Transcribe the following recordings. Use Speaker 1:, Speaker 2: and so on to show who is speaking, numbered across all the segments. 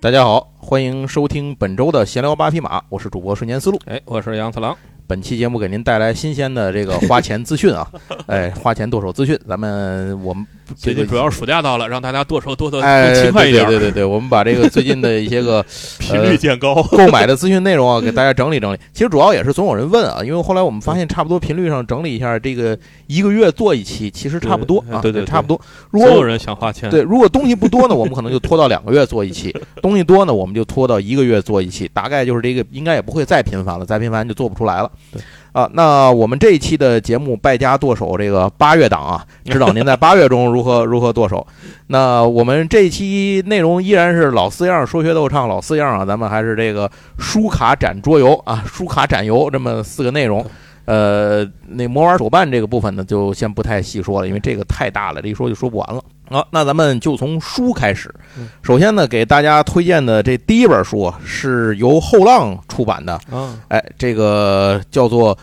Speaker 1: 大家好，欢迎收听本周的闲聊八匹马，我是主播瞬间思路。
Speaker 2: 哎，我是杨次郎。
Speaker 1: 本期节目给您带来新鲜的这个花钱资 讯啊，哎，花钱剁手资讯，咱们我们
Speaker 2: 最近主要是暑假到了，让大家剁手剁得
Speaker 1: 哎，
Speaker 2: 更勤快一点，
Speaker 1: 对对呃对对对，我们把这个最近的一些个
Speaker 2: 频率渐高。
Speaker 1: 购买的资讯内容 啊，给大家整理整理。其实主要也是总有人问啊，因为后来我们发现差不多频率上整理一下，这个一个月做一期，其实差不多啊，
Speaker 2: 哎对对对对
Speaker 1: 差不多。如
Speaker 2: 所
Speaker 1: 果
Speaker 2: 有人想花钱，
Speaker 1: 对，如果东西不多呢，我们可能就拖到两个月做一期；东西多呢，我们就拖到一个月做一期。大概就是这个，应该也不会再频繁了，再频繁就做不出来了。
Speaker 2: 对，
Speaker 1: 啊，那我们这一期的节目《败家剁手》这个八月档啊，指导您在八月中如何 如何剁手。那我们这一期内容依然是老四样，说学逗唱老四样啊，咱们还是这个书卡展桌游啊，书卡展游这么四个内容。呃，那魔玩手办这个部分呢，就先不太细说了，因为这个太大了，这一说就说不完了。好、那咱们就从书开始
Speaker 2: 嗯。
Speaker 1: 首先呢，给大家推荐的这第一本书啊，是由后浪出版的，
Speaker 2: 啊，
Speaker 1: 哎，这个叫做《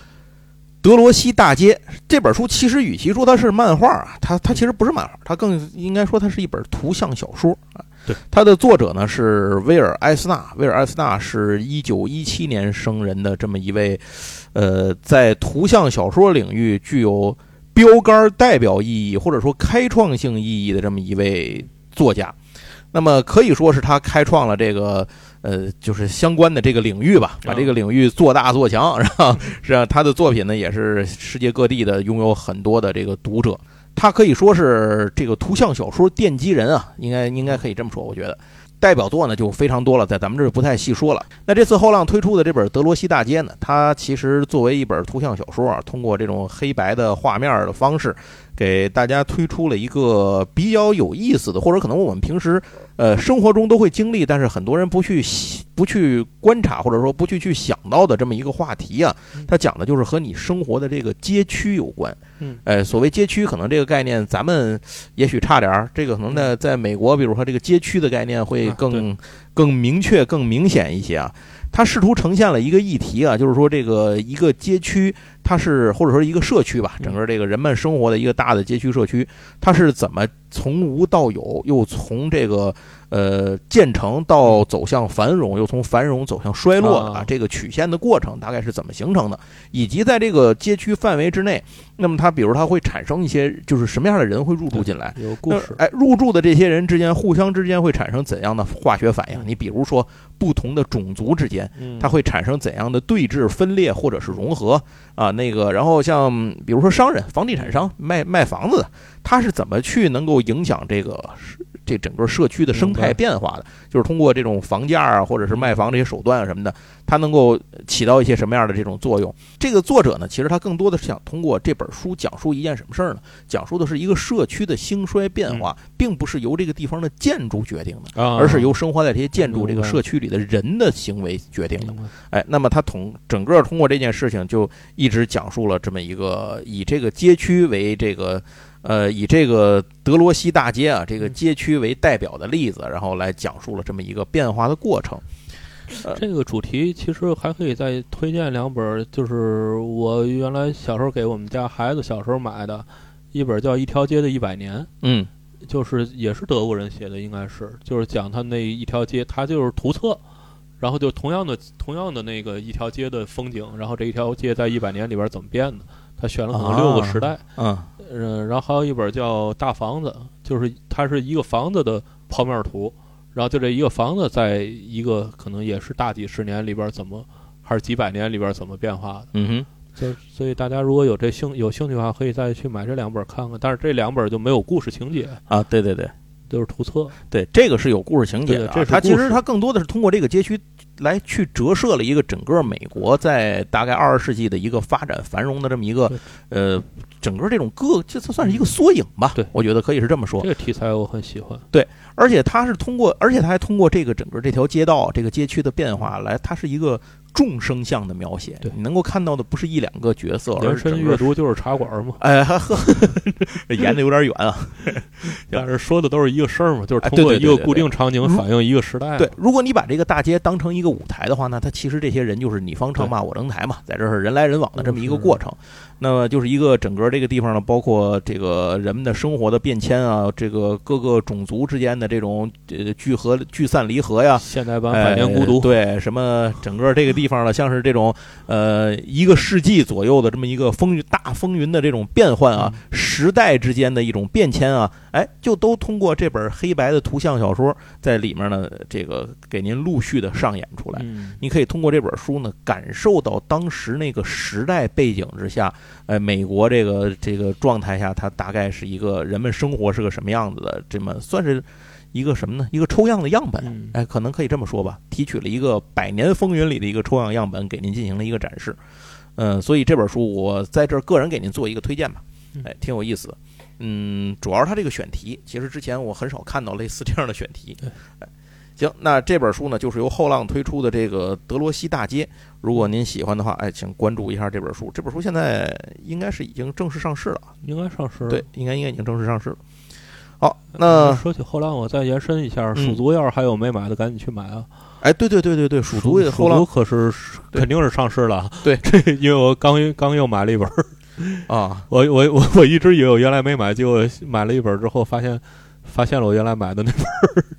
Speaker 1: 德罗西大街》这本书，其实与其说它是漫画啊，它它其实不是漫画，它更应该说它是一本图像小说啊
Speaker 2: 对。
Speaker 1: 它的作者呢是威尔·艾斯纳，威尔·艾斯纳是一九一七年生人的这么一位，呃，在图像小说领域具有标杆代表意义或者说开创性意义的这么一位作家。那么可以说是他开创了这个呃，就是相关的这个领域吧，把
Speaker 2: 嗯
Speaker 1: 这个领域做大做强， 然后是啊，他的作品呢也是世界各地的拥有很多的这个读者，他可以说是这个图像小说奠基人啊，应该应该可以这么说，我觉得。代表作呢就非常多了，在咱们这儿不太细说了。那这次后浪推出的这本《德罗西大街》呢，它其实作为一本图像小说啊，通过这种黑白的画面的方式，给大家推出了一个比较有意思的，或者可能我们平时呃生活中都会经历，但是很多人不去细不去观察，或者说不去去想到的这么一个话题啊
Speaker 2: 嗯。
Speaker 1: 它讲的就是和你生活的这个街区有关。
Speaker 2: 嗯，
Speaker 1: 呃，所谓街区，可能这个概念咱们也许差点儿，这个可能在在美国，比如说这个街区的概念会
Speaker 2: 啊
Speaker 1: 更、更明确、更明显一些啊。它试图呈现了一个议题啊，就是说这个一个街区，它是或者说一个社区吧，
Speaker 2: 嗯
Speaker 1: 整个这个人们生活的一个大的街区社区，它是怎么从无到有，又从这个呃建成到走向繁荣，又从繁荣走向衰落
Speaker 2: 啊
Speaker 1: 这个曲线的过程大概是怎么形成的，以及在这个街区范围之内，那么它比如它会产生一些就是什么样的人会入驻进来。
Speaker 2: 有故
Speaker 1: 那
Speaker 2: 事，
Speaker 1: 哎，入住的这些人之间，互相之间会产生怎样的化学反应？
Speaker 2: 嗯
Speaker 1: 你比如说，不同的种族之间，它会产生怎样的对峙、分裂或者是融合啊？那个，然后像比如说商人、房地产商
Speaker 2: 嗯
Speaker 1: 卖卖房子的，他是怎么去能够影响这个这整个社区的生态
Speaker 2: 明白
Speaker 1: 变化的？就是通过这种房价啊，或者是卖房这些手段啊什么的，它能够起到一些什么样的这种作用？这个作者呢，其实他更多的是想通过这本书讲述一件什么事儿呢？讲述的是一个社区的兴衰变
Speaker 2: 嗯
Speaker 1: 化，并不是由这个地方的建筑决定的。
Speaker 2: 啊，
Speaker 1: 而是由生活在这些建筑这个
Speaker 2: 明白
Speaker 1: 社区里的人的行为决定的
Speaker 2: 明。白
Speaker 1: 哎，那么他通整个通过这件事情，就一直讲述了这么一个以这个街区为这个呃以这个德罗西大街啊这个
Speaker 2: 嗯
Speaker 1: 街区为代表的例子，然后来讲述了这么一个变化的过程。
Speaker 2: 这个主题其实还可以再推荐两本儿，就是我原来小时候给我们家孩子小时候买的，一本叫《一条街的一百年》，
Speaker 1: 嗯
Speaker 2: 就是也是德国人写的，应该是就是讲他那一条街，他就是图册，然后就同样的同样的那个一条街的风景，然后这一条街在一百年里边怎么变的，他选了可能六个时代，
Speaker 1: 嗯
Speaker 2: 嗯、然后还有一本叫《大房子》，就是它是一个房子的剖面图，然后就这一个房子在一个可能也是大几十年里边怎么，还是几百年里边怎么变化的。
Speaker 1: 嗯哼。
Speaker 2: 就所以大家如果有这兴有兴趣的话，可以再去买这两本看看。但是这两本就没有故事情节，
Speaker 1: 啊，对对对
Speaker 2: 就是图册。
Speaker 1: 对，这个是有故事情节的、啊
Speaker 2: 对。这是
Speaker 1: 它其
Speaker 2: 故
Speaker 1: 实
Speaker 2: 事
Speaker 1: 它更多的是通过这个街区来去折射了一个整个美国在大概二十世纪的一个发展繁荣的这么一个
Speaker 2: 对
Speaker 1: 呃，整个这种各这算是一个缩影吧。
Speaker 2: 对
Speaker 1: 我觉得可以是这么说
Speaker 2: 这。个题材我很喜欢。
Speaker 1: 而且它是通过，而且它还通过这个整个这条街道、这个街区的变化来，它是一个众生相的描写
Speaker 2: 对，
Speaker 1: 你能够看到的不是一两个角色，而
Speaker 2: 延
Speaker 1: 是
Speaker 2: 伸
Speaker 1: 整
Speaker 2: 阅
Speaker 1: 个。
Speaker 2: 读就是茶馆 嘛，
Speaker 1: 哎， 呵呵，演的有点远啊。
Speaker 2: 但是说的都是一个事儿嘛，就是
Speaker 1: 哎
Speaker 2: 通
Speaker 1: 对
Speaker 2: 过
Speaker 1: 对
Speaker 2: 一
Speaker 1: 对
Speaker 2: 个
Speaker 1: 对
Speaker 2: 固
Speaker 1: 对
Speaker 2: 定场景
Speaker 1: 嗯
Speaker 2: 反映一个时代嘛。
Speaker 1: 对，如果你把这个大街当成一个舞台的话，那它其实这些人就是你方唱罢我登台嘛，在这儿人来人往的这么一个过程。那么就是一个整个这个地方呢，包括这个人们的生活的变迁啊，这个各个种族之间的这种呃聚合、聚散离合呀，
Speaker 2: 现代版《百年孤
Speaker 1: 哎
Speaker 2: 独》
Speaker 1: 对，什么整个这个地方呢，像是这种呃一个世纪左右的这么一个风大风云的这种变幻啊，
Speaker 2: 嗯
Speaker 1: 时代之间的一种变迁啊，哎，就都通过这本黑白的图像小说在里面呢，这个给您陆续的上演出来。
Speaker 2: 嗯，
Speaker 1: 你可以通过这本书呢，感受到当时那个时代背景之下，呃，美国这个这个状态下，它大概是一个人们生活是个什么样子的，这么算是一个什么呢？一个抽样的样本。
Speaker 2: 嗯
Speaker 1: 哎，可能可以这么说吧，提取了一个百年风云里的一个抽样样本，给您进行了一个展示。嗯，所以这本书我在这儿个人给您做一个推荐吧
Speaker 2: 嗯，
Speaker 1: 哎，挺有意思的。嗯，主要是它这个选题，其实之前我很少看到类似这样的选题
Speaker 2: 对。
Speaker 1: 哎行，那这本书呢，就是由后浪推出的这个《德罗西大街》。如果您喜欢的话，哎，请关注一下这本书。这本书现在应该是已经正式上市了，
Speaker 2: 应该上市了。
Speaker 1: 对，应该应该已经正式上市了。好，
Speaker 2: 嗯
Speaker 1: 那
Speaker 2: 说起后浪，我再延伸一下，
Speaker 1: 嗯
Speaker 2: 蜀族要是还有没买的，赶紧去买啊！
Speaker 1: 哎，对对对对对，蜀族也后
Speaker 2: 蜀
Speaker 1: 浪
Speaker 2: 族可是
Speaker 1: 对
Speaker 2: 肯定是上市了啊。
Speaker 1: 对
Speaker 2: 这因为我刚刚又买了一本儿，
Speaker 1: 啊，
Speaker 2: 我我我我一直以为我原来没买，结果买了一本之后发现发现了我原来买的那本儿。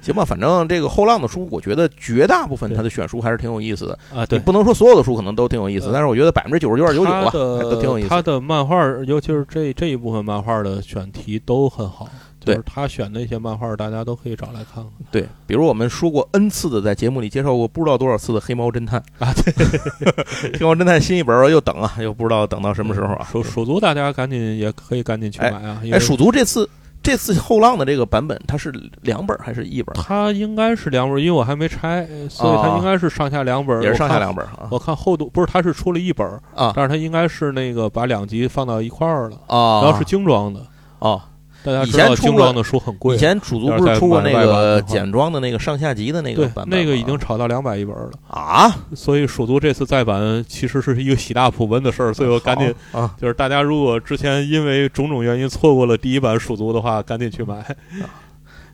Speaker 1: 行吧，反正这个后浪的书，我觉得绝大部分
Speaker 2: 对
Speaker 1: 他的选书还是挺有意思的。
Speaker 2: 啊，
Speaker 1: 你
Speaker 2: 对，
Speaker 1: 不能说所有的书可能都挺有意思，
Speaker 2: 呃
Speaker 1: 但是我觉得百分之九十九点九九吧，
Speaker 2: 他
Speaker 1: 还 都挺有意
Speaker 2: 的他
Speaker 1: 思。
Speaker 2: 的漫画，尤其是这这一部分漫画的选题都很好，就
Speaker 1: 对
Speaker 2: 是他选的一些漫画，大家都可以找来看看。
Speaker 1: 对，比如我们说过 n 次的，在节目里介绍过不知道多少次的《黑猫侦探》
Speaker 2: 啊
Speaker 1: 对，《 黑猫侦探》新一本儿又等啊，又不知道等到什么时候啊。
Speaker 2: 蜀蜀族大家赶紧也可以赶紧去买
Speaker 1: 哎
Speaker 2: 啊！因为
Speaker 1: 哎，蜀族这次这次后浪的这个版本，它是两本儿还是一本儿？
Speaker 2: 它应该是两本，因为我还没拆，呃所以它
Speaker 1: 啊
Speaker 2: 应该是上下两本，
Speaker 1: 也是上下
Speaker 2: 我看。
Speaker 1: 两本儿啊
Speaker 2: 我看厚度不是，它是出了一本，
Speaker 1: 啊
Speaker 2: 但是它应该是那个把两集放到一块儿了，
Speaker 1: 啊！
Speaker 2: 然后是精装的。
Speaker 1: 哦，
Speaker 2: 大家
Speaker 1: 以
Speaker 2: 知
Speaker 1: 前
Speaker 2: 道
Speaker 1: 出过
Speaker 2: 精装的书很贵
Speaker 1: 以，前蜀族不是出过那个简装的那个上下集的那个
Speaker 2: 对
Speaker 1: 版，本吗？
Speaker 2: 那个已经炒到两百一本了。
Speaker 1: 啊，
Speaker 2: 所以蜀族这次再版其实是一个喜大普奔的事儿，所以我赶紧
Speaker 1: 好啊。
Speaker 2: 就是大家如果之前因为种种原因错过了第一版蜀族的话，赶紧去买。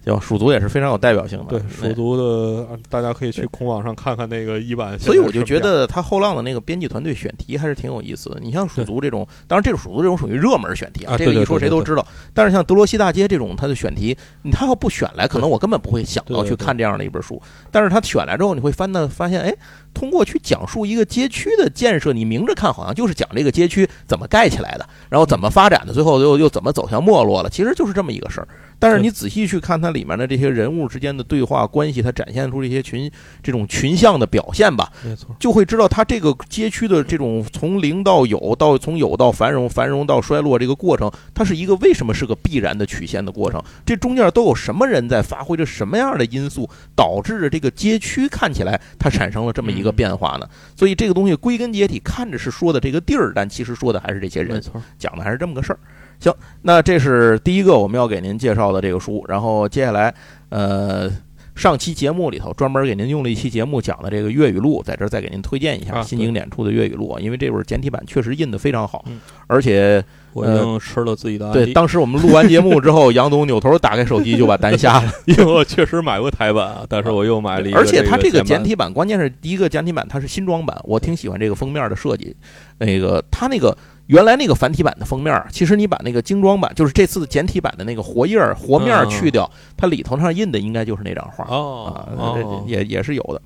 Speaker 1: 行，蜀族也是非常有代表性的。
Speaker 2: 对，蜀族的大家可以去
Speaker 1: 对
Speaker 2: 孔网上看看那个一版。
Speaker 1: 那所以我就觉。得他后浪的那个编辑团队选题还是挺有意思的。你像蜀族这种，当然这个蜀族这种属于热门选题
Speaker 2: 啊
Speaker 1: 这
Speaker 2: 对
Speaker 1: 个
Speaker 2: 对
Speaker 1: 一说
Speaker 2: 对
Speaker 1: 谁都知道。但是像德罗西大街这种，他的选题，你他要不选来，可能我根本不会想到
Speaker 2: 对对
Speaker 1: 去看这样的一本书。但是他选来之后，你会翻到发现，哎，通过去讲述一个街区的建设，你明着看好像就是讲这个街区怎么盖起来的，然后怎么发展的，最后又又怎么走向没落了，其实就是这么一个事儿。但是你仔细去看它里面的这些人物之间的对话关系，它展现出这些群这种群像的表现吧，
Speaker 2: 没错，
Speaker 1: 就会知道它这个街区的这种从零到有，到从有到繁荣，繁荣到衰落这个过程，它是一个为什么是个必然的曲线的过程？这中间都有什么人在发挥着什么样的因素，导致着这个街区看起来它产生了这么一个变化呢？所以这个东西归根结底看着是说的这个地儿，但其实说的还是这些
Speaker 2: 没
Speaker 1: 人。
Speaker 2: 错。
Speaker 1: 讲的还是这么个事儿。行，那这是第一个我们要给您介绍的这个书，然后接下来，呃，上期节目里头专门给您用了一期节目讲的这个粤语录，在这儿再给您推荐一下
Speaker 2: 啊
Speaker 1: 新
Speaker 2: 对
Speaker 1: 经典出的粤语录啊，因为这本简体版确实印的非常好
Speaker 2: 嗯，啊
Speaker 1: 而且
Speaker 2: 我已经吃了自己的案
Speaker 1: 对
Speaker 2: 例，
Speaker 1: 当时我们录完节目之后，杨总扭头打开手机就把单下了，
Speaker 2: 因为我确实买过台版啊，但是我又买了一个，
Speaker 1: 而且它这
Speaker 2: 这
Speaker 1: 个
Speaker 2: 简
Speaker 1: 简
Speaker 2: 版，
Speaker 1: 体版，关键是第一个简体版它是新装版，我挺喜欢这个封面的设计。那个它那个原来那个繁体版的封面，其实你把那个精装版，就是这次的简体版的那个活页儿活面儿去掉，它里头上印的应该就是那张画
Speaker 2: 嗯哦
Speaker 1: 啊，
Speaker 2: 哦
Speaker 1: 这也也是有的。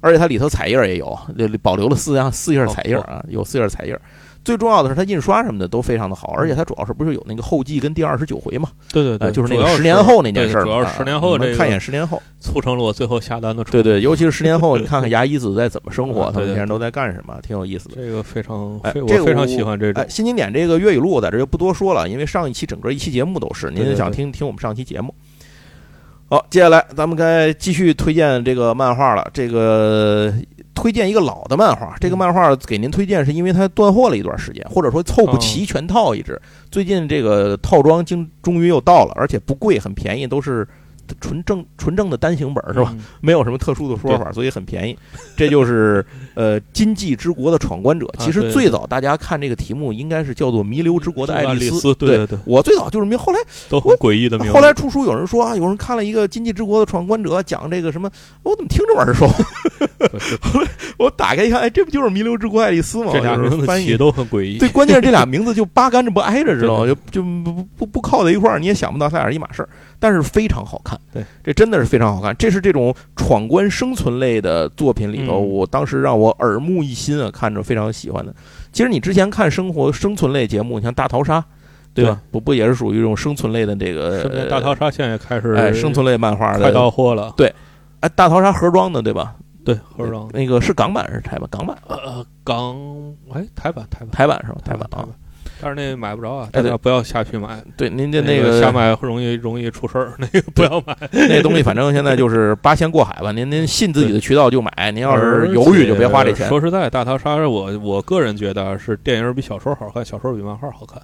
Speaker 1: 而且它里头彩页儿也有，这里保留了四样四页
Speaker 2: 哦
Speaker 1: 儿彩页儿啊，有四页儿彩页儿。最重要的是，它印刷什么的都非常的好，而且它主要是不是有那个后记跟第二十九回嘛，
Speaker 2: 对对对，
Speaker 1: 呃，就是那
Speaker 2: 主
Speaker 1: 个
Speaker 2: 要
Speaker 1: 十年后那件
Speaker 2: 对
Speaker 1: 事儿嘛，
Speaker 2: 主要是
Speaker 1: 啊
Speaker 2: 十年后
Speaker 1: 我们
Speaker 2: 这个
Speaker 1: 看一眼十年后，
Speaker 2: 促成了我最后下单的冲
Speaker 1: 对
Speaker 2: 动，
Speaker 1: 对，尤其是十年后，你看看牙医子在怎么生活，
Speaker 2: 啊
Speaker 1: 他们每
Speaker 2: 对对
Speaker 1: 天都在干什么，挺有意思的。
Speaker 2: 这个非常
Speaker 1: 哎
Speaker 2: 非
Speaker 1: 这
Speaker 2: 我
Speaker 1: 个
Speaker 2: 非常
Speaker 1: 我
Speaker 2: 喜欢这种
Speaker 1: 哎，，新经典这个粤语录，我在这就不多说了，因为上一期整个一期节目都是，
Speaker 2: 对
Speaker 1: 您
Speaker 2: 对
Speaker 1: 想
Speaker 2: 对
Speaker 1: 听听我们上期节目。好，接下来咱们该继续推荐这个漫画了。这个推荐一个老的漫画，这个
Speaker 2: 嗯
Speaker 1: 漫画给您推荐是因为它断货了一段时间，或者说凑不
Speaker 2: 哦
Speaker 1: 齐全套一直。最近这个套装经终于又到了，而且不贵，很便宜，都是纯正纯正的单行本儿是吧？？
Speaker 2: 嗯
Speaker 1: 没有什么特殊的说法，所以很便宜。这就是呃《今际之国的闯关者》。其
Speaker 2: 对
Speaker 1: 实
Speaker 2: 啊对
Speaker 1: 最早大家看这个题目应该是叫做《弥留之国的爱
Speaker 2: 爱
Speaker 1: 丽
Speaker 2: 丽
Speaker 1: 丝》
Speaker 2: 丝，对
Speaker 1: 对。
Speaker 2: 对对，
Speaker 1: 我最早就是没，后来
Speaker 2: 都很诡异的名字。
Speaker 1: 后来出书，有人说啊，有人看了一个《今际之国的闯关者》，讲这个什么，我怎么听着耳熟？ 我打开一看，哎，这不就是《弥留之国爱丽丝》 吗？
Speaker 2: 这俩
Speaker 1: 就是
Speaker 2: 名字
Speaker 1: 翻
Speaker 2: 起
Speaker 1: 译
Speaker 2: 得都很诡 异。
Speaker 1: 对，关键是这俩名字就八竿子不挨着，知道吗？
Speaker 2: 对
Speaker 1: 就就不不不靠在一块儿，你也想不到它俩是一码事儿。但是非常好看，
Speaker 2: 对，
Speaker 1: 这真的是非常好看。这是这种闯关生存类的作品里头，
Speaker 2: 嗯
Speaker 1: 我当时让我耳目一新啊，看着非常喜欢的。其实你之前看生活生存类节目，你像大逃杀，对吧？不不也是属于这种生存类的这
Speaker 2: 对？
Speaker 1: 个
Speaker 2: 身边大逃杀现在也开始
Speaker 1: 呃哎生存类漫画
Speaker 2: 快
Speaker 1: 的
Speaker 2: 到货了，
Speaker 1: 哎大逃杀盒装的对吧？
Speaker 2: 对，盒装
Speaker 1: 那个是港版还是台版？港版
Speaker 2: 呃港哎台版台版
Speaker 1: 台版是吧？台版
Speaker 2: 台
Speaker 1: 啊，
Speaker 2: 版，但是那买不着啊，
Speaker 1: 哎
Speaker 2: 大
Speaker 1: 对
Speaker 2: 家不要下去买，
Speaker 1: 对，您的
Speaker 2: 那
Speaker 1: 那个
Speaker 2: 下买容易容易出事儿，那个不要买。
Speaker 1: 那东西反正现在就是八仙过海吧，您您信自己的渠道就买，您要是犹豫就别花这钱
Speaker 2: 而且。说实在，大逃杀我我个人觉得啊是电影比小说好看，小说比漫画好看，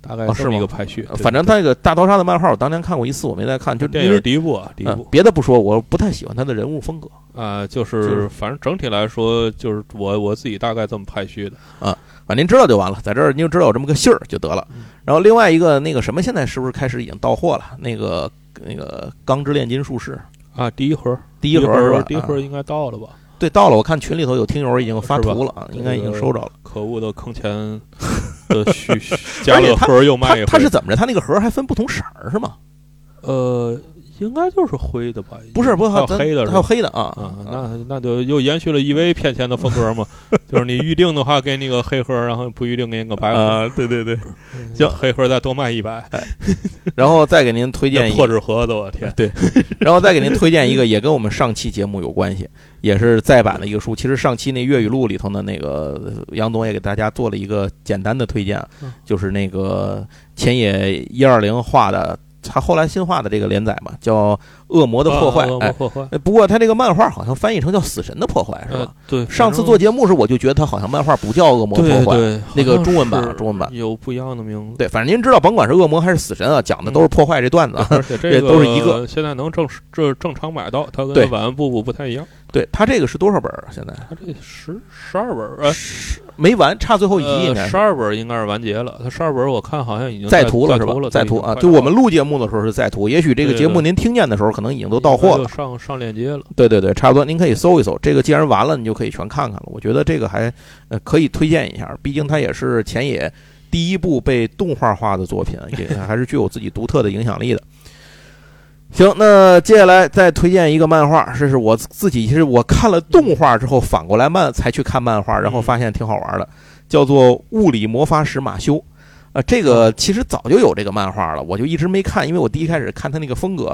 Speaker 2: 大概
Speaker 1: 哦是
Speaker 2: 这么一
Speaker 1: 吗
Speaker 2: 个排序。对
Speaker 1: 反正他那个大逃杀的漫画，我当年看过一次，我没再看，就
Speaker 2: 电
Speaker 1: 因为
Speaker 2: 影第一部啊，第一
Speaker 1: 嗯
Speaker 2: 部
Speaker 1: 别的不说，我不太喜欢他的人物风格。
Speaker 2: 啊，就是是反正整体来说，就是我我自己大概这么排序的。
Speaker 1: 啊，您知道就完了，在这儿您就知道有这么个信儿就得了
Speaker 2: 嗯。
Speaker 1: 然后另外一个那个什么，现在是不是开始已经到货了？那个那个《钢之炼金术士》
Speaker 2: 啊，第一盒，
Speaker 1: 第
Speaker 2: 第
Speaker 1: 一盒是吧？
Speaker 2: 第一盒
Speaker 1: 啊
Speaker 2: 应该到了吧？
Speaker 1: 对，到了，我看群里头有听友已经发
Speaker 2: 是吧
Speaker 1: 图了，啊，应该已经
Speaker 2: 这个
Speaker 1: 收着了。
Speaker 2: 可恶的 坑钱的虚加乐盒又
Speaker 1: 他
Speaker 2: 卖一
Speaker 1: 他
Speaker 2: 回
Speaker 1: 是，怎么着？他那个盒儿还分不同色儿是
Speaker 2: 嗯
Speaker 1: 吗？
Speaker 2: 呃，应该就是灰的吧？
Speaker 1: 不是，不是，
Speaker 2: 还有
Speaker 1: 咱
Speaker 2: 黑的是
Speaker 1: 还有
Speaker 2: 吧？
Speaker 1: 黑的啊
Speaker 2: 啊，那那就又延续了 EV 骗钱的风 格嘛，就是你预定的话给你个黑盒，然后不预定给你个白盒，
Speaker 1: 啊，对对哎对。
Speaker 2: 行，黑盒再多卖一百，
Speaker 1: 然后再给您推
Speaker 2: 那
Speaker 1: 荐一
Speaker 2: 破
Speaker 1: 个，
Speaker 2: 纸盒子，我天！
Speaker 1: 对， 然后再给您推荐一个，也跟我们上期节目有关系，也是再版的一个书。其实上期那粤语录里头呢，那个呃杨总也给大家做了一个简单的推荐啊
Speaker 2: 嗯，
Speaker 1: 就是那个前野一二零画的，他后来新画的这个连载嘛，叫《恶魔的破坏
Speaker 2: 啊恶》。魔
Speaker 1: 哎，
Speaker 2: 破坏，
Speaker 1: 呃不过他这个漫画好像翻译成叫《死神的破坏》是吧
Speaker 2: 呃？，对，
Speaker 1: 上次做节目时，我就觉得他好像漫画不叫《恶魔破
Speaker 2: 对
Speaker 1: 坏》，
Speaker 2: 对，
Speaker 1: 那个
Speaker 2: 好像
Speaker 1: 中文版
Speaker 2: 是
Speaker 1: 中文版
Speaker 2: 有不一样的名字。
Speaker 1: 对，反正您知道，甭管是恶魔还是死神啊，讲的都是破坏这段子 啊。
Speaker 2: 而且
Speaker 1: 也
Speaker 2: 这
Speaker 1: 都是一个，
Speaker 2: 现在能正这正常买到，它
Speaker 1: 对
Speaker 2: 跟晚安布布不太一样。
Speaker 1: 对他这个是多少本儿啊？现在？
Speaker 2: 它这十十二本儿，呃，
Speaker 1: 十没完，差最后一集应该
Speaker 2: 十
Speaker 1: 是。
Speaker 2: 二本儿应该是完结了。它十二本儿我看好像已经
Speaker 1: 在途
Speaker 2: 图
Speaker 1: 了是吧
Speaker 2: 图了？，
Speaker 1: 在
Speaker 2: 图
Speaker 1: 途啊，就我们录节目的时候是在途，也许这个节目
Speaker 2: 对对
Speaker 1: 您听见的时候可能已经都到货了。
Speaker 2: 上上链接 了。
Speaker 1: 对对对，差不多，您可以搜一搜。这个既然完了，你就可以全看看了。我觉得这个还呃可以推荐一下，毕竟它也是前野第一部被动画化的作品，也还是具有自己独特的影响力的。 行，那接下来再推荐一个漫画，这是我自己，其实我看了动画之后，反过来漫才去看漫画，然后发现挺好玩的，叫做《物理魔法使马修》。呃，这个其实早就有这个漫画了，我就一直没看，因为我第一开始看他那个风格，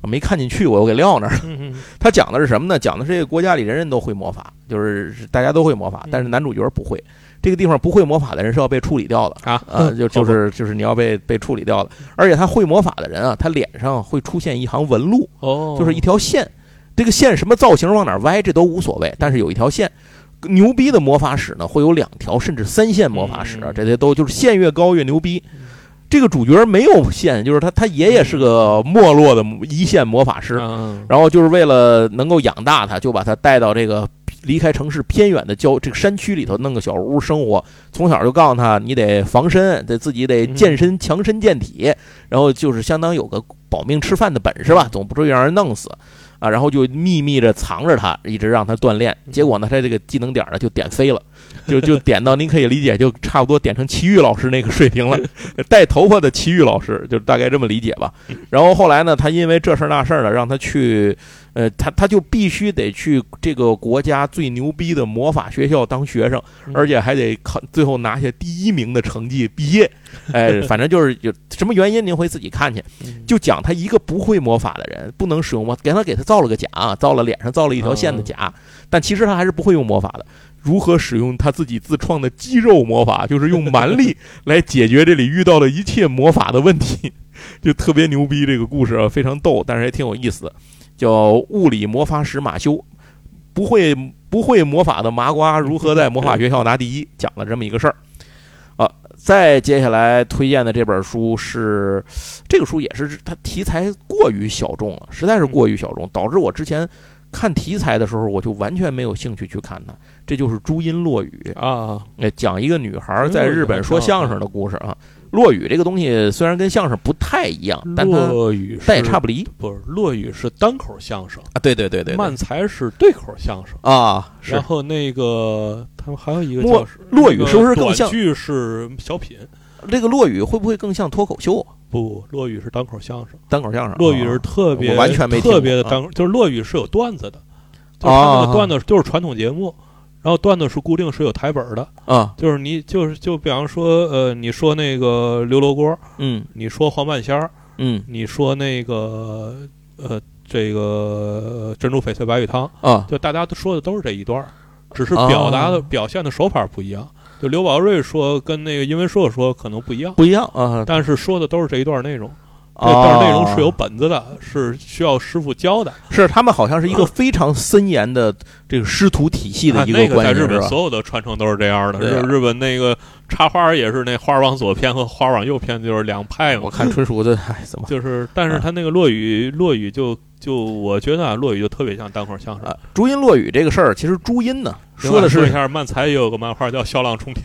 Speaker 1: 我没看进去，我又给撂那儿了。
Speaker 2: 嗯嗯
Speaker 1: 他讲的是什么呢？讲的是这个国家里人人都会魔法，就是大家都会魔法
Speaker 2: 嗯，
Speaker 1: 但是男主角不会。这个地方不会魔法的人是要被处理掉的，
Speaker 2: 啊
Speaker 1: 啊，就就是就是你要被被处理掉的。而且他会魔法的人啊，他脸上会出现一行纹路，
Speaker 2: 哦，
Speaker 1: 就是一条线。这个线什么造型往哪儿歪，这都无所谓，但是有一条线。牛逼的魔法使呢，会有两条甚至三线魔法使，啊
Speaker 2: 嗯
Speaker 1: 这些都就是线越高越牛逼。这个主角没有线，就是他他爷爷是个没落的一线魔法师，
Speaker 2: 嗯，
Speaker 1: 然后就是为了能够养大他，就把他带到这个离开城市偏远的郊这个山区里头，弄个小屋生活。从小就告诉他，你得防身，得自己得健身，强身健体。然后就是相当有个保命吃饭的本事吧，总不至于让人弄死啊。然后就秘密着藏着他，一直让他锻炼。结果呢，他这个技能点儿呢就点飞了，就就点到您可以理解，就差不多点成齐豫老师那个水平了， 带头发的齐豫老师，就大概这么理解吧。然后后来呢，他因为这事儿那事儿呢，让他去，呃，他他就必须得去这个国家最牛逼的魔法学校当学生，
Speaker 2: 嗯
Speaker 1: 而且还得考，最后拿下第一名的成绩毕业。哎，反正就是有什么原因，您回自己看去。
Speaker 2: 嗯
Speaker 1: 就讲他一个不会魔法的人，不能使用魔，给他给他造了个假，啊造了脸上造了一条线的假，但其实他还是不会用魔法的。如何使用他自己自创的肌肉魔法，就是用蛮力来解决这里遇到的一切魔法的问题，就特别牛逼。这个故事啊，非常逗，但是也挺有意思的，叫《物理魔法使马修》，不会不会魔法的麻瓜如何在魔法学校拿第一，讲了这么一个事儿。啊，再接下来推荐的这本书是，这个书也是它题材过于小众了，实在是过于小众，导致我之前看题材的时候，我就完全没有兴趣去看它。这就是《朱音落雨》，
Speaker 2: 啊，
Speaker 1: 哎，讲一个女孩在日本说相
Speaker 2: 嗯
Speaker 1: 声的故事啊。落雨这个东西虽然跟相声不太一样，但它
Speaker 2: 落雨是
Speaker 1: 但也差不离
Speaker 2: 不是落雨是单口相声，
Speaker 1: 啊。对对对对对，
Speaker 2: 慢才是对口相声。
Speaker 1: 啊，是
Speaker 2: 然后那个他们还有一个
Speaker 1: 莫
Speaker 2: 叫是
Speaker 1: 落雨
Speaker 2: 那个
Speaker 1: 是不是更像
Speaker 2: 短剧是小品？
Speaker 1: 这个落雨会不会更像脱口秀啊、
Speaker 2: 不，落雨是单口相声。
Speaker 1: 单口相声？啊
Speaker 2: 落雨是特别、
Speaker 1: 哦我完全没听过嗯
Speaker 2: 特别的单口，就是落雨是有段子的，就是他那
Speaker 1: 啊
Speaker 2: 个段子就是传统节目，然后段子是固定是有台本的，
Speaker 1: 啊，
Speaker 2: 就是你就是就比方说呃，你说那个刘罗锅，
Speaker 1: 嗯
Speaker 2: 你说黄半仙儿，
Speaker 1: 嗯
Speaker 2: 你说那个呃这个珍珠翡翠白玉汤，
Speaker 1: 啊
Speaker 2: 就大家都说的都是这一段儿，只是表达的、
Speaker 1: 啊
Speaker 2: 表现的手法不一样。就刘宝瑞说跟那个殷文硕说可能不一样，
Speaker 1: 不一样啊，
Speaker 2: 但是说的都是这一段内容。这
Speaker 1: 啊
Speaker 2: 段内容是有本子的，是需要师傅教的。
Speaker 1: 是他们好像是一个非常森严的这个师徒体系的
Speaker 2: 啊
Speaker 1: 一
Speaker 2: 那
Speaker 1: 个
Speaker 2: 个
Speaker 1: 关
Speaker 2: 在
Speaker 1: 系，
Speaker 2: 日
Speaker 1: 是
Speaker 2: 本
Speaker 1: 吧？
Speaker 2: 所有的传承都是这样的，
Speaker 1: 对啊
Speaker 2: 就日本那个插花也是那花往左偏和花往右偏就是两派
Speaker 1: 我
Speaker 2: 嘛。
Speaker 1: 看纯属的， 哎，怎么
Speaker 2: 就是，但是他那个落雨，落雨就就我觉得啊，落雨就特别像单口相声。
Speaker 1: 啊？朱音落雨这个事儿，其实朱音呢说的
Speaker 2: 另外一
Speaker 1: 是
Speaker 2: 下，漫才也有个漫画叫《笑浪冲天》，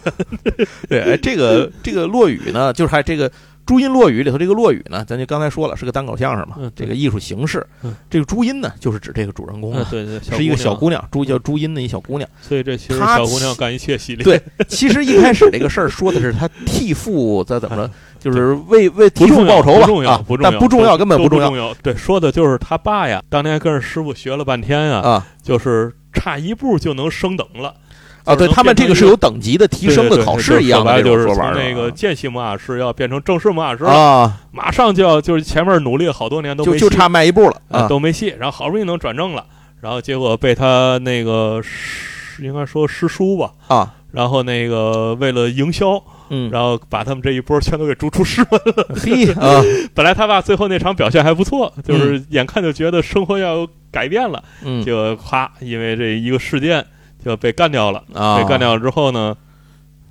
Speaker 1: 对，哎，这个这个落雨呢，就是还这个朱音落雨里头这个落雨呢，咱就刚才说了是个单口相声嘛
Speaker 2: 嗯，
Speaker 1: 这
Speaker 2: 对
Speaker 1: 个艺术形式
Speaker 2: 嗯，
Speaker 1: 这个朱音呢就是指这个主人公
Speaker 2: 嗯
Speaker 1: 啊，
Speaker 2: 对对，
Speaker 1: 是一个小
Speaker 2: 姑娘嗯
Speaker 1: 姑娘，朱叫朱音的一小姑娘。
Speaker 2: 所以这其实
Speaker 1: 她
Speaker 2: 小姑娘干一切系列，
Speaker 1: 对其实一开始这个事儿说的是他替父在怎么着，就是为为替
Speaker 2: 不重
Speaker 1: 父
Speaker 2: 要
Speaker 1: 报仇
Speaker 2: 嗯 不
Speaker 1: 吧
Speaker 2: 重，要
Speaker 1: 啊
Speaker 2: 不重要
Speaker 1: 但不重要，根本
Speaker 2: 都不
Speaker 1: 重要
Speaker 2: 要。对，说的就是他爸呀，当年跟着师傅学了半天呀，
Speaker 1: 啊
Speaker 2: 就是差一步就能升等了
Speaker 1: 啊！对他们这个是
Speaker 2: 有
Speaker 1: 有等级的提升的考试一样的这
Speaker 2: 就
Speaker 1: 种
Speaker 2: 是
Speaker 1: 说
Speaker 2: 从
Speaker 1: 法儿
Speaker 2: 那个间隙魔法师要变成正式魔法师
Speaker 1: 啊，啊，
Speaker 2: 马上就要就是前面努力了好多年都
Speaker 1: 就
Speaker 2: 没
Speaker 1: 就
Speaker 2: 戏
Speaker 1: 差迈一步了
Speaker 2: 啊
Speaker 1: 啊
Speaker 2: 都没戏，然后好不容易能转正了，然后结果被他那个师应该说师叔吧，
Speaker 1: 啊
Speaker 2: 然后那个为了营销，
Speaker 1: 嗯，
Speaker 2: 然后把他们这一波全都给逐出师门。
Speaker 1: 嘿啊，
Speaker 2: 本来他爸最后那场表现还不错，就是眼看就觉得生活要有改变了，
Speaker 1: 嗯
Speaker 2: 就夸，因为这一个事件就被干掉了。
Speaker 1: 啊，
Speaker 2: 被干掉了之后呢，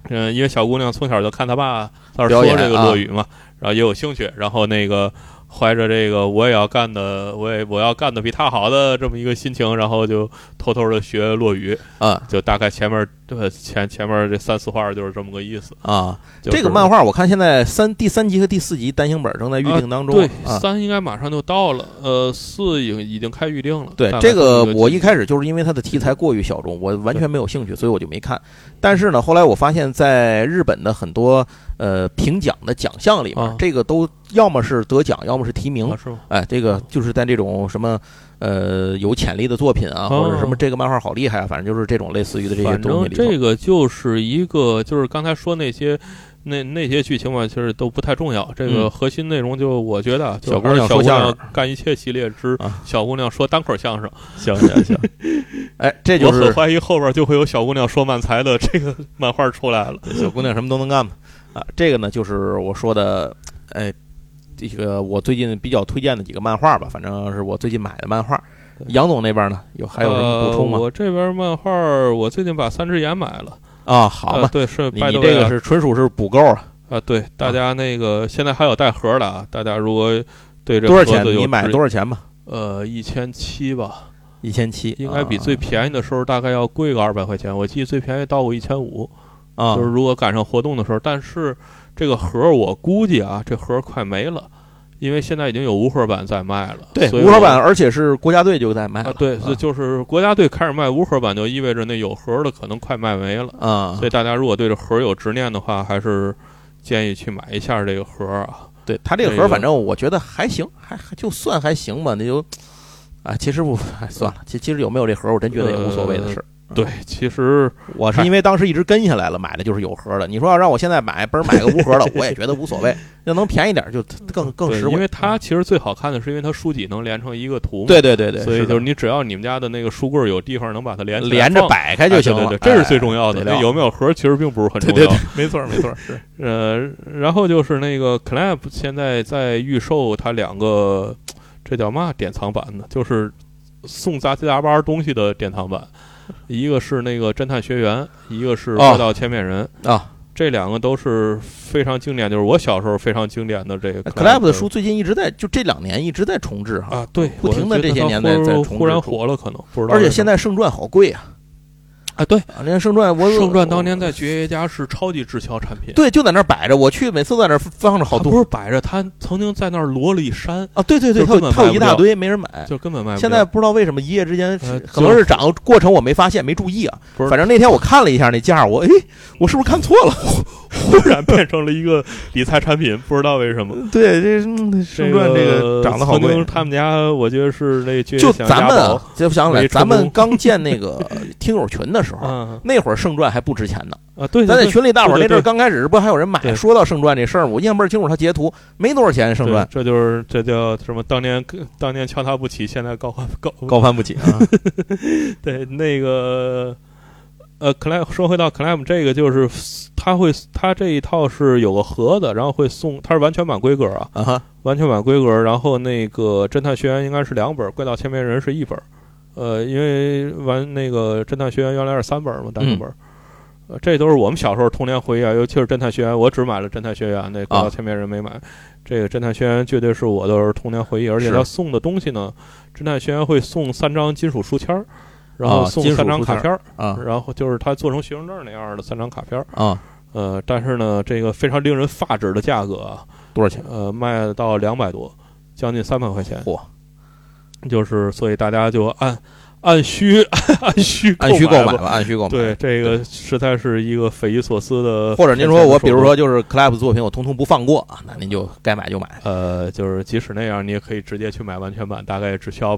Speaker 2: 嗯、因为小姑娘从小就看她爸在那
Speaker 1: 表
Speaker 2: 说
Speaker 1: 演
Speaker 2: 这个
Speaker 1: 啊
Speaker 2: 落雨嘛，然后也有兴趣，然后那个怀着这个我也要干的，我也我要干的比他好的这么一个心情，然后就偷偷的学落雨，
Speaker 1: 啊
Speaker 2: 就大概前面呃前前面这三四话就是这么个意思。
Speaker 1: 啊！
Speaker 2: 就是、
Speaker 1: 这个漫画我看现在三第三集和第四集单行本正在预定当中
Speaker 2: 对，
Speaker 1: 啊。
Speaker 2: 三应该马上就到了，呃，四已经已经开预定了。
Speaker 1: 对
Speaker 2: 大概
Speaker 1: 这个，
Speaker 2: 么
Speaker 1: 我一开始就是因为它的题材过于小众，我完全没有兴趣，所以我就没看。但是呢，后来我发现，在日本的很多呃评奖的奖项里面，
Speaker 2: 啊
Speaker 1: 这个都要么是得奖，要么是提名。
Speaker 2: 啊是吗？
Speaker 1: 哎，这个就是在这种什么呃有潜力的作品啊，
Speaker 2: 哦
Speaker 1: 或者什么这个漫画好厉害啊，反正就是这种类似于的这些
Speaker 2: 反
Speaker 1: 东西
Speaker 2: 正
Speaker 1: 里头。
Speaker 2: 这个就是一个，就是刚才说那些。那那些剧情嘛，其实都不太重要。这
Speaker 1: 嗯
Speaker 2: 个核心内容就我觉得啊，就
Speaker 1: 小姑
Speaker 2: 还是
Speaker 1: 娘
Speaker 2: 小
Speaker 1: 说
Speaker 2: 姑
Speaker 1: 相
Speaker 2: 娘
Speaker 1: 声
Speaker 2: 干一切系列之
Speaker 1: 啊
Speaker 2: 小姑娘说单口相声。行行行，
Speaker 1: 哎，这
Speaker 2: 我
Speaker 1: 就
Speaker 2: 很
Speaker 1: 是
Speaker 2: 怀疑后边就会有小姑娘说漫才的这个 漫画出来了。
Speaker 1: 小姑娘什么都能干嘛啊。这个呢，就是我说的，哎，这个我最近比较推荐的几个漫画吧，反正是我最近买的漫画。
Speaker 2: 对
Speaker 1: 杨总那边呢，有还有什么补充吗
Speaker 2: 呃？？我这边漫画儿，我最近把《三只眼》买了。
Speaker 1: 啊，好
Speaker 2: 呃
Speaker 1: 嘛，
Speaker 2: 对，是
Speaker 1: 你
Speaker 2: 拜
Speaker 1: 你
Speaker 2: 德
Speaker 1: 这
Speaker 2: 维
Speaker 1: 个
Speaker 2: 亚
Speaker 1: 是纯属是补购啊，
Speaker 2: 啊，对，大家那个现在还有带盒儿的啊，大家如果对这
Speaker 1: 多少
Speaker 2: 盒
Speaker 1: 钱？
Speaker 2: 子有
Speaker 1: 你买
Speaker 2: 执
Speaker 1: 多少钱吧？
Speaker 2: 呃一千七吧。
Speaker 1: 一千七，啊
Speaker 2: 应该比最便宜的时候大概要贵个二百块钱。我记得最便宜到过一千五，
Speaker 1: 啊
Speaker 2: 就是如果赶上活动的时候。但是这个盒儿我估计啊，这盒儿快没了，因为现在已经有无盒版在卖了。
Speaker 1: 对
Speaker 2: 所以
Speaker 1: 无
Speaker 2: 我
Speaker 1: 盒版，而且是国家队就在卖
Speaker 2: 啊，对，
Speaker 1: 啊
Speaker 2: 这就是国家队开始卖无盒版，就意味着那有盒儿的可能快卖没了。
Speaker 1: 啊
Speaker 2: 所以大家如果对这盒儿有执念的话，还是建议去买一下这个盒儿啊。
Speaker 1: 对他这个
Speaker 2: 这
Speaker 1: 盒，
Speaker 2: 个
Speaker 1: 反正我觉得还行，还还就算还行吧，那就，啊，其实我哎算了，其其实有没有这盒，我真觉得也无所谓的事儿。
Speaker 2: 对，其实
Speaker 1: 呃我是因为当时一直跟下来了，买的就是有盒的。你说要让我现在买，不是买个无盒的，我也觉得无所谓，要能便宜点儿 就更更
Speaker 2: 对
Speaker 1: 实惠。啊
Speaker 2: 因为它其实最好看的是因为它书籍能连成一个图嘛。
Speaker 1: 对对对对，
Speaker 2: 所以
Speaker 1: 是的
Speaker 2: 就是你只要你们家的那个书柜儿有地方能把它连起来
Speaker 1: 连着
Speaker 2: 放
Speaker 1: 摆开就行了，
Speaker 2: 哎对对对，这是最
Speaker 1: 要。
Speaker 2: 重要的。
Speaker 1: 对了
Speaker 2: 那有没有盒儿其实并不是很重要。
Speaker 1: 对对
Speaker 2: 没错没错。是 呃，然后就是那个 Clap 现在在预售它两个，这叫嘛典藏版呢？就是送杂七杂八东西的典藏版，一个是那个侦探学员，一个是
Speaker 1: 哦
Speaker 2: 魔道千面人
Speaker 1: 啊。
Speaker 2: 这两个都是非常经典，就是我小时候非常经典的这个
Speaker 1: 克莱普呃的
Speaker 2: 的
Speaker 1: 书最近一直在，就这两年一直在重置哈。
Speaker 2: 啊，对，
Speaker 1: 不停地
Speaker 2: 我觉得
Speaker 1: 这些
Speaker 2: 它
Speaker 1: 年在
Speaker 2: 忽
Speaker 1: 在重
Speaker 2: 忽然
Speaker 1: 置出
Speaker 2: 火了，可能不知道为什么。
Speaker 1: 而且现在圣传好贵啊，
Speaker 2: 啊，对，
Speaker 1: 啊连圣传我
Speaker 2: 圣传当年在爵爷家是超级滞销产品，
Speaker 1: 对就在那儿摆着，我去每次都在那儿放着好
Speaker 2: 它不
Speaker 1: 多
Speaker 2: 是摆着，他曾经在那儿摞了一山，
Speaker 1: 啊，对对对，
Speaker 2: 就
Speaker 1: 它有
Speaker 2: 根本
Speaker 1: 它有
Speaker 2: 卖
Speaker 1: 一
Speaker 2: 不
Speaker 1: 大
Speaker 2: 掉
Speaker 1: 堆没人买。
Speaker 2: 就根本卖不
Speaker 1: 哎
Speaker 2: 掉。
Speaker 1: 现在不知道为什么一夜之间
Speaker 2: 呃，
Speaker 1: 可能
Speaker 2: 就是
Speaker 1: 涨的过程我没发现没注意啊
Speaker 2: 不，是
Speaker 1: 反正那天我看了一下那价，我哎，我是不是看错 了？
Speaker 2: 忽然变成了一个理财产品，不知道为什么。
Speaker 1: 对，这嗯圣传这个涨得好
Speaker 2: 曾
Speaker 1: 贵
Speaker 2: 经。他们家我觉得是那爵
Speaker 1: 就
Speaker 2: 爷想
Speaker 1: 咱们
Speaker 2: 押宝
Speaker 1: 啊，就想起来，
Speaker 2: 没
Speaker 1: 咱
Speaker 2: 成
Speaker 1: 们
Speaker 2: 功
Speaker 1: 刚建那 个听友群的时候，
Speaker 2: 嗯
Speaker 1: 那会儿圣传还不值钱呢。
Speaker 2: 啊，对，
Speaker 1: 啊咱在
Speaker 2: 对
Speaker 1: 群里大伙儿
Speaker 2: 对
Speaker 1: 那
Speaker 2: 对
Speaker 1: 阵儿刚开始，不还有人买？
Speaker 2: 对
Speaker 1: 说到圣传这事儿，我印象倍儿清楚，他截图没多少钱，圣
Speaker 2: 对
Speaker 1: 传
Speaker 2: 这就是这叫什么？当年当年敲他不起，现在高高
Speaker 1: 高攀不起啊。
Speaker 2: 对，那个呃，clam 说回到 clam 这个，就是他会他这一套是有个盒子，然后会送，它是完全版规格啊，
Speaker 1: 啊哈，
Speaker 2: 完全版规格。然后那个侦探学员应该是两本，怪盗千面人是一本。呃，因为完那个侦探学员原来是三本嘛，单行本。呃，这都是我们小时候童年回忆啊，尤其是侦探学员，我只买了侦探学员，那怪盗千面人没买。这个侦探学员绝对是我的童年回忆，而且
Speaker 1: 是
Speaker 2: 他送的东西呢，侦探学员会送三张金属书签儿，然后
Speaker 1: 啊
Speaker 2: 送
Speaker 1: 金属
Speaker 2: 三张
Speaker 1: 书签
Speaker 2: 卡
Speaker 1: 儿
Speaker 2: 片儿，
Speaker 1: 啊
Speaker 2: 然后就是他做成学生证那样的三张卡片儿。
Speaker 1: 啊，
Speaker 2: 呃，但是呢，这个非常令人发指的价格啊，
Speaker 1: 多少钱？
Speaker 2: 呃，卖到两百多，将近三百块钱。
Speaker 1: 嚯！
Speaker 2: 就是所以大家就按按需 按需
Speaker 1: 按需购买
Speaker 2: 吧。
Speaker 1: 吧，按需购买。
Speaker 2: 对，，这个实在是一个匪夷所思的。
Speaker 1: 或者您说我比如说就是 Clap 作品，我通通不放过啊，那您就该买就买。
Speaker 2: 呃，就是即使那样，你也可以直接去买完全版，大概只需要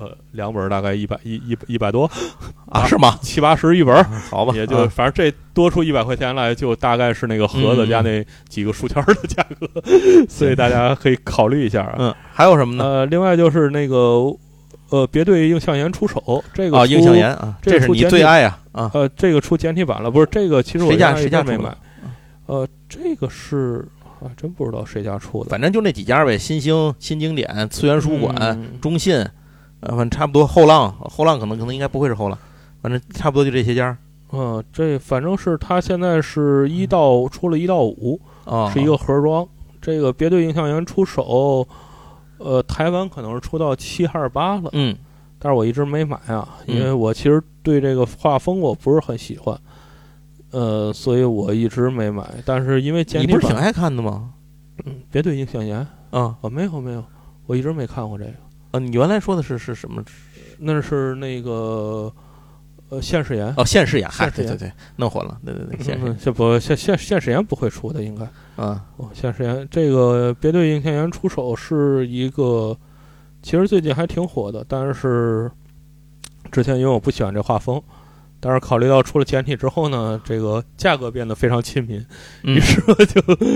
Speaker 2: 呃两本，大概一百一一一百多，
Speaker 1: 啊，
Speaker 2: 啊
Speaker 1: 是吗？
Speaker 2: 七八十一本，
Speaker 1: 好吧，
Speaker 2: 也就
Speaker 1: 啊
Speaker 2: 反正这多出一百块钱来，就大概是那个盒子
Speaker 1: 嗯
Speaker 2: 加那几个书签儿的价格， 所以大家可以考虑一下啊。
Speaker 1: 嗯，还有什么呢？
Speaker 2: 呃，另外就是那个，呃，别对映像岩出手，这个
Speaker 1: 啊，
Speaker 2: 出
Speaker 1: 映像岩，啊，
Speaker 2: 这个
Speaker 1: 这是
Speaker 2: 出
Speaker 1: 你
Speaker 2: 简
Speaker 1: 最
Speaker 2: 体
Speaker 1: 爱啊啊，
Speaker 2: 呃，这个出简体版了，不是这个，其实我
Speaker 1: 谁家
Speaker 2: 原来
Speaker 1: 谁
Speaker 2: 一
Speaker 1: 家
Speaker 2: 直没
Speaker 1: 出的
Speaker 2: 买，呃，这个是啊，真不知道谁家出的，
Speaker 1: 反正就那几家呗，新星、新经典、次元书馆、
Speaker 2: 嗯
Speaker 1: 中信，呃，反正差不多。后浪，后浪可能可能应该不会是后浪，反正差不多就这些家儿
Speaker 2: 呃，这反正是它现在是一到出了一到五，
Speaker 1: 啊，
Speaker 2: 是一个盒装，这个别对映像岩出手，呃，台湾可能是出到七还是八了，
Speaker 1: 嗯
Speaker 2: 但是我一直没买啊，
Speaker 1: 嗯
Speaker 2: 因为我其实对这个画风我不是很喜欢，呃，所以我一直没买。但是因为简
Speaker 1: 你
Speaker 2: 体
Speaker 1: 不是挺
Speaker 2: 版，
Speaker 1: 爱看的吗？
Speaker 2: 嗯别对映像岩
Speaker 1: 啊
Speaker 2: 啊，没有没有，我一直没看过这个，
Speaker 1: 啊，你原来说的是是什么？
Speaker 2: 那是那个呃现世岩。
Speaker 1: 哦，现世雅，嗨，
Speaker 2: 现世
Speaker 1: 对
Speaker 2: 雅
Speaker 1: 对对，弄混了，对对对，现世
Speaker 2: 嗯，这不现现现实岩不会出的，应该
Speaker 1: 啊，
Speaker 2: 哦，现实岩这个别对映像岩出手是一个，其实最近还挺火的，但是之前因为我不喜欢这画风，但是考虑到出了简体之后呢，这个价格变得非常亲民，于
Speaker 1: 嗯
Speaker 2: 是我就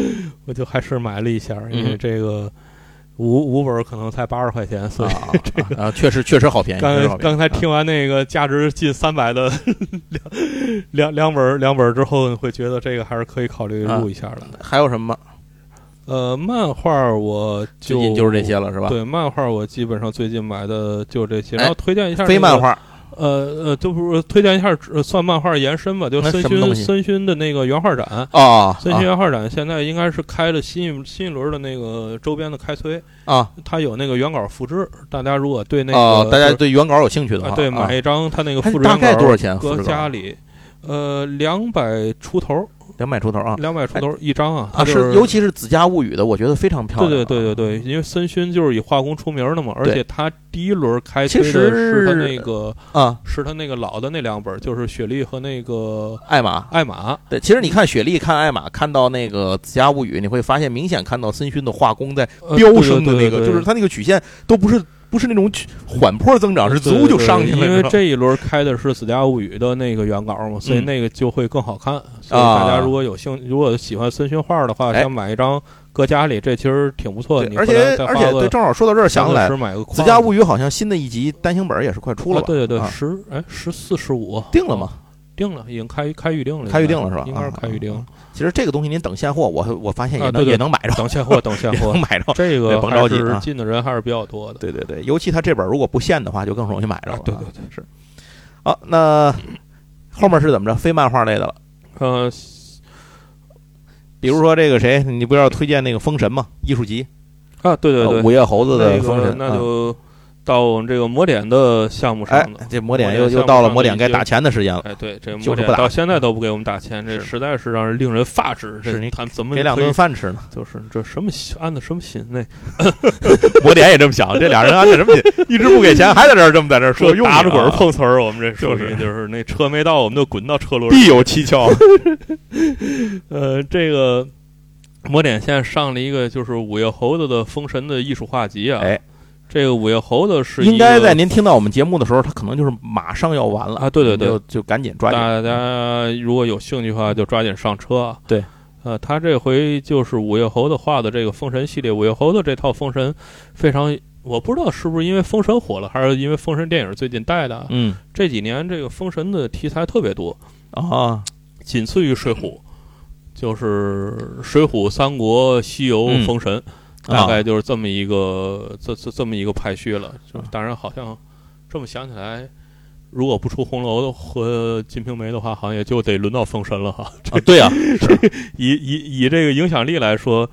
Speaker 2: 我就还是买了一下，因为
Speaker 1: 嗯
Speaker 2: 这个五五本儿可能才八十块钱，所以。
Speaker 1: 啊啊，哎确实确实好便宜，确实好便
Speaker 2: 刚
Speaker 1: 宜
Speaker 2: 刚才听完那个价值近三百的 两两两本儿两本儿之后，会觉得这个还是可以考
Speaker 1: 啊
Speaker 2: 虑入一下的。
Speaker 1: 还有什么？
Speaker 2: 呃，漫画儿我
Speaker 1: 最
Speaker 2: 就
Speaker 1: 近就是这些了，是吧？
Speaker 2: 对，漫画我基本上最近买的就这些，
Speaker 1: 哎
Speaker 2: 然后推荐一下、
Speaker 1: 非漫，画
Speaker 2: 呃呃，就不是推荐一下呃算漫画延伸吧，就
Speaker 1: 那
Speaker 2: 森
Speaker 1: 什么东
Speaker 2: 勋
Speaker 1: 西
Speaker 2: 森勋的那个原画展，
Speaker 1: 哦，
Speaker 2: 森勋原画展现在应该是开了新一新一轮的那个周边的开推，
Speaker 1: 啊
Speaker 2: 它有那个原稿复制，大家如果对那个、
Speaker 1: 哦，大家对原稿有兴趣
Speaker 2: 就是
Speaker 1: 的
Speaker 2: 啊
Speaker 1: 话，
Speaker 2: 对
Speaker 1: 啊
Speaker 2: 买一张它那个
Speaker 1: 它
Speaker 2: 复制
Speaker 1: 大
Speaker 2: 原
Speaker 1: 概
Speaker 2: 稿
Speaker 1: 多少钱？啊复
Speaker 2: 搁
Speaker 1: 制
Speaker 2: 家里，呃，两百出头，
Speaker 1: 两百出头啊
Speaker 2: 两百出头一张啊，
Speaker 1: 啊！，
Speaker 2: 它就是
Speaker 1: 尤其是《子家物语》的，我觉得非常漂
Speaker 2: 对
Speaker 1: 亮。
Speaker 2: 对对对对，因为森勋就是以画工出名的嘛，而
Speaker 1: 啊对
Speaker 2: 且他第一轮开
Speaker 1: 其
Speaker 2: 推的是他
Speaker 1: 实
Speaker 2: 那个
Speaker 1: 啊，
Speaker 2: 是他那个老的那两本儿，就是雪莉和那个
Speaker 1: 艾玛。
Speaker 2: 艾玛。
Speaker 1: 对，其实你看雪莉、看艾玛，看到那个《子家物语》，你会发现明显看到森勋的画工在
Speaker 2: 呃
Speaker 1: 飙升的那
Speaker 2: 对对
Speaker 1: 个，
Speaker 2: 对
Speaker 1: 就是他那个曲线都不是不是那种曲缓坡增长，是
Speaker 2: 对
Speaker 1: 足就
Speaker 2: 对对
Speaker 1: 上去了。
Speaker 2: 因
Speaker 1: 你知
Speaker 2: 为
Speaker 1: 道吗
Speaker 2: 这一轮开的是《子家物语》的那个原稿嘛，所以
Speaker 1: 嗯啊
Speaker 2: 那个就会更好看。所以大家如果有兴，如果喜欢森勋画的话，
Speaker 1: 哎
Speaker 2: 想买一张搁家里，这其实挺不错的。
Speaker 1: 对
Speaker 2: 你
Speaker 1: 而
Speaker 2: 回来
Speaker 1: 且
Speaker 2: 再
Speaker 1: 而
Speaker 2: 花
Speaker 1: 且
Speaker 2: 个
Speaker 1: 对，正好说到这儿想起来
Speaker 2: 三，四十买个
Speaker 1: 《
Speaker 2: 框
Speaker 1: 子家物语》好像新的一集单行本也是快出了
Speaker 2: 啊
Speaker 1: 吧？
Speaker 2: 对对对，
Speaker 1: 啊
Speaker 2: 十哎十四十五
Speaker 1: 定了吗？
Speaker 2: 定了，已经开开预定了，
Speaker 1: 开预
Speaker 2: 应该
Speaker 1: 定了是吧啊
Speaker 2: 应该是开预定了。
Speaker 1: 其实这个东西您等现货，我我发现也
Speaker 2: 啊
Speaker 1: 能
Speaker 2: 对对
Speaker 1: 也能买着，
Speaker 2: 等 现货，等现
Speaker 1: 也
Speaker 2: 货
Speaker 1: 能，买着。
Speaker 2: 这
Speaker 1: 对
Speaker 2: 个
Speaker 1: 甭
Speaker 2: 还
Speaker 1: 着急啊
Speaker 2: 是进的人还是比较多的。
Speaker 1: 对对对，尤其他这本如果不限的话，就更容易买着了
Speaker 2: 啊
Speaker 1: 啊。
Speaker 2: 对对对
Speaker 1: 是。好，那后面是怎么着？非漫画类的了
Speaker 2: 呃，
Speaker 1: 比如说这个谁，你不要推荐那个《封神》嘛，艺术集，
Speaker 2: 啊，对对对，
Speaker 1: 呃午夜猴子的《
Speaker 2: 那
Speaker 1: 封神
Speaker 2: 个》那
Speaker 1: 啊
Speaker 2: 就到我们这个魔点的项目
Speaker 1: 哎
Speaker 2: 上了。，
Speaker 1: 这魔点
Speaker 2: 魔点
Speaker 1: 又
Speaker 2: 项
Speaker 1: 又
Speaker 2: 目
Speaker 1: 到了
Speaker 2: 上
Speaker 1: 魔
Speaker 2: 已
Speaker 1: 点该
Speaker 2: 经
Speaker 1: 打钱的时间了，
Speaker 2: 哎，对，这
Speaker 1: 就是
Speaker 2: 魔点
Speaker 1: 不打
Speaker 2: 到现在都不给我们打钱，这
Speaker 1: 是
Speaker 2: 实在是让人令人发指。
Speaker 1: 是你
Speaker 2: 这他们怎么
Speaker 1: 给两
Speaker 2: 可以
Speaker 1: 顿饭吃 呢。
Speaker 2: 就是这什么心安的什么心那
Speaker 1: 魔点也这么想，这俩人安的什么紧？ 一直不给钱，还在这儿这么在这儿说，用
Speaker 2: 打
Speaker 1: 你
Speaker 2: 着滚
Speaker 1: 啊
Speaker 2: 儿碰瓷儿，我们这属
Speaker 1: 就是
Speaker 2: 于就是那车没到，我们就滚到车 轮儿。
Speaker 1: 必有蹊跷。
Speaker 2: 呃，这个魔点现在上了一个就是午夜猴子的《封神》的艺术画集啊。
Speaker 1: 哎，
Speaker 2: 这个午夜猴子 是
Speaker 1: 应
Speaker 2: 一
Speaker 1: 该
Speaker 2: 个
Speaker 1: 在您听到我们节目的时候，他可能就是马上要完了
Speaker 2: 啊对对对
Speaker 1: 就就赶紧抓紧。
Speaker 2: 大家如果有兴趣的话，就抓紧上车啊。
Speaker 1: 对，
Speaker 2: 呃，他这回就是午夜猴子画的这个《封神》系列，午夜猴子这套《封神》非常，我不知道是不是因为《封神》火了，还是因为《封神》电影最近带的啊。
Speaker 1: 嗯
Speaker 2: 这几年这个《封神》的题材特别多，
Speaker 1: 啊，
Speaker 2: 仅次于《水浒》，就是《水浒》《三国》《西游》
Speaker 1: 嗯
Speaker 2: 《封神》
Speaker 1: 啊
Speaker 2: 大概就是这么一个这这这么一个排序了。就是当然，好像这么想起来，如果不出红楼和《金瓶梅》的话，好像也就得轮到《封神》了哈。
Speaker 1: 啊对啊，
Speaker 2: 以以以这个影响力来说，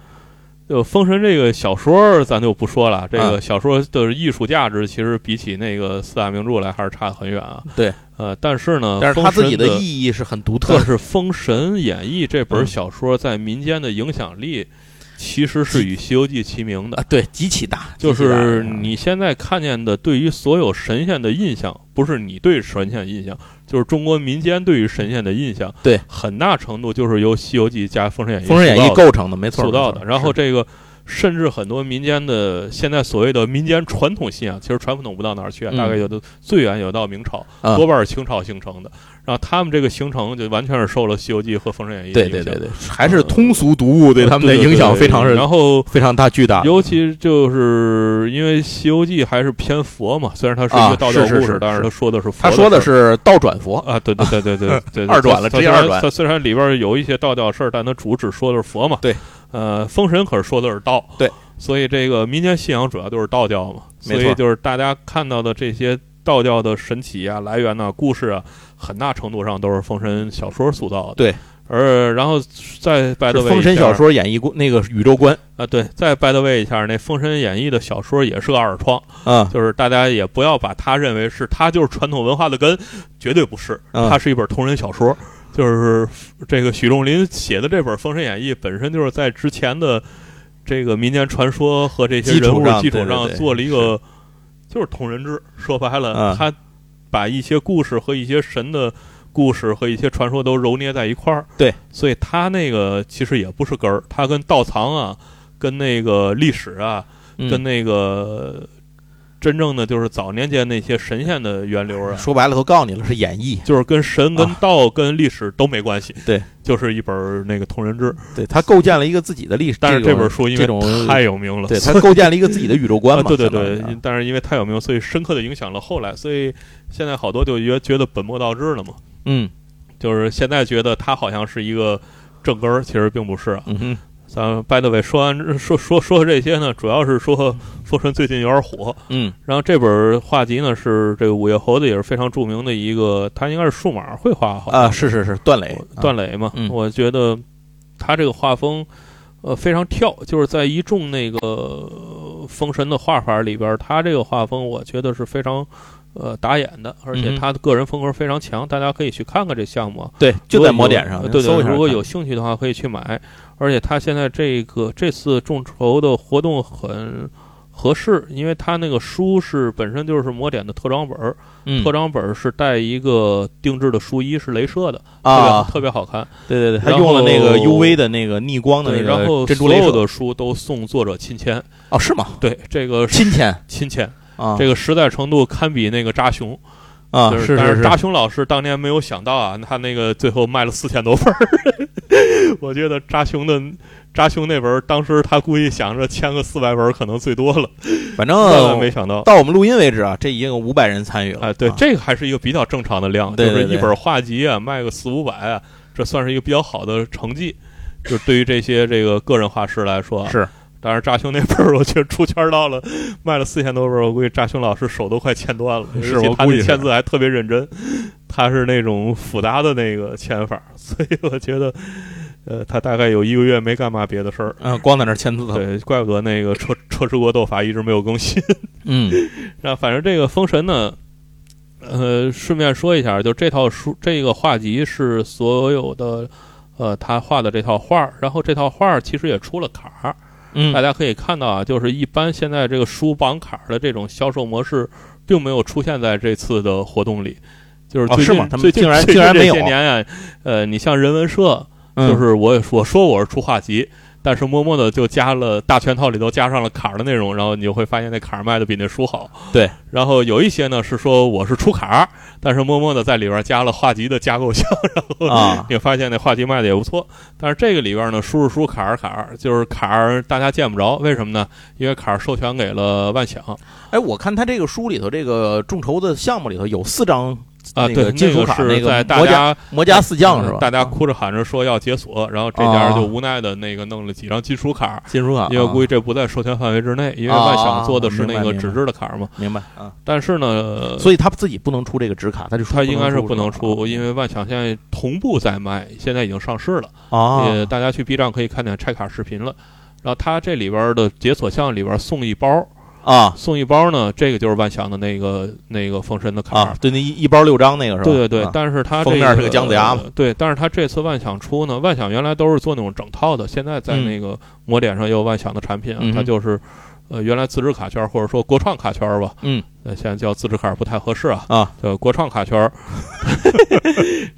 Speaker 2: 就《封神》这个小说儿咱就不说
Speaker 1: 啊
Speaker 2: 了，这个小说的艺术价值其实比起那个四大名著来还是差很远啊。
Speaker 1: 对，
Speaker 2: 呃，但是呢，
Speaker 1: 但是他
Speaker 2: 封神
Speaker 1: 自己
Speaker 2: 的
Speaker 1: 的意义是很独特
Speaker 2: 但
Speaker 1: 的。
Speaker 2: 是《封神演义》这
Speaker 1: 嗯
Speaker 2: 本小说在民间的影响力，其实是与《西游记》齐名
Speaker 1: 啊
Speaker 2: 的。，
Speaker 1: 对，极其大，
Speaker 2: 就
Speaker 1: 极其大嗯
Speaker 2: 是你现在看见的，对于所有神仙的印象，不是你对神仙印象，就是中国民间对于神仙的印象，
Speaker 1: 对，
Speaker 2: 很大程度就是由《西游记》加《封神演义》
Speaker 1: 《封神演义
Speaker 2: 塑》造的
Speaker 1: 构成的，没错，
Speaker 2: 塑造
Speaker 1: 没
Speaker 2: 的。
Speaker 1: 错
Speaker 2: 然后
Speaker 1: 是
Speaker 2: 这个，甚至很多民间的现在所谓的民间传统信仰，其实传统不到哪儿去啊，
Speaker 1: 嗯
Speaker 2: 大概有的最远有到明朝，
Speaker 1: 啊
Speaker 2: 多半是清朝形成的。然后他们这个形成就完全是受了《西游记》和《封神演义》的
Speaker 1: 对
Speaker 2: 影响
Speaker 1: 对对对，还是通俗读物对他们的
Speaker 2: 对对
Speaker 1: 影响
Speaker 2: 对
Speaker 1: 非常是
Speaker 2: 然后。
Speaker 1: 非常大巨大。
Speaker 2: 尤其就是因为《西游记》还是偏佛嘛，虽然它是
Speaker 1: 啊
Speaker 2: 一个道教
Speaker 1: 是是
Speaker 2: 故
Speaker 1: 是
Speaker 2: 事，但是
Speaker 1: 是
Speaker 2: 他说的是佛
Speaker 1: 他说的
Speaker 2: 的事
Speaker 1: 是倒转佛
Speaker 2: 儿，啊，对对对对 对对，对
Speaker 1: 二转了
Speaker 2: 它
Speaker 1: 直接
Speaker 2: 虽然
Speaker 1: 二转
Speaker 2: 它虽然里边有一些道教事儿，但它主旨说的是佛嘛。
Speaker 1: 对，
Speaker 2: 呃，封神可是说的是道。
Speaker 1: 对，
Speaker 2: 所以这个民间信仰主要就是道教嘛，
Speaker 1: 没
Speaker 2: 所
Speaker 1: 错
Speaker 2: 以就是大家看到的这些道教的神奇啊、来源呐、故事啊，很大程度上都是封神小说塑造的。
Speaker 1: 对。
Speaker 2: 而然后再拜
Speaker 1: 是
Speaker 2: 德
Speaker 1: 《
Speaker 2: 为
Speaker 1: 封神小说演义》观那个宇宙观
Speaker 2: 啊，对，再拜德位一下，那《封神演义》的小说也是个二创，
Speaker 1: 啊，
Speaker 2: 就是大家也不要把它认为是它就是传统文化的根，绝对不是，
Speaker 1: 嗯
Speaker 2: 它是一本同人小说。就是这个许仲林写的这本《封神演义》，本身就是在之前的这个民间传说和这些
Speaker 1: 基础
Speaker 2: 人物
Speaker 1: 上
Speaker 2: 基础
Speaker 1: 对对
Speaker 2: 上
Speaker 1: 对
Speaker 2: 做了一个，就是同人志。说白了
Speaker 1: 嗯，
Speaker 2: 他把一些故事和一些神的故事和一些传说都揉捏在一块儿。
Speaker 1: 对，
Speaker 2: 所以他那个其实也不是根儿，他跟道藏啊，跟那个历史啊，
Speaker 1: 嗯
Speaker 2: 跟那个真正的就是早年间那些神仙的源流 啊，
Speaker 1: 说白了都告诉你了是演义，
Speaker 2: 就是跟神、跟
Speaker 1: 啊
Speaker 2: 道、跟历史都没关系。
Speaker 1: 对，
Speaker 2: 就是一本儿那个同人志。
Speaker 1: 对他构建了一个自己的历史，
Speaker 2: 但是这
Speaker 1: 种
Speaker 2: 本书因
Speaker 1: 这种
Speaker 2: 为太有名了，
Speaker 1: 对
Speaker 2: 所
Speaker 1: 他
Speaker 2: 以
Speaker 1: 构建了一个自己的宇宙观
Speaker 2: 啊
Speaker 1: 嘛，
Speaker 2: 对对
Speaker 1: 相当于
Speaker 2: 对
Speaker 1: 啊，
Speaker 2: 但是因为太有名，所以深刻的影响了后来，所以现在好多就觉觉得本末倒置了嘛，
Speaker 1: 嗯
Speaker 2: 就是现在觉得他好像是一个正根儿，其实并不是啊。
Speaker 1: 嗯哼，
Speaker 2: 咱们拜德伟说完说说说这些呢，主要是说封神最近有点火，
Speaker 1: 嗯
Speaker 2: 然后这本画集呢是这个午夜猴子也是非常著名的一个，他应该是数码绘画好像
Speaker 1: 啊，是是是，段磊
Speaker 2: 我段磊嘛，
Speaker 1: 嗯
Speaker 2: 我觉得他这个画风，呃，非常跳，就是在一众那个呃封神的画法里边儿，他这个画风我觉得是非常呃打眼的，而
Speaker 1: 嗯
Speaker 2: 且
Speaker 1: 哼
Speaker 2: 他的个人风格非常强，大家可以去看看这项目啊。
Speaker 1: 对，就在
Speaker 2: 如果有
Speaker 1: 魔点上，
Speaker 2: 呃对
Speaker 1: 搜
Speaker 2: 对，
Speaker 1: 一下
Speaker 2: 如果
Speaker 1: 看
Speaker 2: 有兴趣的话可以去买，而且他现在这个这次众筹的活动很。合适，因为他那个书是本身就是魔点的特装本儿，
Speaker 1: 嗯
Speaker 2: 特装本儿是带一个定制的书衣，是镭射的，
Speaker 1: 啊，
Speaker 2: 特别特别好看。
Speaker 1: 对对对，他
Speaker 2: 然
Speaker 1: 用了那个
Speaker 2: 后
Speaker 1: UV 的那个逆光的那
Speaker 2: 对，
Speaker 1: 个
Speaker 2: 然后
Speaker 1: 珍珠
Speaker 2: 所
Speaker 1: 镭
Speaker 2: 有
Speaker 1: 射
Speaker 2: 的书都送作者亲签。
Speaker 1: 哦，是吗？
Speaker 2: 对，这个是
Speaker 1: 亲 签
Speaker 2: 亲签，
Speaker 1: 啊，
Speaker 2: 这个实在程度堪比那个扎熊
Speaker 1: 啊
Speaker 2: 就是但
Speaker 1: 是
Speaker 2: 扎熊老师当年没有想到啊，他那个最后卖了四千多份儿。 我觉得扎熊的扎熊那本儿，当时他估计想着签个四百本儿可能最多了，
Speaker 1: 反
Speaker 2: 万万
Speaker 1: 正
Speaker 2: 没想到。
Speaker 1: 到我们录音为止啊，这已经有五百人参与了啊
Speaker 2: 哎，对，这个还是一个比较正常的量，
Speaker 1: 对对
Speaker 2: 就是一
Speaker 1: 对
Speaker 2: 本画集啊，卖个四五百啊，这算是一个比较好的成绩。就对于这些这个个人画师来说啊，
Speaker 1: 是
Speaker 2: 但是扎兄那本儿，我觉得出圈儿到了，卖了四千多本儿，我估计扎兄老师手都快欠断了。
Speaker 1: 是
Speaker 2: 尤其
Speaker 1: 我
Speaker 2: 他
Speaker 1: 估
Speaker 2: 那
Speaker 1: 计是
Speaker 2: 签字还特 别认真，他是那种复杂的那个签法儿，所以我觉得呃，他大概有一个月没干嘛别的事儿。
Speaker 1: 嗯，光在那儿签字了。
Speaker 2: 对，怪不得那个车车迟国斗法一直没有更新。
Speaker 1: 嗯
Speaker 2: 那反正这个《封神》呢，呃，顺便说一下，就这套书这个画集是所有的，呃，他画的这套画儿，然后这套画儿其实也出了卡儿，大
Speaker 1: 嗯
Speaker 2: 家可以看到啊，就是一般现在这个书绑卡儿的这种销售模式，并没有出现在这次的活动里。就是
Speaker 1: 哦
Speaker 2: 最近、
Speaker 1: 是吗他们
Speaker 2: 最近
Speaker 1: 竟然
Speaker 2: 最近
Speaker 1: 竟然没有
Speaker 2: 这些年啊，呃，你像人文社，
Speaker 1: 嗯，
Speaker 2: 就是我也我说我是出画集，但是默默的就加了大全套里头加上了卡儿的内容，然后你就会发现那卡儿卖的比那书好。
Speaker 1: 对，
Speaker 2: 然后有一些呢是说我是出卡儿，但是默默的在里边加了画集的架构箱， 然后
Speaker 1: 啊
Speaker 2: 你发现那画集卖的也不错。但是这个里边呢，书是书，卡儿是卡儿，就是卡儿大家见不着，为什么呢？因为卡儿授权给了万享啊、
Speaker 1: 哎，我看他这个书里头，这个众筹的项目里头有四张那个
Speaker 2: 啊对，
Speaker 1: 金属
Speaker 2: 那个
Speaker 1: 卡那
Speaker 2: 是
Speaker 1: 个
Speaker 2: 在大
Speaker 1: 魔
Speaker 2: 家嗯
Speaker 1: 魔家四将是吧？嗯啊
Speaker 2: 大家哭着喊着说要解锁，然后这家就无奈的那个弄了几张金属卡儿。
Speaker 1: 金属卡，
Speaker 2: 因为估
Speaker 1: 计
Speaker 2: 计这不在授权范围之内，因为
Speaker 1: 啊
Speaker 2: 万想做的是
Speaker 1: 明白
Speaker 2: 那个
Speaker 1: 明白
Speaker 2: 纸质的卡儿嘛。
Speaker 1: 明白啊，
Speaker 2: 但是呢，
Speaker 1: 所以他自己不能出这个纸卡，他就
Speaker 2: 呃它应该是
Speaker 1: 不
Speaker 2: 不能出，因
Speaker 1: 为
Speaker 2: 为万想现在同步在卖，现在已经上市了，
Speaker 1: 啊
Speaker 2: 也大家去 B 站可以看见拆卡视频了。然后它这里边的解锁项里边送一包，
Speaker 1: 啊
Speaker 2: 送一包呢，这个就是万想的那个那个封神的卡儿
Speaker 1: 啊，对，那一一包六张那个是吧？
Speaker 2: 对对对，
Speaker 1: 啊
Speaker 2: 但是它这
Speaker 1: 封面是个姜子牙嘛
Speaker 2: 呃对，但是它这次万想出呢，万想原来都是做那种整套的，现在在
Speaker 1: 嗯
Speaker 2: 那个魔点上也有万想的产品啊，
Speaker 1: 嗯哼
Speaker 2: 它就是呃原来自制卡圈或者说国创卡圈吧，
Speaker 1: 嗯，
Speaker 2: 呃现在叫自制卡不太合适啊，
Speaker 1: 啊，
Speaker 2: 叫国创 卡圈，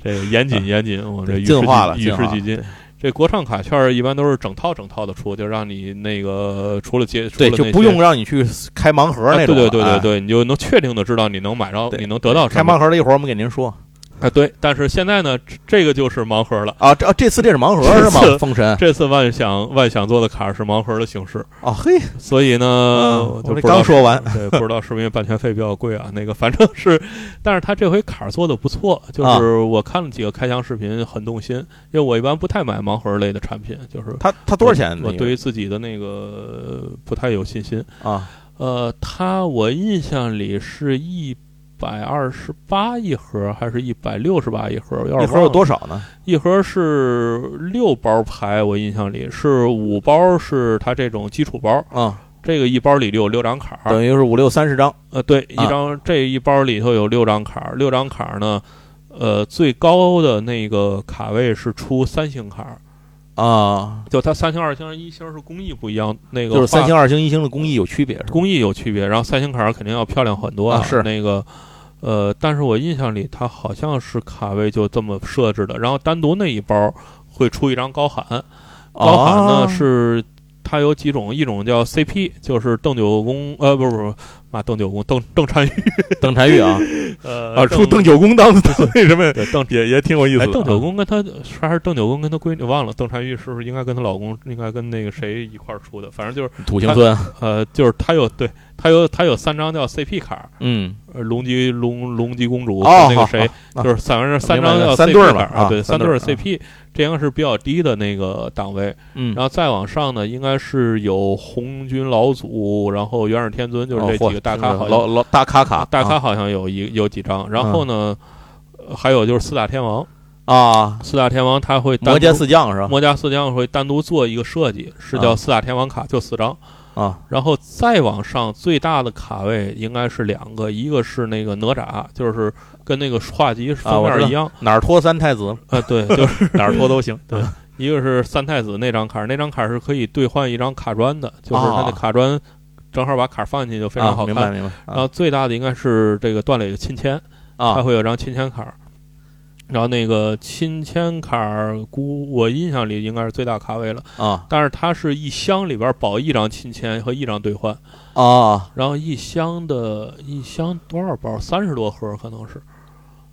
Speaker 2: 这个严谨严谨，我这
Speaker 1: 对
Speaker 2: 与时
Speaker 1: 进化
Speaker 2: 俱
Speaker 1: 了
Speaker 2: 与
Speaker 1: 进化
Speaker 2: 时
Speaker 1: 了
Speaker 2: 俱进。这国创卡圈一般都是整套整套的出，就让你那个除了接
Speaker 1: 对，
Speaker 2: 除了
Speaker 1: 就
Speaker 2: 那
Speaker 1: 不
Speaker 2: 些
Speaker 1: 用让你去开盲盒
Speaker 2: 哎
Speaker 1: 那种
Speaker 2: 对
Speaker 1: 了，
Speaker 2: 对对对
Speaker 1: 哎
Speaker 2: 对，你就能确定的知道你能买着，
Speaker 1: 对
Speaker 2: 你能得到什
Speaker 1: 开
Speaker 2: 么。
Speaker 1: 盲盒的一会儿我们给您说
Speaker 2: 啊，对，但是现在呢，这这个就是盲盒了。
Speaker 1: 啊，这啊这次这是盲盒是
Speaker 2: 这
Speaker 1: 吗？
Speaker 2: 次
Speaker 1: 封神
Speaker 2: 这次万想万想做的卡是盲盒的形式，
Speaker 1: 啊，嘿，
Speaker 2: 所以呢，我就
Speaker 1: 嗯我
Speaker 2: 不
Speaker 1: 这
Speaker 2: 知道
Speaker 1: 刚说完，
Speaker 2: 对，不知道是不是因为版权费比较贵啊？那个反正是，但是他这回卡做的不错，
Speaker 1: 啊
Speaker 2: 就是我看了几个开箱视频，很动心，因为我一般不太买盲盒类的产品，就是
Speaker 1: 他他多少钱那个？
Speaker 2: 我对于自己的那个呃不太有信心。
Speaker 1: 啊，
Speaker 2: 呃，它我印象里是一百二十八一盒，还是一百六十八一盒？有点
Speaker 1: 一盒有
Speaker 2: 忘了
Speaker 1: 多少呢？
Speaker 2: 一盒是六包牌，我印象里是五包是它这种基础包，
Speaker 1: 啊，
Speaker 2: 这个一包里头有六张卡儿，
Speaker 1: 等于是五六三十张
Speaker 2: 呃，对，一
Speaker 1: 啊
Speaker 2: 张、这一包里头有六张卡儿，六张卡儿呢，呃，最高的那个卡位是出三星卡儿，
Speaker 1: 啊，
Speaker 2: 就它三星、二星、一星是工艺不一样，那个
Speaker 1: 就是三
Speaker 2: 画
Speaker 1: 星、二星、一星的工艺有区别是吧？
Speaker 2: 工艺有区别，然后三星卡儿肯定要漂亮很多
Speaker 1: 啊是
Speaker 2: 那个。呃，但是我印象里它好像是卡位就这么设置的，然后单独那一包会出一张高喊，高喊呢、
Speaker 1: 啊
Speaker 2: 是它有几种，一种叫 CP，就是邓九公，呃，不是不是，妈邓九公，邓邓婵玉，
Speaker 1: 邓婵玉啊，
Speaker 2: 呃，
Speaker 1: 啊，出
Speaker 2: 邓
Speaker 1: 邓九公当那什 么，
Speaker 2: 对邓。
Speaker 1: 也也挺有意思
Speaker 2: 哎，
Speaker 1: 的啊。
Speaker 2: 邓九公跟他是还是邓九公跟他闺女忘了，邓婵玉是不是应该跟她老公，应该跟那个谁一块儿出的？反正就是
Speaker 1: 土行孙，
Speaker 2: 呃，就是他有对他有他有三张叫 CP 卡，
Speaker 1: 嗯，
Speaker 2: 呃，龙姬龙龙姬公主和
Speaker 1: 哦
Speaker 2: 那个
Speaker 1: 好
Speaker 2: 谁，
Speaker 1: 啊
Speaker 2: 就是反正是三
Speaker 1: 明白
Speaker 2: 张
Speaker 1: 了
Speaker 2: 叫
Speaker 1: 三
Speaker 2: CP
Speaker 1: 对儿
Speaker 2: 卡
Speaker 1: 嘛
Speaker 2: 啊
Speaker 1: 啊
Speaker 2: 对，
Speaker 1: 三
Speaker 2: 三对
Speaker 1: 对
Speaker 2: 儿
Speaker 1: 儿啊
Speaker 2: CP，这应该是比较低的那个档位。
Speaker 1: 嗯
Speaker 2: 然后再往上呢，应该是有红军老祖，然后元始天尊，
Speaker 1: 哦
Speaker 2: 就是这几个大咖好像
Speaker 1: 老啊嗯老大咖卡，
Speaker 2: 大咖好像有一有几张。然后呢，呃还有就是四大天王，
Speaker 1: 啊，
Speaker 2: 四大天王他会单独
Speaker 1: 摩羯四将是吧？
Speaker 2: 魔家四将会单独做一个设计，是叫
Speaker 1: 啊
Speaker 2: 四大天王卡，就四张。
Speaker 1: 啊，
Speaker 2: 然后再往上最大的卡位应该是两个，一个是那个哪吒，就是跟那个画集封
Speaker 1: 我知
Speaker 2: 面
Speaker 1: 道
Speaker 2: 一样，啊、
Speaker 1: 哪儿托三太 子，
Speaker 2: 对，就是
Speaker 1: 哪儿托都 行。
Speaker 2: 对一个是三太子那张卡，那张卡是可以兑换一张卡砖的，就是它的
Speaker 1: 啊
Speaker 2: 卡砖正好把卡放进去就非常
Speaker 1: 啊，
Speaker 2: 好
Speaker 1: 明
Speaker 2: 看。
Speaker 1: 白明白
Speaker 2: 然后最大的应该是这个段磊的亲签，它
Speaker 1: 啊
Speaker 2: 会有张亲签卡儿。然后那个亲签卡儿，估我印象里应该是最大卡位了，
Speaker 1: 啊
Speaker 2: 但是它是一箱里边儿保一张亲签和一张兑换，
Speaker 1: 啊
Speaker 2: 然后一箱的一箱多少包？三十多盒儿可能是。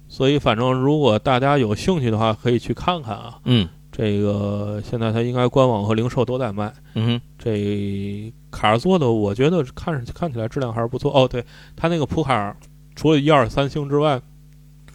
Speaker 2: 所以反正如果大家有兴趣的话，可以去看看啊。
Speaker 1: 嗯
Speaker 2: 这个现在它应该官网和零售都在卖。
Speaker 1: 嗯哼
Speaker 2: 这卡儿做的，我觉得看看起来质量还是不错。哦，对，它那个普卡儿除了一二三星之外，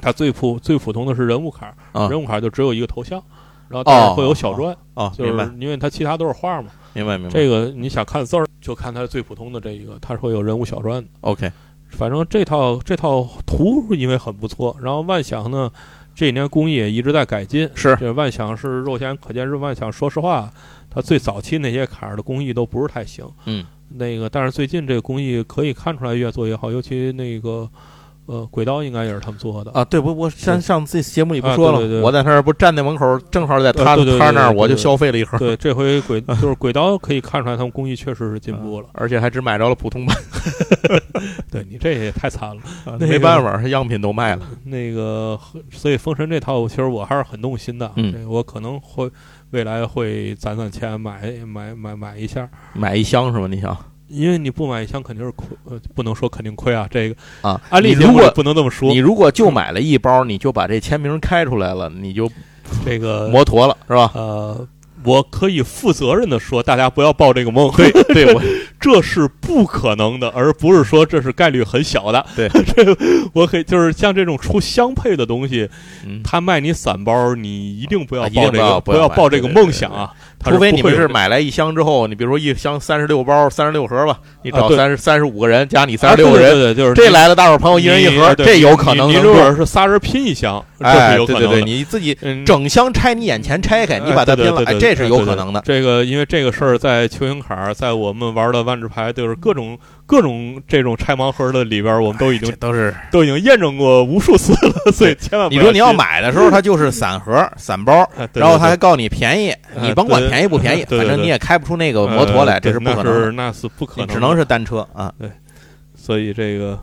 Speaker 2: 它最普最普通的是人物卡儿，
Speaker 1: 啊
Speaker 2: 人物卡儿就只有一个头像，然后但是
Speaker 1: 哦
Speaker 2: 会有小篆，
Speaker 1: 啊，
Speaker 2: 就
Speaker 1: 明白
Speaker 2: 是因为它其他都是画嘛。
Speaker 1: 明白明白。
Speaker 2: 这个你想看字儿，就看它最普通的这一个，它是会有人物小篆的。
Speaker 1: OK
Speaker 2: 反正这套这套图因为很不错，然后万祥呢，这几年工艺也一直在改进。
Speaker 1: 是
Speaker 2: 就是万想是肉眼可见，是万想。说实话，它最早期那些坎儿的工艺都不是太行。
Speaker 1: 嗯，
Speaker 2: 那个，但是最近这个工艺可以看出来越做越好，尤其那个呃，轨道应该也是他们做的。
Speaker 1: 啊，对，不，我上
Speaker 2: 是
Speaker 1: 上次节目里不
Speaker 2: 啊
Speaker 1: 说了，
Speaker 2: 对对对
Speaker 1: 我在那儿不站在门口，正好在他
Speaker 2: 呃对对对
Speaker 1: 他那儿，
Speaker 2: 对对
Speaker 1: 我就
Speaker 2: 对
Speaker 1: 消费了一盒，
Speaker 2: 对，这回轨就是轨道可以看出来，他们工艺确实是进步了。
Speaker 1: 啊而且还只买着了普通版，
Speaker 2: 对你这也太惨了，那
Speaker 1: 啊没
Speaker 2: 个
Speaker 1: 办法，样品都卖了。
Speaker 2: 那个，所以《封神》这套其实我还是很动心的。
Speaker 1: 嗯
Speaker 2: 这我可能会未来会攒攒钱买买买买一下，
Speaker 1: 买一箱是吗？你想
Speaker 2: 因为你不买一箱肯定是亏，呃，不能说肯定亏啊。这个
Speaker 1: 啊，
Speaker 2: 安利
Speaker 1: 你
Speaker 2: 节
Speaker 1: 如
Speaker 2: 目里
Speaker 1: 果
Speaker 2: 不能这么说
Speaker 1: 你，如果就买了一包，你就把这签名开出来了，你就
Speaker 2: 这个
Speaker 1: 摩托了， 是吧？
Speaker 2: 呃，我可以负责任的说，大家不要抱这个梦，
Speaker 1: 对，对我
Speaker 2: 这是不可能的，而不是说这是概率很小的。
Speaker 1: 对
Speaker 2: 这我可以就是像这种出相配的东西，
Speaker 1: 嗯
Speaker 2: 他卖你散包，你一定不要
Speaker 1: 啊一定
Speaker 2: 抱这个，
Speaker 1: 不要不
Speaker 2: 不
Speaker 1: 要
Speaker 2: 抱这个
Speaker 1: 买对对
Speaker 2: 梦想啊！它
Speaker 1: 除非
Speaker 2: 不
Speaker 1: 你
Speaker 2: 会
Speaker 1: 们
Speaker 2: 有
Speaker 1: 是买来一箱之后，你比如说一箱三十六包、三十六盒吧，你
Speaker 2: 啊
Speaker 1: 找
Speaker 2: 对
Speaker 1: 三十三十五个人加你三
Speaker 2: 啊
Speaker 1: 十六个
Speaker 2: 对
Speaker 1: 人，
Speaker 2: 对对，就是
Speaker 1: 这来了大伙儿朋友一人一
Speaker 2: 你
Speaker 1: 盒，
Speaker 2: 对
Speaker 1: 这有可能
Speaker 2: 你你
Speaker 1: 能
Speaker 2: 如
Speaker 1: 做。
Speaker 2: 果是仨人拼一箱，这
Speaker 1: 哎，
Speaker 2: 是有
Speaker 1: 对
Speaker 2: 可
Speaker 1: 对
Speaker 2: 能的
Speaker 1: 对，。你自己
Speaker 2: 嗯
Speaker 1: 整箱拆你眼前拆开，你
Speaker 2: 哎
Speaker 1: 把它
Speaker 2: 对
Speaker 1: 拼
Speaker 2: 对
Speaker 1: 了，
Speaker 2: 对
Speaker 1: 哎，
Speaker 2: 对
Speaker 1: 这是
Speaker 2: 对
Speaker 1: 有
Speaker 2: 对
Speaker 1: 可
Speaker 2: 对
Speaker 1: 能的。
Speaker 2: 这个因为这个事儿在球星坎儿，在我们玩的万智牌，就是各种各种这种拆盲盒的里边儿，我们都已经
Speaker 1: 都是
Speaker 2: 都已经验证过无数次了，所以千万不
Speaker 1: 你说你要
Speaker 2: 信，
Speaker 1: 买的时候，它就是散盒、散包，
Speaker 2: 哎对
Speaker 1: 然后
Speaker 2: 对
Speaker 1: 他
Speaker 2: 对
Speaker 1: 还告诉你便宜，你甭管便宜不 便宜，
Speaker 2: 对对对
Speaker 1: 反正你也开不出那个摩托来，
Speaker 2: 呃
Speaker 1: 这
Speaker 2: 对
Speaker 1: 不可
Speaker 2: 那
Speaker 1: 能
Speaker 2: 是
Speaker 1: 的，
Speaker 2: 那是不可
Speaker 1: 你
Speaker 2: 能的，
Speaker 1: 只能是单车啊。
Speaker 2: 所以这个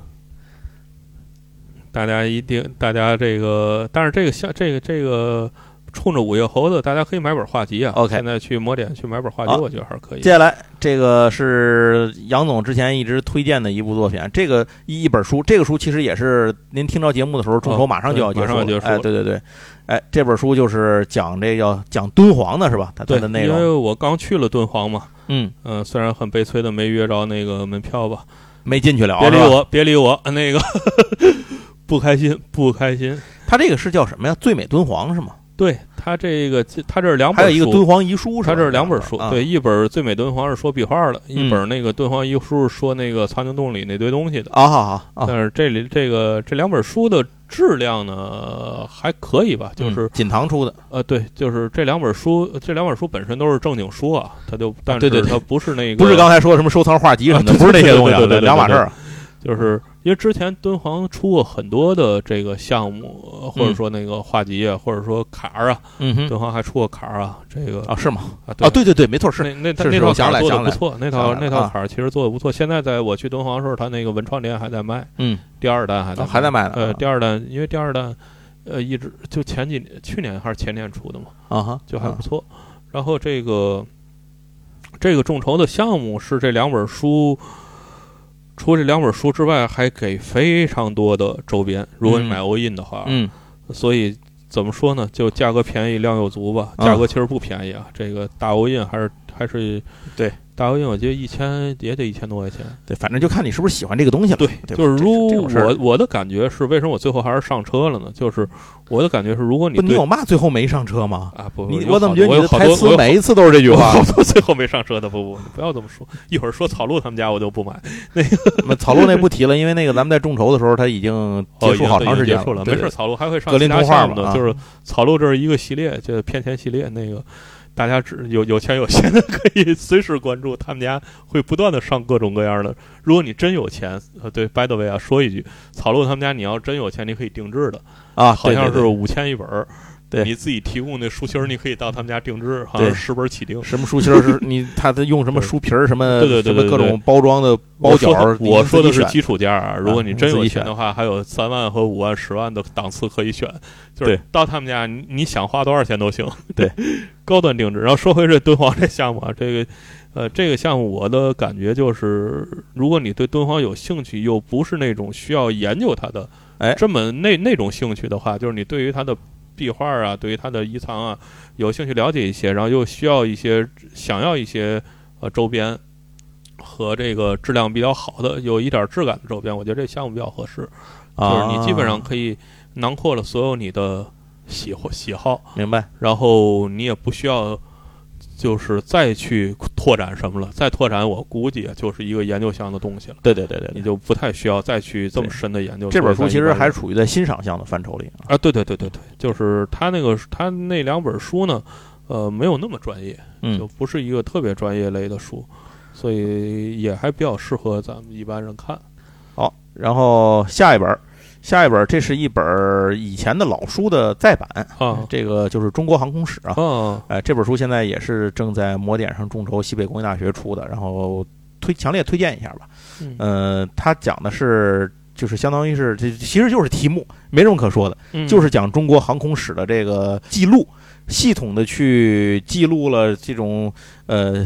Speaker 2: 大家一定，大家这个，但是这个像这个这个冲着五月猴子，大家可以买本画集啊。
Speaker 1: OK
Speaker 2: 现在去魔点去买本画集，
Speaker 1: 好
Speaker 2: 我觉得还是可以
Speaker 1: 接。下来这个是杨总之前一直推荐的一部作品，这个一一本书，这个书其实也是您听着节目的时候，众筹
Speaker 2: 哦
Speaker 1: 马上就要结
Speaker 2: 对
Speaker 1: 束
Speaker 2: 马上
Speaker 1: 了
Speaker 2: 要结，束
Speaker 1: 哎，
Speaker 2: 了
Speaker 1: 对对对，哎，这本书就是讲这叫讲敦煌的是吧？它它
Speaker 2: 对，
Speaker 1: 的内
Speaker 2: 因为
Speaker 1: 容，
Speaker 2: 我刚去了敦煌嘛，
Speaker 1: 嗯，
Speaker 2: 嗯、虽然很悲催的没约着那个门票吧，
Speaker 1: 没进去了，
Speaker 2: 别理
Speaker 1: 是吧。
Speaker 2: 我，别理我， 那个不开心， 不开心。
Speaker 1: 它这个是叫什么呀？最美敦煌是吗？
Speaker 2: 对他这个，他这是两本
Speaker 1: 还
Speaker 2: 书，
Speaker 1: 有一个敦煌遗书是吧，
Speaker 2: 它这是两本书，
Speaker 1: 啊
Speaker 2: 对，一本《最美敦煌》是说壁画的，
Speaker 1: 嗯
Speaker 2: 一本那个《敦煌遗书》是说那个藏经洞里那堆东西的。
Speaker 1: 啊，好好啊，
Speaker 2: 但是这里这个这两本书的质量呢还可以吧，就是、
Speaker 1: 嗯锦堂出的，
Speaker 2: 呃对，就是这两本书这两本书本身都是正经书啊，它就但
Speaker 1: 对
Speaker 2: 是
Speaker 1: 对对
Speaker 2: 它不是那个
Speaker 1: 不是刚才说什么收藏画集什么的，
Speaker 2: 啊对
Speaker 1: 不是那些东西啊，
Speaker 2: 对对对对对
Speaker 1: 两码事儿啊。
Speaker 2: 就是因为之前敦煌出过很多的这个项目，呃或者说那个画集啊，或者说卡儿啊，
Speaker 1: 嗯哼，
Speaker 2: 敦煌还出过卡儿啊，这个
Speaker 1: 啊，是吗？
Speaker 2: 啊对
Speaker 1: 啊，对对对，没错，是
Speaker 2: 那那
Speaker 1: 是
Speaker 2: 套
Speaker 1: 是
Speaker 2: 那
Speaker 1: 我
Speaker 2: 套
Speaker 1: 想
Speaker 2: 卡
Speaker 1: 起来
Speaker 2: 儿做
Speaker 1: 想
Speaker 2: 的
Speaker 1: 起
Speaker 2: 不
Speaker 1: 来
Speaker 2: 错，那
Speaker 1: 想起
Speaker 2: 套
Speaker 1: 来
Speaker 2: 那套
Speaker 1: 啊
Speaker 2: 卡儿其实做的不错。现在在我去敦煌的时候，他那个文创店还在卖，
Speaker 1: 嗯，
Speaker 2: 第二弹还在
Speaker 1: 哦还在卖呢啊
Speaker 2: 呃，第二弹因为第二弹，呃，一直就前几年去年还是前年出的嘛，
Speaker 1: 啊哈，
Speaker 2: 就还
Speaker 1: 啊
Speaker 2: 不错。然后这个这个众筹的项目是这两本书，除这两本书之外，还给非常多的周边。如果你
Speaker 1: 嗯
Speaker 2: 买欧印的话，
Speaker 1: 嗯，
Speaker 2: 所以怎么说呢？就价格便宜，量又足吧。
Speaker 1: 啊
Speaker 2: 价格其实不便宜啊，这个大欧印还是还是
Speaker 1: 对
Speaker 2: 大欧印，我觉得一千也得一千多块钱。
Speaker 1: 对，反正就看你是不是喜欢这个东西了。对，
Speaker 2: 就是如
Speaker 1: 这种事儿
Speaker 2: 我我的感觉是，为什么我最后还是上车了呢？就是我的感觉是，如果你
Speaker 1: 不，你
Speaker 2: 对
Speaker 1: 有嘛最后没上车吗？
Speaker 2: 啊不，
Speaker 1: 你
Speaker 2: 有
Speaker 1: 怎么
Speaker 2: 好
Speaker 1: 觉
Speaker 2: 多
Speaker 1: 得你
Speaker 2: 我有
Speaker 1: 的
Speaker 2: 好
Speaker 1: 台
Speaker 2: 多我
Speaker 1: 词
Speaker 2: 有
Speaker 1: 每一次都是这句
Speaker 2: 我
Speaker 1: 话
Speaker 2: 好？多最后没上车的，不不，你不要这么说。一会儿说草鹿他们家我就不买，
Speaker 1: 那草鹿那不提了，因为那个咱们在众筹的时候他已经结
Speaker 2: 哦已
Speaker 1: 束
Speaker 2: 经
Speaker 1: 好长时
Speaker 2: 已经
Speaker 1: 间
Speaker 2: 结束了，
Speaker 1: 对
Speaker 2: 没
Speaker 1: 对
Speaker 2: 事，草鹿还会上
Speaker 1: 格林
Speaker 2: 其他
Speaker 1: 童话
Speaker 2: 项目
Speaker 1: 嘛
Speaker 2: 的，
Speaker 1: 啊
Speaker 2: 就是草鹿这是一个系列，就是骗钱系列那个。大家只有有钱有闲的可以 随时关注，他们家会不断的上各种各样的。如果你真有钱，呃，对，by the way 啊，说一句，草鹿他们家你要真有钱，你可以定制的，
Speaker 1: 啊，
Speaker 2: 好像
Speaker 1: 对对
Speaker 2: 是
Speaker 1: 对
Speaker 2: 五千一本儿，
Speaker 1: 对
Speaker 2: 你自己提供那书芯儿，你可以到他们家定制，好像是十本儿起订。
Speaker 1: 什么书芯儿是你，他他用什么书皮儿，什么
Speaker 2: 对对
Speaker 1: 什
Speaker 2: 对
Speaker 1: 么
Speaker 2: 对
Speaker 1: 各
Speaker 2: 对
Speaker 1: 种包装的包
Speaker 2: 我说
Speaker 1: 角儿
Speaker 2: 的，我说的是
Speaker 1: 你自己选
Speaker 2: 基础价啊，如果你真
Speaker 1: 你自
Speaker 2: 有
Speaker 1: 己
Speaker 2: 钱的话，还有三万和五万、十万的档次可以选，就
Speaker 1: 对
Speaker 2: 是到他们家你你想花多少钱都行。
Speaker 1: 对，
Speaker 2: 高端定制。然后说回这敦煌这项目啊，这个呃，这个项目我的感觉就是，如果你对敦煌有兴趣，又不是那种需要研究它的，
Speaker 1: 哎
Speaker 2: 这么那那种兴趣的话，就是你对于它的壁画啊，对于它的遗藏啊，有兴趣了解一些，然后又需要一些想要一些呃周边和这个质量比较好的、有一点质感的周边，我觉得这项目比较合适。就是你基本上
Speaker 1: 啊
Speaker 2: 可以囊括了所有你的喜好喜好，
Speaker 1: 明白。
Speaker 2: 然后你也不需要就是再去拓展什么了。再拓展，我估计就是一个研究项的东西了，
Speaker 1: 对对对对
Speaker 2: 你
Speaker 1: 对。
Speaker 2: 就不太需要再去这么深的研究。
Speaker 1: 这本
Speaker 2: 所
Speaker 1: 书
Speaker 2: 以
Speaker 1: 其实
Speaker 2: 咱一般
Speaker 1: 还处于在欣赏向的范畴里啊。
Speaker 2: 啊，对对对对对，就是他那个他那两本书呢，呃，没有那么专业，就
Speaker 1: 嗯，
Speaker 2: 不是一个特别专业类的书，所以也还比较适合咱们一般人看。
Speaker 1: 好，然后下一本儿，下一本儿这是一本儿以前的老书的再版，
Speaker 2: 啊
Speaker 1: 这个就是《中国航空史》啊。
Speaker 2: 啊
Speaker 1: 呃，这本书现在也是正在魔点上众筹西北工业大学出的，然后推强烈推荐一下吧。
Speaker 2: 嗯
Speaker 1: 呃，它讲的是就是相当于是这其实就是题目，没什么可说的，
Speaker 2: 嗯
Speaker 1: 就是讲中国航空史的这个记录，系统的去记录了这种呃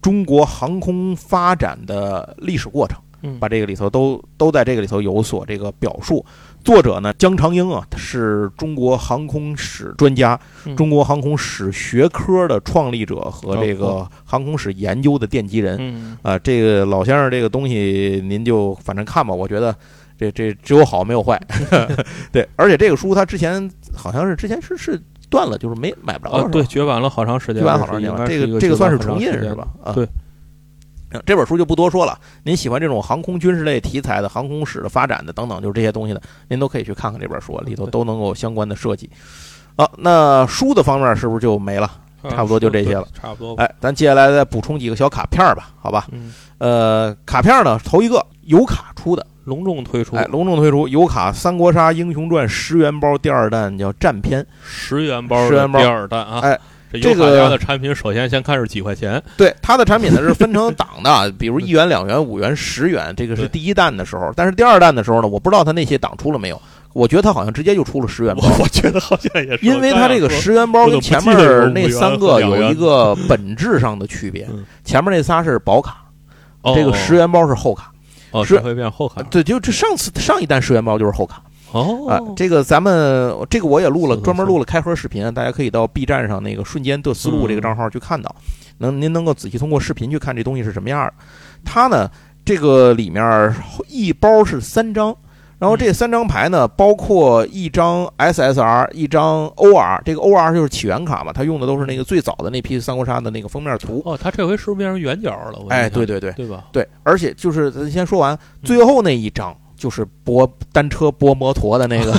Speaker 1: 中国航空发展的历史过程。
Speaker 2: 嗯
Speaker 1: 把这个里头都都在这个里头有所这个表述。作者呢，江长英啊，他是中国航空史专家
Speaker 2: 嗯、
Speaker 1: 中国航空史学科的创立者和这
Speaker 2: 哦
Speaker 1: 个航空史研究的奠基人
Speaker 2: 嗯
Speaker 1: 啊。这个老先生这个东西，您就反正看吧，我觉得。这这只有好没 有坏，对，而且这个书他之前好像是之前是是断了，就是没买不着了
Speaker 2: 啊
Speaker 1: 是吧，
Speaker 2: 对，绝版了好长时间
Speaker 1: 一
Speaker 2: 了，
Speaker 1: 版好长时间
Speaker 2: 应该
Speaker 1: 了，这
Speaker 2: 是一
Speaker 1: 这
Speaker 2: 绝
Speaker 1: 个算是
Speaker 2: 版
Speaker 1: 重
Speaker 2: 好长
Speaker 1: 印
Speaker 2: 时间
Speaker 1: 是吧？啊，
Speaker 2: 对
Speaker 1: 嗯。这本书就不多说了，您喜欢这种航空军事类题材的、航空史的发展的等等，就是这些东西的，您都可以去看看这本书，啊里头
Speaker 2: 对
Speaker 1: 都能够相关的设计。啊，那书的方面是不是就没了？
Speaker 2: 啊
Speaker 1: 差不多就这些
Speaker 2: 对
Speaker 1: 了
Speaker 2: 差不多吧。
Speaker 1: 哎，咱接下来再补充几个小卡片儿吧，好吧？
Speaker 2: 嗯，
Speaker 1: 呃，卡片儿呢，头一个油卡出的，
Speaker 2: 隆重推出
Speaker 1: 哎，隆重推出油卡《三国杀英雄传》十元包第二弹，叫战篇。
Speaker 2: 十元包
Speaker 1: 十
Speaker 2: 的
Speaker 1: 元包
Speaker 2: 第二弹啊，
Speaker 1: 哎，
Speaker 2: 这
Speaker 1: 这
Speaker 2: 优卡
Speaker 1: 个
Speaker 2: 家的产品首先先看是几块钱，
Speaker 1: 对，它的产品呢是分成档 的，比如一元、两元、五元、十元，这个是
Speaker 2: 对
Speaker 1: 第一弹的时候。但是第二弹的时候呢，我不知道它那些档出了没有。我觉得它好像直接就出了十元包，
Speaker 2: 我觉得好像也 是，
Speaker 1: 因为它这个十元包跟前面那三个有一个本质上的区别
Speaker 2: 嗯。
Speaker 1: 前面那仨是薄卡，
Speaker 2: 哦
Speaker 1: 这个十元包是厚卡。
Speaker 2: 哦
Speaker 1: 是
Speaker 2: 才会变厚卡
Speaker 1: 对，就这上次上一弹十元包就是厚卡啊
Speaker 2: 哦。，
Speaker 1: 这个咱们这个我也录了
Speaker 2: 是，是
Speaker 1: 专门录了开盒视频，大家可以到 B 站上那个“瞬间的思路”这个
Speaker 2: 嗯
Speaker 1: 账号去看到，能您能够仔细通过视频去看这东西是什么样的。它呢，这个里面一包是三张，然后这
Speaker 2: 嗯
Speaker 1: 三张牌呢，包括一张 SSR，一张 OR，这个 OR 就是起源卡嘛，它用的都是那个最早的那批三国杀的那个封面图。
Speaker 2: 哦，它这回是不是变成圆角了？我
Speaker 1: 哎，
Speaker 2: 印象
Speaker 1: 对对对
Speaker 2: 对吧？
Speaker 1: 对，而且就是咱先说完最后那一张。就是博单车博摩托的那个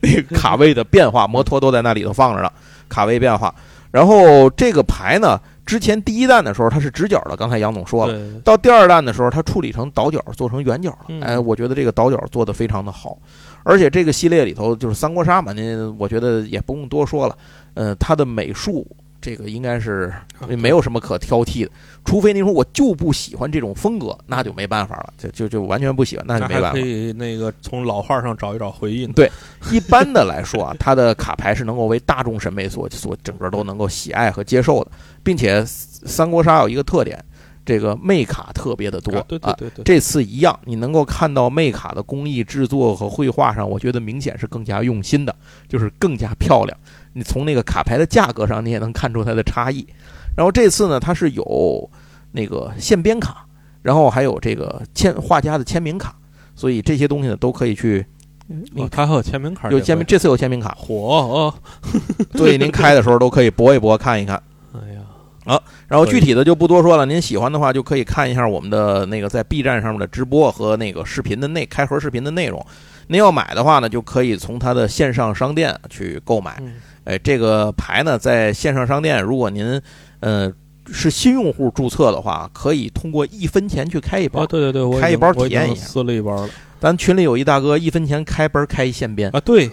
Speaker 1: 那个卡位的变化，摩托都在那里头放着呢，卡位变化。然后这个牌呢，之前第一弹的时候它是直角的，刚才杨总说了，
Speaker 2: 对，
Speaker 1: 到第二弹的时候它处理成倒角，做成圆角了。
Speaker 2: 嗯
Speaker 1: 哎，我觉得这个倒角做得非常的好，而且这个系列里头就是三国杀嘛，您我觉得也不用多说了，呃，它的美术。这个应该是
Speaker 2: 啊
Speaker 1: 没有什么可挑剔的，除非您说我就不喜欢这种风格，那就没办法了，就就就完全不喜欢，那就
Speaker 2: 那
Speaker 1: 没办法
Speaker 2: 还可。以那个从老画上找一找回忆呢。
Speaker 1: 对一般的来说啊，它的卡牌是能够为大众审美所所整个都能够喜爱和接受的，并且三国杀有一个特点，这个媚卡特别的多
Speaker 2: 啊对对
Speaker 1: 啊。
Speaker 2: 对对，
Speaker 1: 这次一样，你能够看到媚卡的工艺制作和绘画上，我觉得明显是更加用心的，就是更加漂亮。你从那个卡牌的价格上，你也能看出它的差异。然后这次呢，它是有那个线边卡，然后还有这个签画家的签名卡，所以这些东西呢都可以去。
Speaker 2: 哦它还有签名卡，
Speaker 1: 有签名，这次有签名 卡，
Speaker 2: 火哦，
Speaker 1: 所以您开的时候都可以搏一搏，看一看。
Speaker 2: 哎呀，
Speaker 1: 然后具体的就不多说了，您喜欢的话就可以看一下我们的那个在 B 站上面的直播和那个视频的内开盒视频的内容。您要买的话呢，就可以从它的线上商店去购买。
Speaker 2: 嗯
Speaker 1: 哎，这个牌呢，在线上商店，如果您呃是新用户注册的话，可以通过一分钱去开一包
Speaker 2: 啊，。对对对，我已
Speaker 1: 开一
Speaker 2: 经
Speaker 1: 包
Speaker 2: 我已
Speaker 1: 体验
Speaker 2: 经
Speaker 1: 一下
Speaker 2: 撕了一包了
Speaker 1: 咱群里有一大哥一分钱开包开一线边，
Speaker 2: 啊， 对，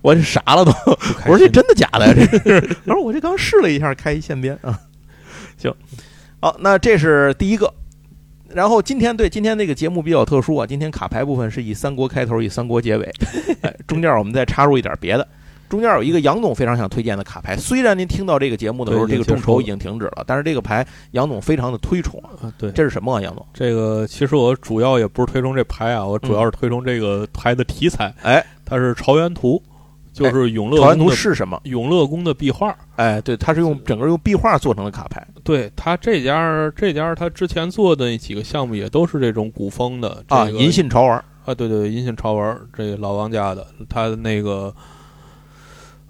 Speaker 1: 我这傻了都。
Speaker 2: 不开
Speaker 1: 我说这
Speaker 2: 心
Speaker 1: 真的假的呀？这是？ 我说我这刚试了一下，开一线边啊。行，好，那这是第一个。然后今天对今天那个节目比较特殊啊，今天卡牌部分是以三国开头，以三国 结尾，哎中间我们再插入一点别的。中间有一个杨总非常想推荐的卡牌，虽然您听到这个节目的时候，
Speaker 2: 对
Speaker 1: 这
Speaker 2: 已
Speaker 1: 个
Speaker 2: 经
Speaker 1: 众
Speaker 2: 结束
Speaker 1: 筹
Speaker 2: 了
Speaker 1: 已经停止了，但是这个牌杨总非常的推崇啊，
Speaker 2: 啊，对，
Speaker 1: 这是什么啊？杨总，
Speaker 2: 这个其实我主要也不是推崇这牌啊，我主要是推崇这个牌的题材。
Speaker 1: 哎，
Speaker 2: 它是朝元图，就是永乐
Speaker 1: 朝元
Speaker 2: 宫
Speaker 1: 图
Speaker 2: 的
Speaker 1: 是什么？
Speaker 2: 永乐宫的壁画。
Speaker 1: 哎，对，它是用整个用壁画做成的卡牌，
Speaker 2: 对他这家这家他之前做的那几个项目也都是这种古风的
Speaker 1: 啊，
Speaker 2: 这个
Speaker 1: 银杏潮玩，
Speaker 2: 啊，对对，银杏潮玩这老王家的，他那个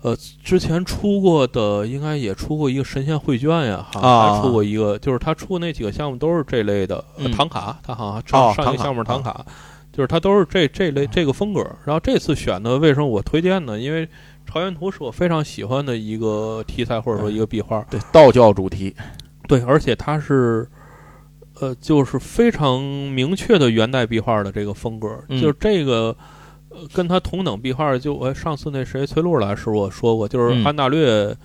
Speaker 2: 呃，之前出过的应该也出过一个神仙绘卷呀，好像
Speaker 1: 啊
Speaker 2: 还出过一个，就是他出那几个项目都是这类的，呃
Speaker 1: 嗯
Speaker 2: 唐卡，他好像
Speaker 1: 哦
Speaker 2: 上上
Speaker 1: 唐
Speaker 2: 一个
Speaker 1: 卡
Speaker 2: 项目是唐卡，就是他都是这这类这个风格。然后这次选的为什么我推荐呢？因为朝元图是我非常喜欢的一个题材或者说一个壁画，
Speaker 1: 哎对道教主题，
Speaker 2: 对，而且它是，呃，就是非常明确的元代壁画的这个风格，
Speaker 1: 嗯
Speaker 2: 就是这个。呃跟它同等壁画，就哎，上次那谁崔璐来时我说过，就是
Speaker 1: 嗯
Speaker 2: 安大略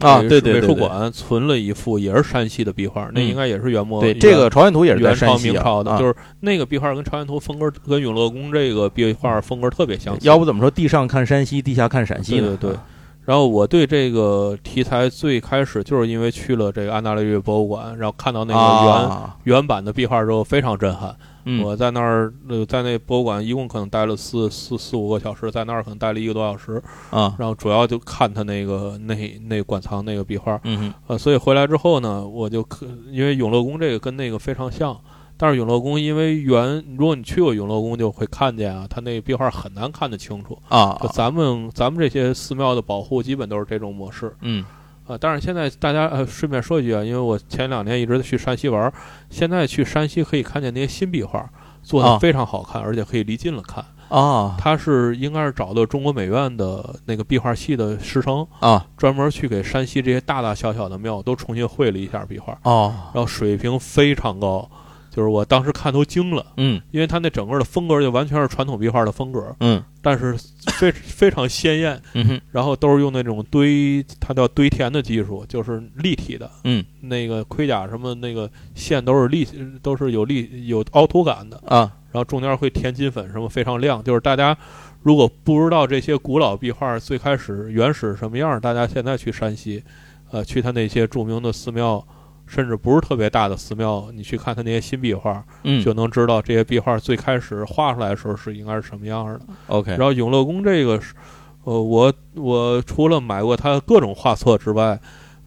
Speaker 1: 啊
Speaker 2: 美
Speaker 1: 对对
Speaker 2: 美术
Speaker 1: 对对
Speaker 2: 馆存了一幅也是山西的壁画，那
Speaker 1: 嗯
Speaker 2: 应该也是元末
Speaker 1: 对
Speaker 2: 元
Speaker 1: 这个朝鲜图也是在
Speaker 2: 元朝
Speaker 1: 山西
Speaker 2: 明
Speaker 1: 啊
Speaker 2: 朝的，
Speaker 1: 啊
Speaker 2: 就是那个壁画跟朝元图风格跟永乐宫这个壁画风格特别相似。
Speaker 1: 嗯要不怎么说地上看山西，地下看陕西呢？
Speaker 2: 对对对然后我对这个题材最开始就是因为去了这个安大略博物馆，然后看到那个原、
Speaker 1: 啊，
Speaker 2: 原版的壁画之后非常震撼。
Speaker 1: 嗯
Speaker 2: 我在那儿呃，在那博物馆一共可能待了四四四五个小时，在那儿可能待了一个多小时，
Speaker 1: 啊，
Speaker 2: 然后主要就看他那个那那馆藏那个壁画。
Speaker 1: 嗯哼
Speaker 2: 呃，所以回来之后呢，我就可因为永乐宫这个跟那个非常像，但是永乐宫因为原如果你去过永乐宫，就会看见啊，它那个壁画很难看得清楚。
Speaker 1: 啊
Speaker 2: 就，咱们咱们这些寺庙的保护基本都是这种模式。
Speaker 1: 嗯
Speaker 2: 啊，但是现在大家呃，顺便说一句啊，因为我前两年一直去山西玩儿，现在去山西可以看见那些新壁画，做的
Speaker 1: 啊
Speaker 2: 非常好看，而且可以离近了看。
Speaker 1: 啊
Speaker 2: 他是应该是找的中国美院的那个壁画系的师生，
Speaker 1: 啊
Speaker 2: 专门去给山西这些大大小小的庙都重新绘了一下壁画，
Speaker 1: 哦，
Speaker 2: 然后水平非常高，就是我当时看都惊了，
Speaker 1: 嗯
Speaker 2: 因为他那整个的风格就完全是传统壁画的风格，
Speaker 1: 嗯
Speaker 2: 但是非非常鲜艳，
Speaker 1: 嗯哼
Speaker 2: 然后都是用那种堆，它叫堆填的技术，就是立体的。
Speaker 1: 嗯，
Speaker 2: 那个盔甲什么那个线都是立，都是有立有凹凸感的。
Speaker 1: 啊
Speaker 2: 然后中间会填金粉什么，非常亮。就是大家如果不知道这些古老壁画最开始原始什么样，大家现在去山西，呃，去他那些著名的寺庙，甚至不是特别大的寺庙，你去看他那些新壁画，
Speaker 1: 嗯
Speaker 2: 就能知道这些壁画最开始画出来的时候是应该是什么样的。
Speaker 1: ，OK，
Speaker 2: 然后永乐宫这个是，呃，我我除了买过它各种画册之外，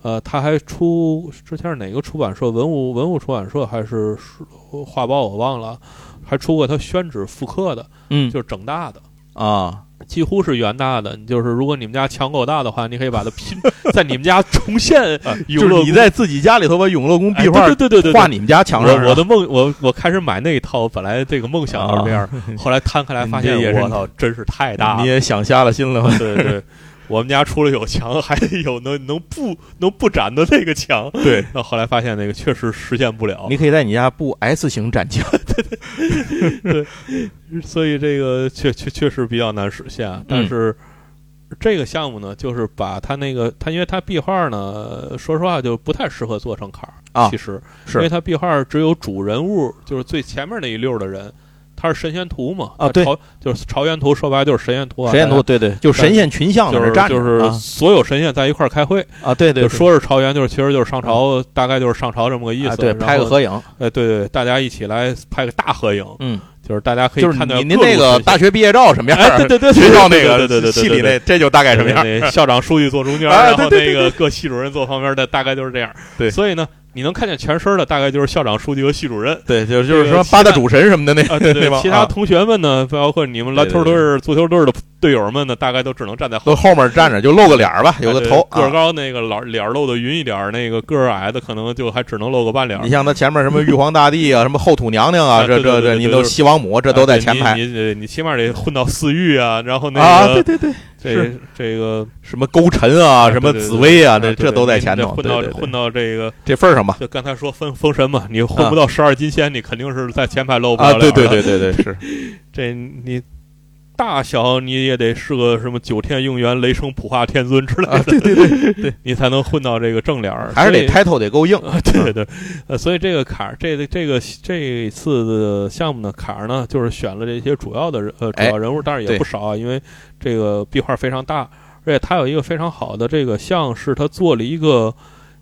Speaker 2: 呃，它还出之前是哪个出版社？文物文物出版社还是书画报？我忘了，还出过它宣纸复刻的，
Speaker 1: 嗯
Speaker 2: 就是整大的。
Speaker 1: 啊
Speaker 2: 几乎是原大的，你就是如果你们家墙够大的话，你可以把它拼 在你们家 重现
Speaker 1: 啊就是
Speaker 2: 永乐宫。
Speaker 1: 你在自己家里头把永乐宫
Speaker 2: 哎
Speaker 1: 壁画
Speaker 2: 对对对对对
Speaker 1: 画你们家墙上，
Speaker 2: 我我的梦，我我开始买那一套，本来这个梦想就是这样，后来摊开来发现
Speaker 1: 啊你这也，是
Speaker 2: 我操，真是太大了
Speaker 1: 你。也想瞎了心了吧？
Speaker 2: 啊对对，我们家除了有墙，还得有能能不能不展的那个墙。
Speaker 1: 对，
Speaker 2: 那后来发现那个确实实现不了
Speaker 1: 你，可以在你家布 S 型展墙。
Speaker 2: 所以这个确确确实比较难实
Speaker 1: 嗯
Speaker 2: 现。但是这个项目呢，就是把它那个它，因为它壁画呢，说实话就不太适合做成卡儿
Speaker 1: 啊
Speaker 2: 其实
Speaker 1: 是
Speaker 2: 因为它壁画只有主人物，就是最前面那一溜儿的人。他是神仙图嘛？
Speaker 1: 啊
Speaker 2: 它
Speaker 1: 对
Speaker 2: 朝就是朝元图，说白了就是神仙图啊。
Speaker 1: 神仙图，
Speaker 2: 大
Speaker 1: 对对，就神仙群像在
Speaker 2: 家
Speaker 1: 那
Speaker 2: 就是
Speaker 1: 站着，
Speaker 2: 就是
Speaker 1: 啊
Speaker 2: 所有神仙在一块儿开会，
Speaker 1: 啊，对对，
Speaker 2: 就
Speaker 1: 对
Speaker 2: 说是朝元，就是其实就是上朝，大概就是上朝这么个意思。
Speaker 1: 啊对，
Speaker 2: 然后
Speaker 1: 拍个，合影，
Speaker 2: 哎，对对，大家一起来拍个大合影，
Speaker 1: 嗯，
Speaker 2: 就是大家可以
Speaker 1: 就是
Speaker 2: 看到
Speaker 1: 你您那个大学毕业照什么样？
Speaker 2: 哎，对对对，对
Speaker 1: 学校那个
Speaker 2: 对对对对对对
Speaker 1: 系里
Speaker 2: 对
Speaker 1: 那，这就大概什么样？
Speaker 2: 对对校长、书记坐 中间，
Speaker 1: 哎
Speaker 2: 然后
Speaker 1: 对对
Speaker 2: 那个各系主任坐旁边的，大概就是这样。
Speaker 1: 对
Speaker 2: 所以呢，你能看见全身的，大概就是校长、书记和系主任。
Speaker 1: 对，就就是
Speaker 2: 这个
Speaker 1: 说
Speaker 2: 其他
Speaker 1: 八大主神什么的那
Speaker 2: 啊，对
Speaker 1: 对吧
Speaker 2: 对，其他
Speaker 1: 啊
Speaker 2: 同学们呢，包括你们篮球队儿、足球队儿的队友们呢，大概都只能站在后
Speaker 1: 都后面站着，就露个脸儿吧，有个
Speaker 2: 对
Speaker 1: 头。
Speaker 2: 个儿
Speaker 1: 啊
Speaker 2: 高那个老脸儿露的匀一点儿，那个个儿矮的可能就还只能露个半脸儿
Speaker 1: 你。像他前面什么玉皇大帝啊，什么后土娘娘
Speaker 2: 啊
Speaker 1: 啊，这
Speaker 2: 对对
Speaker 1: 这
Speaker 2: 对
Speaker 1: 这，
Speaker 2: 对
Speaker 1: 你
Speaker 2: 对
Speaker 1: 都
Speaker 2: 对
Speaker 1: 西王母，这都在前
Speaker 2: 啊
Speaker 1: 排
Speaker 2: 对你你你起码得混到四御啊，然后那个、
Speaker 1: 啊。对对对，
Speaker 2: 这
Speaker 1: 是
Speaker 2: 这个
Speaker 1: 什么勾陈啊，
Speaker 2: 对
Speaker 1: 什么
Speaker 2: 对对
Speaker 1: 紫薇啊，这
Speaker 2: 对对
Speaker 1: 这都在前
Speaker 2: 你得
Speaker 1: 头。
Speaker 2: 混
Speaker 1: 对
Speaker 2: 到
Speaker 1: 对对，
Speaker 2: 混到这个，
Speaker 1: 这份儿上吧。
Speaker 2: 就刚才说封封神嘛，你混不到十二金仙，你肯定是在前排露不
Speaker 1: 啊
Speaker 2: 了，
Speaker 1: 对对
Speaker 2: 脸的，
Speaker 1: 对对对，是
Speaker 2: 这你大小你也得是个什么九天应元、雷声普化天尊之类的，
Speaker 1: 啊，对对对，
Speaker 2: 你才能混到这个正脸儿，
Speaker 1: 还是
Speaker 2: 所
Speaker 1: 得
Speaker 2: 以
Speaker 1: title 得够硬。
Speaker 2: 啊，对
Speaker 1: 嗯
Speaker 2: 对对，呃，所以这个坎儿，这个这个这次的项目呢，坎儿呢，就是选了这些主要的人，呃主
Speaker 1: 哎
Speaker 2: 要人物，但是也
Speaker 1: 对
Speaker 2: 不少啊，因为这个壁画非常大，而且它有一个非常好的这个像是它做了一个，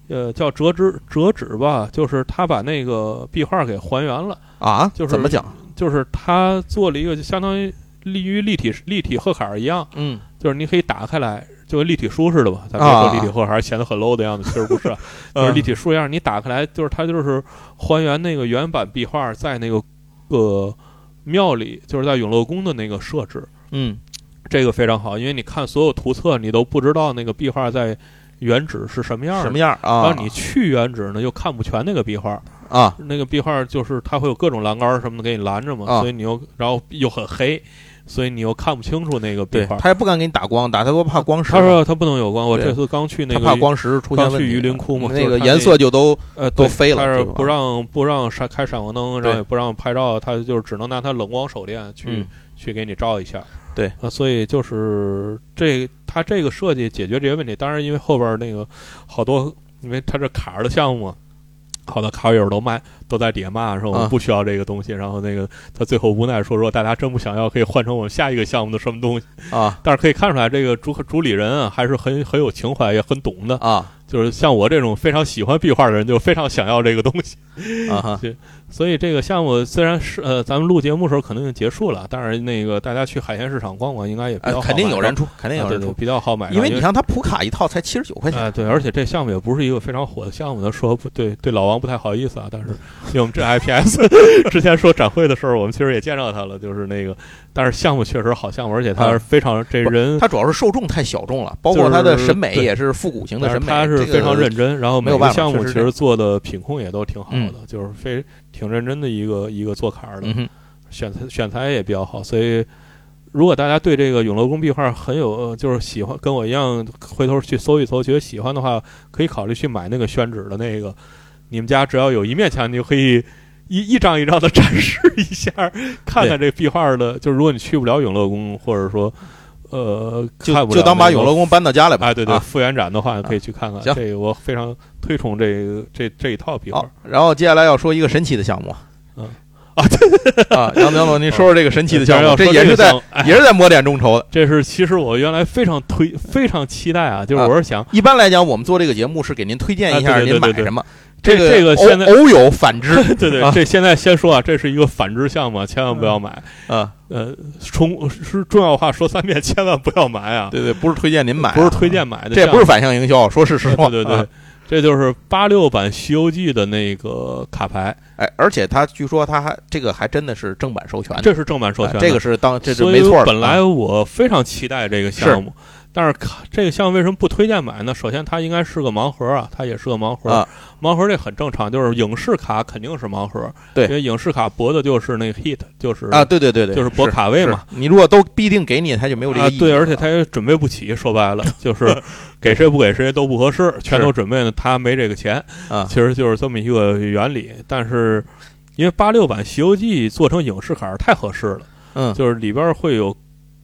Speaker 2: 呃，叫折纸折纸吧，就是它把那个壁画给还原了，
Speaker 1: 啊，
Speaker 2: 就是
Speaker 1: 怎么讲？
Speaker 2: 就是它做了一个就相当于立于立体立体贺坎儿一样，
Speaker 1: 嗯，
Speaker 2: 就是你可以打开来，就跟立体书似的吧。咱别说
Speaker 1: 啊
Speaker 2: 立体贺还是显得很 low 的样子，其实不是啊，就是
Speaker 1: 嗯
Speaker 2: 立体书样。你打开来，就是它就是还原那个原版壁画在那个呃庙里，就是在永乐宫的那个设置。
Speaker 1: 嗯
Speaker 2: 这个非常好，因为你看所有图册，你都不知道那个壁画在原址是什么样
Speaker 1: 什
Speaker 2: 的
Speaker 1: 么。样
Speaker 2: 然
Speaker 1: 啊？
Speaker 2: 后你去原址呢，又看不全那个壁画，
Speaker 1: 啊，
Speaker 2: 那个壁画就是它会有各种栏杆什么的给你拦着嘛，
Speaker 1: 啊
Speaker 2: 所以你又然后又很黑，所以你又看不清楚那个壁
Speaker 1: 对
Speaker 2: 画。
Speaker 1: 他也不敢给你打光，打他多怕光石嘛，
Speaker 2: 他说他不能有光，我
Speaker 1: 对
Speaker 2: 这次刚去那
Speaker 1: 他
Speaker 2: 个
Speaker 1: 怕光石出现
Speaker 2: 刚
Speaker 1: 问题。
Speaker 2: 去榆林窟嘛
Speaker 1: 那
Speaker 2: 就是
Speaker 1: 个
Speaker 2: 他
Speaker 1: 颜
Speaker 2: 那
Speaker 1: 色就都
Speaker 2: 呃
Speaker 1: 都
Speaker 2: 对
Speaker 1: 飞了
Speaker 2: 他
Speaker 1: 这
Speaker 2: 是
Speaker 1: 个
Speaker 2: 不让不让闪开闪光灯，然
Speaker 1: 对
Speaker 2: 后也不让拍照，他就是只能拿他冷光手电去、
Speaker 1: 嗯
Speaker 2: 去给你照一下。
Speaker 1: 对
Speaker 2: 啊、所以就是这他这个设计解决这些问题，当然因为后边那个好多，因为他这卡儿的项目嘛。好多卡友都骂，都在底下骂说我
Speaker 1: 啊
Speaker 2: 们不需要这个东西，然后那个他最后无奈说，如果大家真不想要，可以换成我们下一个项目的什么东西。
Speaker 1: 啊
Speaker 2: 但是可以看出来，这个主主理人啊，还是很很有情怀，也很懂的。
Speaker 1: 啊
Speaker 2: 就是像我这种非常喜欢壁画的人，就非常想要这个东西。
Speaker 1: 啊哈
Speaker 2: 所以这个项目虽然是呃，咱们录节目的时候可能已经结束了，但是那个大家去海鲜市场逛逛，应该也比较好
Speaker 1: 呃
Speaker 2: 买、
Speaker 1: 肯定有人出，肯
Speaker 2: 啊，
Speaker 1: 定有人
Speaker 2: 对对
Speaker 1: 出，
Speaker 2: 比较好买，
Speaker 1: 因为你。像他普卡一套才七十九块钱
Speaker 2: 啊、对，而且这项目也不是一个非常火的项目，他说不对，对老王不太好意思啊。但是，因为我们这 IPS 之前说展会的时候，我们其实也见到他了，就是那个，但是项目确实好项目，而且他是非常、这
Speaker 1: 啊不
Speaker 2: 人，
Speaker 1: 它主要是受众太小众了，包
Speaker 2: 呃就
Speaker 1: 括它的
Speaker 2: 是
Speaker 1: 审美
Speaker 2: 对
Speaker 1: 也是复古型的
Speaker 2: 但是
Speaker 1: 审美，
Speaker 2: 他
Speaker 1: 这
Speaker 2: 是
Speaker 1: 个
Speaker 2: 非常认真，然后
Speaker 1: 没
Speaker 2: 每
Speaker 1: 有办
Speaker 2: 个
Speaker 1: 法
Speaker 2: 项目
Speaker 1: 确实
Speaker 2: 其
Speaker 1: 是
Speaker 2: 实做的品控也都挺好的，就是非挺认真的一个一个做坎儿的，
Speaker 1: 嗯哼
Speaker 2: 选材选材也比较好，所以。如果大家对这个永乐宫壁画很有，呃就是喜欢，跟我一样，回头去搜一搜，觉得喜欢的话，可以考虑去买那个宣纸的那个。你们家只要有一面墙，你就可以一一张一张的展示一下，看看这壁画的。就是如果你去不了永乐宫，或者说，呃，看
Speaker 1: 就
Speaker 2: 不
Speaker 1: 就
Speaker 2: 了
Speaker 1: 当把
Speaker 2: 那个
Speaker 1: 永乐宫搬到家来吧。
Speaker 2: 哎，对对，
Speaker 1: 啊
Speaker 2: 复原展的话可以去看看。
Speaker 1: 行
Speaker 2: 这个我非常推崇这个这这一套壁画
Speaker 1: 好，然后接下来要说一个神奇的项目。
Speaker 2: 嗯
Speaker 1: 啊，啊，杨德龙，您说说这个神奇的项
Speaker 2: 当然
Speaker 1: 目，这
Speaker 2: 要说
Speaker 1: 也
Speaker 2: 个
Speaker 1: 是在
Speaker 2: 项目哎
Speaker 1: 也是在抹点众筹的。
Speaker 2: 这是其实我原来非常推非常期待啊，就是
Speaker 1: 啊
Speaker 2: 我是想
Speaker 1: 一般来讲，我们做这个节目是给您推荐一
Speaker 2: 啊
Speaker 1: 下
Speaker 2: 对对
Speaker 1: 您买
Speaker 2: 对对
Speaker 1: 什么。
Speaker 2: 这
Speaker 1: 个
Speaker 2: 这个
Speaker 1: 偶
Speaker 2: 现在
Speaker 1: 偶有反之
Speaker 2: 对对
Speaker 1: 啊
Speaker 2: 这现在先说啊，这是一个反制项目，千万不要买。
Speaker 1: 啊，
Speaker 2: 呃，重是重要话说三遍，千万不要买啊，
Speaker 1: 对对，不是推荐您买啊，
Speaker 2: 不是推荐买的项目，
Speaker 1: 这也不是反向营销，说是实话。
Speaker 2: 哎对对对
Speaker 1: 啊，，
Speaker 2: 这就是八六版《西游记》的那个卡牌，
Speaker 1: 哎，而且他据说他还这个还真的是正版授权的，
Speaker 2: 这是正版授
Speaker 1: 哎
Speaker 2: 权的，
Speaker 1: 这个是当这是
Speaker 2: 所以
Speaker 1: 没错的。
Speaker 2: 本来
Speaker 1: 啊
Speaker 2: 我非常期待这个项目，但是看这个项目为什么不推荐买呢？首先，它应该是个盲盒啊，它也是个盲盒。
Speaker 1: 啊
Speaker 2: 盲盒这很正常，就是影视卡肯定是盲盒，
Speaker 1: 对
Speaker 2: 因为影视卡博的就是那个 hit，就是
Speaker 1: 啊，对对对对，
Speaker 2: 就是博卡位嘛。
Speaker 1: 是。你如果都必定给你，他就没有这
Speaker 2: 啊
Speaker 1: 个意，义。
Speaker 2: 对，而且他也准备不起，说白了 就是给谁不给谁都不合适，全都准备呢，他没这个钱
Speaker 1: 啊
Speaker 2: 其实就是这么一个原理。但是因为八六版《西游记》做成影视卡太合适了。
Speaker 1: 嗯，
Speaker 2: 就是里边儿会有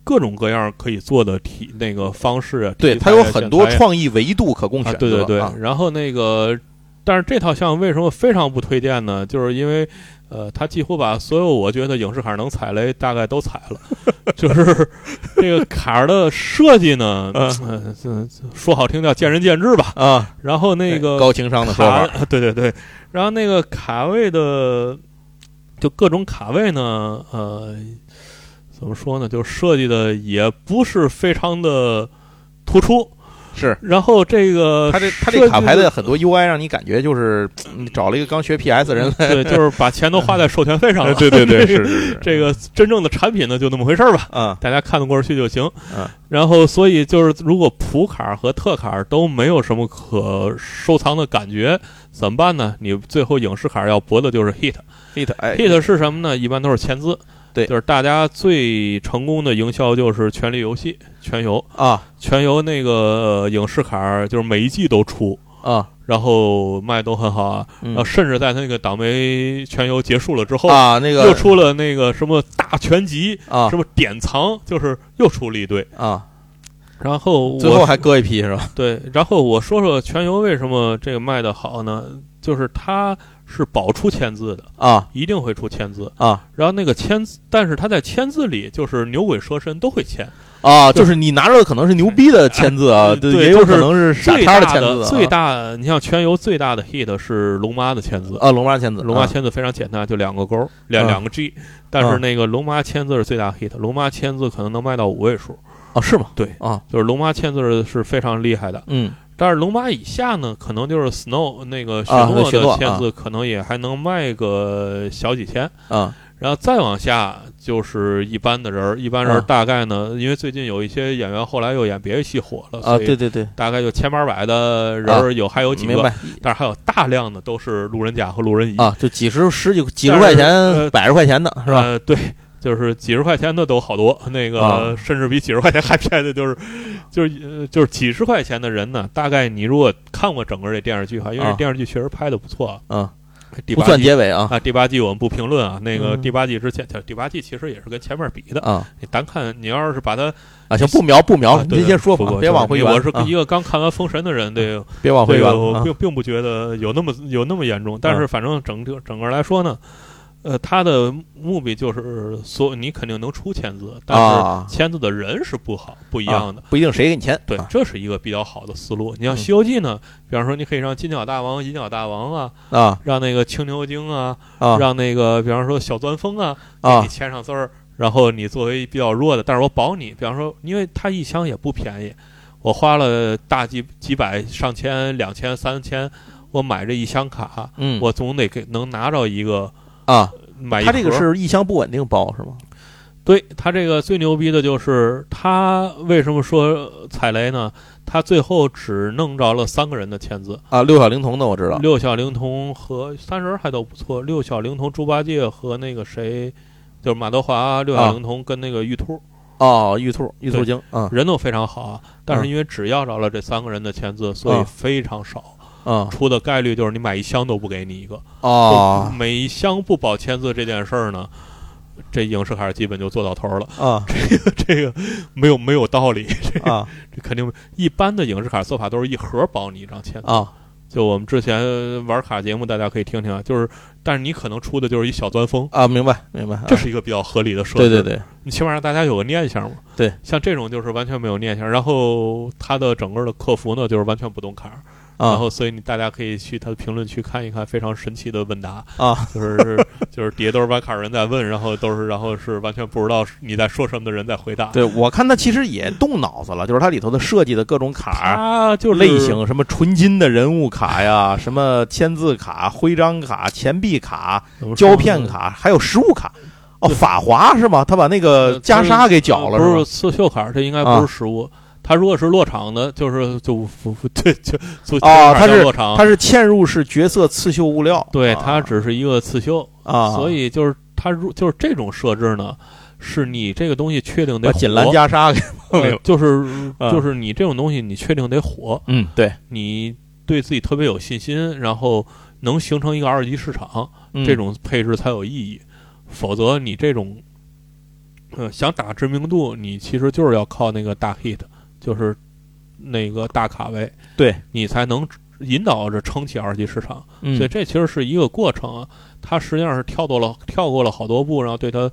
Speaker 2: 各种各样可以做的题那个方式啊，
Speaker 1: 对，
Speaker 2: 题
Speaker 1: 它
Speaker 2: 材
Speaker 1: 有
Speaker 2: 啊
Speaker 1: 很多
Speaker 2: 选材啊
Speaker 1: 创意维度可供选
Speaker 2: 啊，
Speaker 1: 择。
Speaker 2: 对对对。
Speaker 1: 啊
Speaker 2: 然后那个，但是这套项目为什么非常不推荐呢？就是因为呃，它几乎把所有我觉得影视卡能踩雷大概都踩 了，就是这个卡儿的设计呢，
Speaker 1: 嗯
Speaker 2: 呃，这这说好听叫见仁见智吧。
Speaker 1: 啊，
Speaker 2: 然后那个
Speaker 1: 高情商的说
Speaker 2: 卡
Speaker 1: 法，，
Speaker 2: 对对对，然后那个卡位的，就各种卡位呢，呃，怎么说呢，就设计的也不是非常的突出。
Speaker 1: 是
Speaker 2: 然后这个
Speaker 1: 他这他
Speaker 2: 呃设
Speaker 1: 这
Speaker 2: 计
Speaker 1: 卡牌的很多 UI 让你感觉就是嗯找了一个刚学 PS 的人来。
Speaker 2: 对，就是把钱都花在授权 费上了。 这个
Speaker 1: 是
Speaker 2: 啊这个真正的产品呢，就那么回事儿吧。
Speaker 1: 啊
Speaker 2: 大家看得过去就行。
Speaker 1: 嗯
Speaker 2: 然后所以就是，如果普卡和特卡都没有什么可收藏的感觉，怎么办呢？你最后影视卡要博的就是 hit。
Speaker 1: ，hit 哎
Speaker 2: hit 是什么呢？一般都是签字。
Speaker 1: 对
Speaker 2: 就是大家最成功的营销就是《权力游戏》全游，
Speaker 1: 啊
Speaker 2: 全游那个呃影视卡儿就是每一季都出，
Speaker 1: 啊
Speaker 2: 然后卖都很好啊。
Speaker 1: 嗯
Speaker 2: 然后甚至在那个党媒全游结束了之后，
Speaker 1: 啊那
Speaker 2: 又
Speaker 1: 个
Speaker 2: 出了那个什么大全集，
Speaker 1: 啊
Speaker 2: 什么典藏，就是又出了一堆。
Speaker 1: 啊，
Speaker 2: 然后我
Speaker 1: 最后还割一批是吧？
Speaker 2: 对，然后我说说全游为什么这个卖的好呢？就是它是保出签字的，
Speaker 1: 啊
Speaker 2: 一定会出签字。
Speaker 1: 啊
Speaker 2: 然后那个签字，但是他在签字里就是牛鬼蛇神都会签，
Speaker 1: 啊，就是你拿着的可能是牛逼的签字啊，
Speaker 2: 哎对
Speaker 1: 也有
Speaker 2: 就是
Speaker 1: 可能是傻
Speaker 2: 最
Speaker 1: 叉
Speaker 2: 大
Speaker 1: 签字啊，
Speaker 2: 最大，你像全游最大的 hit 是龙妈的签字，
Speaker 1: 啊龙妈签字，
Speaker 2: 龙妈签字非常简单，就两个勾儿，两
Speaker 1: 啊
Speaker 2: 两个 G，但
Speaker 1: 啊
Speaker 2: 是那个龙妈签字是最大 hit，龙妈签字可能能卖到五位数，
Speaker 1: 啊是吗？
Speaker 2: 对
Speaker 1: 啊
Speaker 2: 就是龙妈签字是非常厉害的。
Speaker 1: 嗯
Speaker 2: 但是龙妈以下呢，可能就是 Snow 那个雪
Speaker 1: 啊
Speaker 2: 诺
Speaker 1: 雪诺
Speaker 2: 的签字，可能也还能卖个小几千。
Speaker 1: 啊
Speaker 2: 然后再往下就是一般的人儿，一般人儿
Speaker 1: 啊
Speaker 2: 大概呢，因为最近有一些演员后来又演别的戏火了，
Speaker 1: 啊，
Speaker 2: 所以
Speaker 1: 对对对，
Speaker 2: 大概就千八百的人儿有、还有几
Speaker 1: 明
Speaker 2: 个，
Speaker 1: 白
Speaker 2: 但是还有大量的都是路人甲和路人乙，
Speaker 1: 啊，就几十十几几十
Speaker 2: 但是
Speaker 1: 块
Speaker 2: 呃
Speaker 1: 钱、百十块钱的是吧？
Speaker 2: 呃，对，就是几十块钱的都好多，那个、
Speaker 1: 啊
Speaker 2: 甚至比几十块钱还便宜的，就是就是、呃就是几十块钱的人呢，大概你如果看过整个这电视剧哈，因为
Speaker 1: 啊
Speaker 2: 这电视剧确实拍的不错啊，
Speaker 1: 啊，
Speaker 2: 第
Speaker 1: 不
Speaker 2: 八
Speaker 1: 算
Speaker 2: 季
Speaker 1: 结尾啊
Speaker 2: 啊，第八季我们不评论啊，那个
Speaker 1: 嗯
Speaker 2: 第八季之前，第八季其实也是跟前面比的，
Speaker 1: 啊
Speaker 2: 你单看你要是把它
Speaker 1: 啊，行，不描不描，
Speaker 2: 啊
Speaker 1: 你
Speaker 2: 对
Speaker 1: 直接说
Speaker 2: 不
Speaker 1: 吧
Speaker 2: 不，
Speaker 1: 别
Speaker 2: 就是
Speaker 1: 往回
Speaker 2: 你
Speaker 1: 圆，
Speaker 2: 我是
Speaker 1: 啊
Speaker 2: 一个刚看完《封神》的人，对，
Speaker 1: 别往回
Speaker 2: 这
Speaker 1: 圆
Speaker 2: 个我
Speaker 1: 啊嗯
Speaker 2: 并并不觉得有那么有那么严重，但是反正整个整个来说呢，呃，他的目的就是所你肯定能出签字，但
Speaker 1: 啊
Speaker 2: 是签字的人是不好不一样的。
Speaker 1: 不一定谁给你钱，
Speaker 2: 对
Speaker 1: 啊，
Speaker 2: 这是一个比较好的思路。你像
Speaker 1: 嗯
Speaker 2: 《西游记》呢，比方说你可以让金角大王、银角大王啊，
Speaker 1: 啊
Speaker 2: 让那个青牛精啊，
Speaker 1: 啊
Speaker 2: 让那个比方说小钻风啊，给
Speaker 1: 啊
Speaker 2: 你签上字儿，然后你作为比较弱的，但是我保你，比方说，因为它一箱也不便宜，我花了大几几百、上千、两千、三千，我买这一箱卡，
Speaker 1: 嗯
Speaker 2: 我总得给能拿着一个
Speaker 1: 啊，
Speaker 2: 买一盒。
Speaker 1: 他这个是一箱不稳定包是吗？
Speaker 2: 对它这个最牛逼的就是它为什么说踩雷呢？它最后只弄着了三个人的签字，
Speaker 1: 啊，六小龄童的我知道
Speaker 2: 六小龄童和三人还都不错，六小龄童猪八戒和那个谁，就是马德华、六
Speaker 1: 啊
Speaker 2: 小龄童跟那个玉兔。
Speaker 1: 哦，玉兔玉兔精啊
Speaker 2: 人都非常好啊，但是
Speaker 1: 嗯
Speaker 2: 因为只要着了这三个人的签字，所以
Speaker 1: 嗯
Speaker 2: 非常少，
Speaker 1: 啊
Speaker 2: 出的概率就是你买一箱都不给你一个。
Speaker 1: 哦
Speaker 2: 就每一箱不保签字这件事儿呢，这影视卡基本就做到头了。
Speaker 1: 啊
Speaker 2: 这个没有没有道理，
Speaker 1: 啊
Speaker 2: 这肯定一般的影视卡做法都是一盒保你一张签 字。
Speaker 1: 啊
Speaker 2: 就我们之前玩卡节目，大家可以听听啊，就是但是你可能出的就是一小钻风。
Speaker 1: 啊，明白明白，啊
Speaker 2: 这是一个比较合理的设
Speaker 1: 对
Speaker 2: 置，
Speaker 1: 对，啊对，
Speaker 2: 你起码让大家有个念想嘛。
Speaker 1: 对，
Speaker 2: 像这种就是完全没有念想，然后它的整个的客服呢，就是完全不动坎儿，然
Speaker 1: 啊
Speaker 2: 后所以你大家可以去他的评论区看一看，非常神奇的问答，
Speaker 1: 啊
Speaker 2: 就是 就是底下都是玩卡人在问，然后都是然后是完全不知道你在说什么的人在回答。
Speaker 1: 对，我看他其实也动脑子了，就是它里头的设计的各种卡。
Speaker 2: 啊，就是
Speaker 1: 类，型什么纯金的人物卡呀，什么签字卡、徽章卡、钱币卡、
Speaker 2: 怎么说
Speaker 1: 胶
Speaker 2: 呢
Speaker 1: 片卡，还有实物卡。哦，
Speaker 2: 对
Speaker 1: 法华是吗？他把那个
Speaker 2: 呃
Speaker 1: 袈裟给绞了
Speaker 2: 不是
Speaker 1: 是
Speaker 2: 刺绣卡，这应该
Speaker 1: 啊
Speaker 2: 不是实物。它如果是落场的，就是就对就就
Speaker 1: 哦它是
Speaker 2: 落场
Speaker 1: 吧？，他是嵌入式角色刺绣物料，
Speaker 2: 对
Speaker 1: 啊
Speaker 2: 它只是一个刺绣。
Speaker 1: 啊，
Speaker 2: 所以就是它如就是这种设置呢，是你这个东西确定得
Speaker 1: 把
Speaker 2: 火
Speaker 1: 锦兰袈裟给
Speaker 2: 对就是
Speaker 1: 啊
Speaker 2: 就是你这种东西你确定得火，
Speaker 1: 嗯，对，
Speaker 2: 你对自己特别有信心，然后能形成一个二级市场，
Speaker 1: 嗯
Speaker 2: 这种配置才有意义，否则你这种。呃，想打知名度，你其实就是要靠那个大 hit，就是那个大卡位，
Speaker 1: 对
Speaker 2: 你才能引导着撑起二级市场。
Speaker 1: 嗯
Speaker 2: 所以这其实是一个过程啊。他实际上是跳过了跳过了好多步，然后对他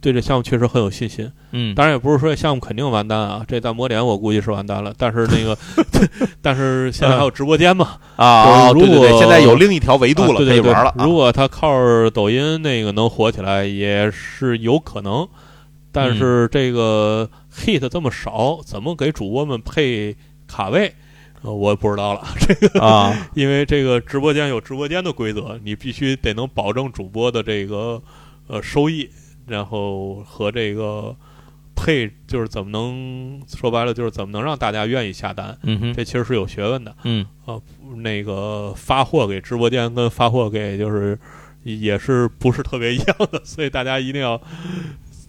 Speaker 2: 对这项目确实很有信心。
Speaker 1: 嗯
Speaker 2: 当然也不是说项目肯定完蛋啊，这在魔点我估计是完蛋了。但是 那个，但是现在还有直播间嘛，
Speaker 1: 啊，
Speaker 2: 就
Speaker 1: 对
Speaker 2: 是
Speaker 1: 对
Speaker 2: 如
Speaker 1: 对，
Speaker 2: 果
Speaker 1: 现在有另 一条维
Speaker 2: 一
Speaker 1: 度了，
Speaker 2: 对
Speaker 1: 可
Speaker 2: 对
Speaker 1: 以
Speaker 2: 对
Speaker 1: 玩了啊
Speaker 2: 如果他靠着抖音那个能火起来，也是有可能。但是
Speaker 1: 嗯
Speaker 2: 这个 hit 这么少，怎么给主播们配卡位，呃我也不知道了。
Speaker 1: 啊
Speaker 2: 因为这个直播间有直播间的规则，你必须得能保证主播的这个呃收益，然后和这个配就是怎么能说白了就是怎么能让大家愿意下单，
Speaker 1: 嗯哼
Speaker 2: 这其实是有学问的。
Speaker 1: 嗯
Speaker 2: 那个发货给直播间跟发货给就是嗯也是不是特别一样的，所以大家一定要。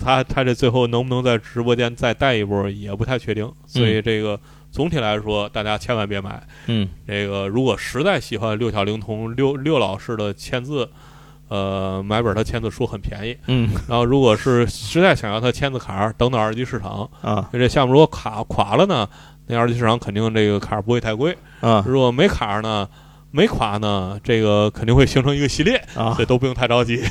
Speaker 2: 他他这最后能不能在直播间再带一波也不太确定，所以这个总体来说，大家千万别买。
Speaker 1: 嗯
Speaker 2: 这个如果实在喜欢六小龄童六六老师的签字，呃，买本他签字书很便宜。
Speaker 1: 嗯
Speaker 2: 然后如果是实在想要他签字卡儿，等等二级市场，
Speaker 1: 啊
Speaker 2: 这项目如果卡垮了呢，那二级市场肯定这个卡儿不会太贵。
Speaker 1: 啊
Speaker 2: 如果没卡儿呢，没垮呢，这个肯定会形成一个系列，
Speaker 1: 啊
Speaker 2: 所以，都不用太着急。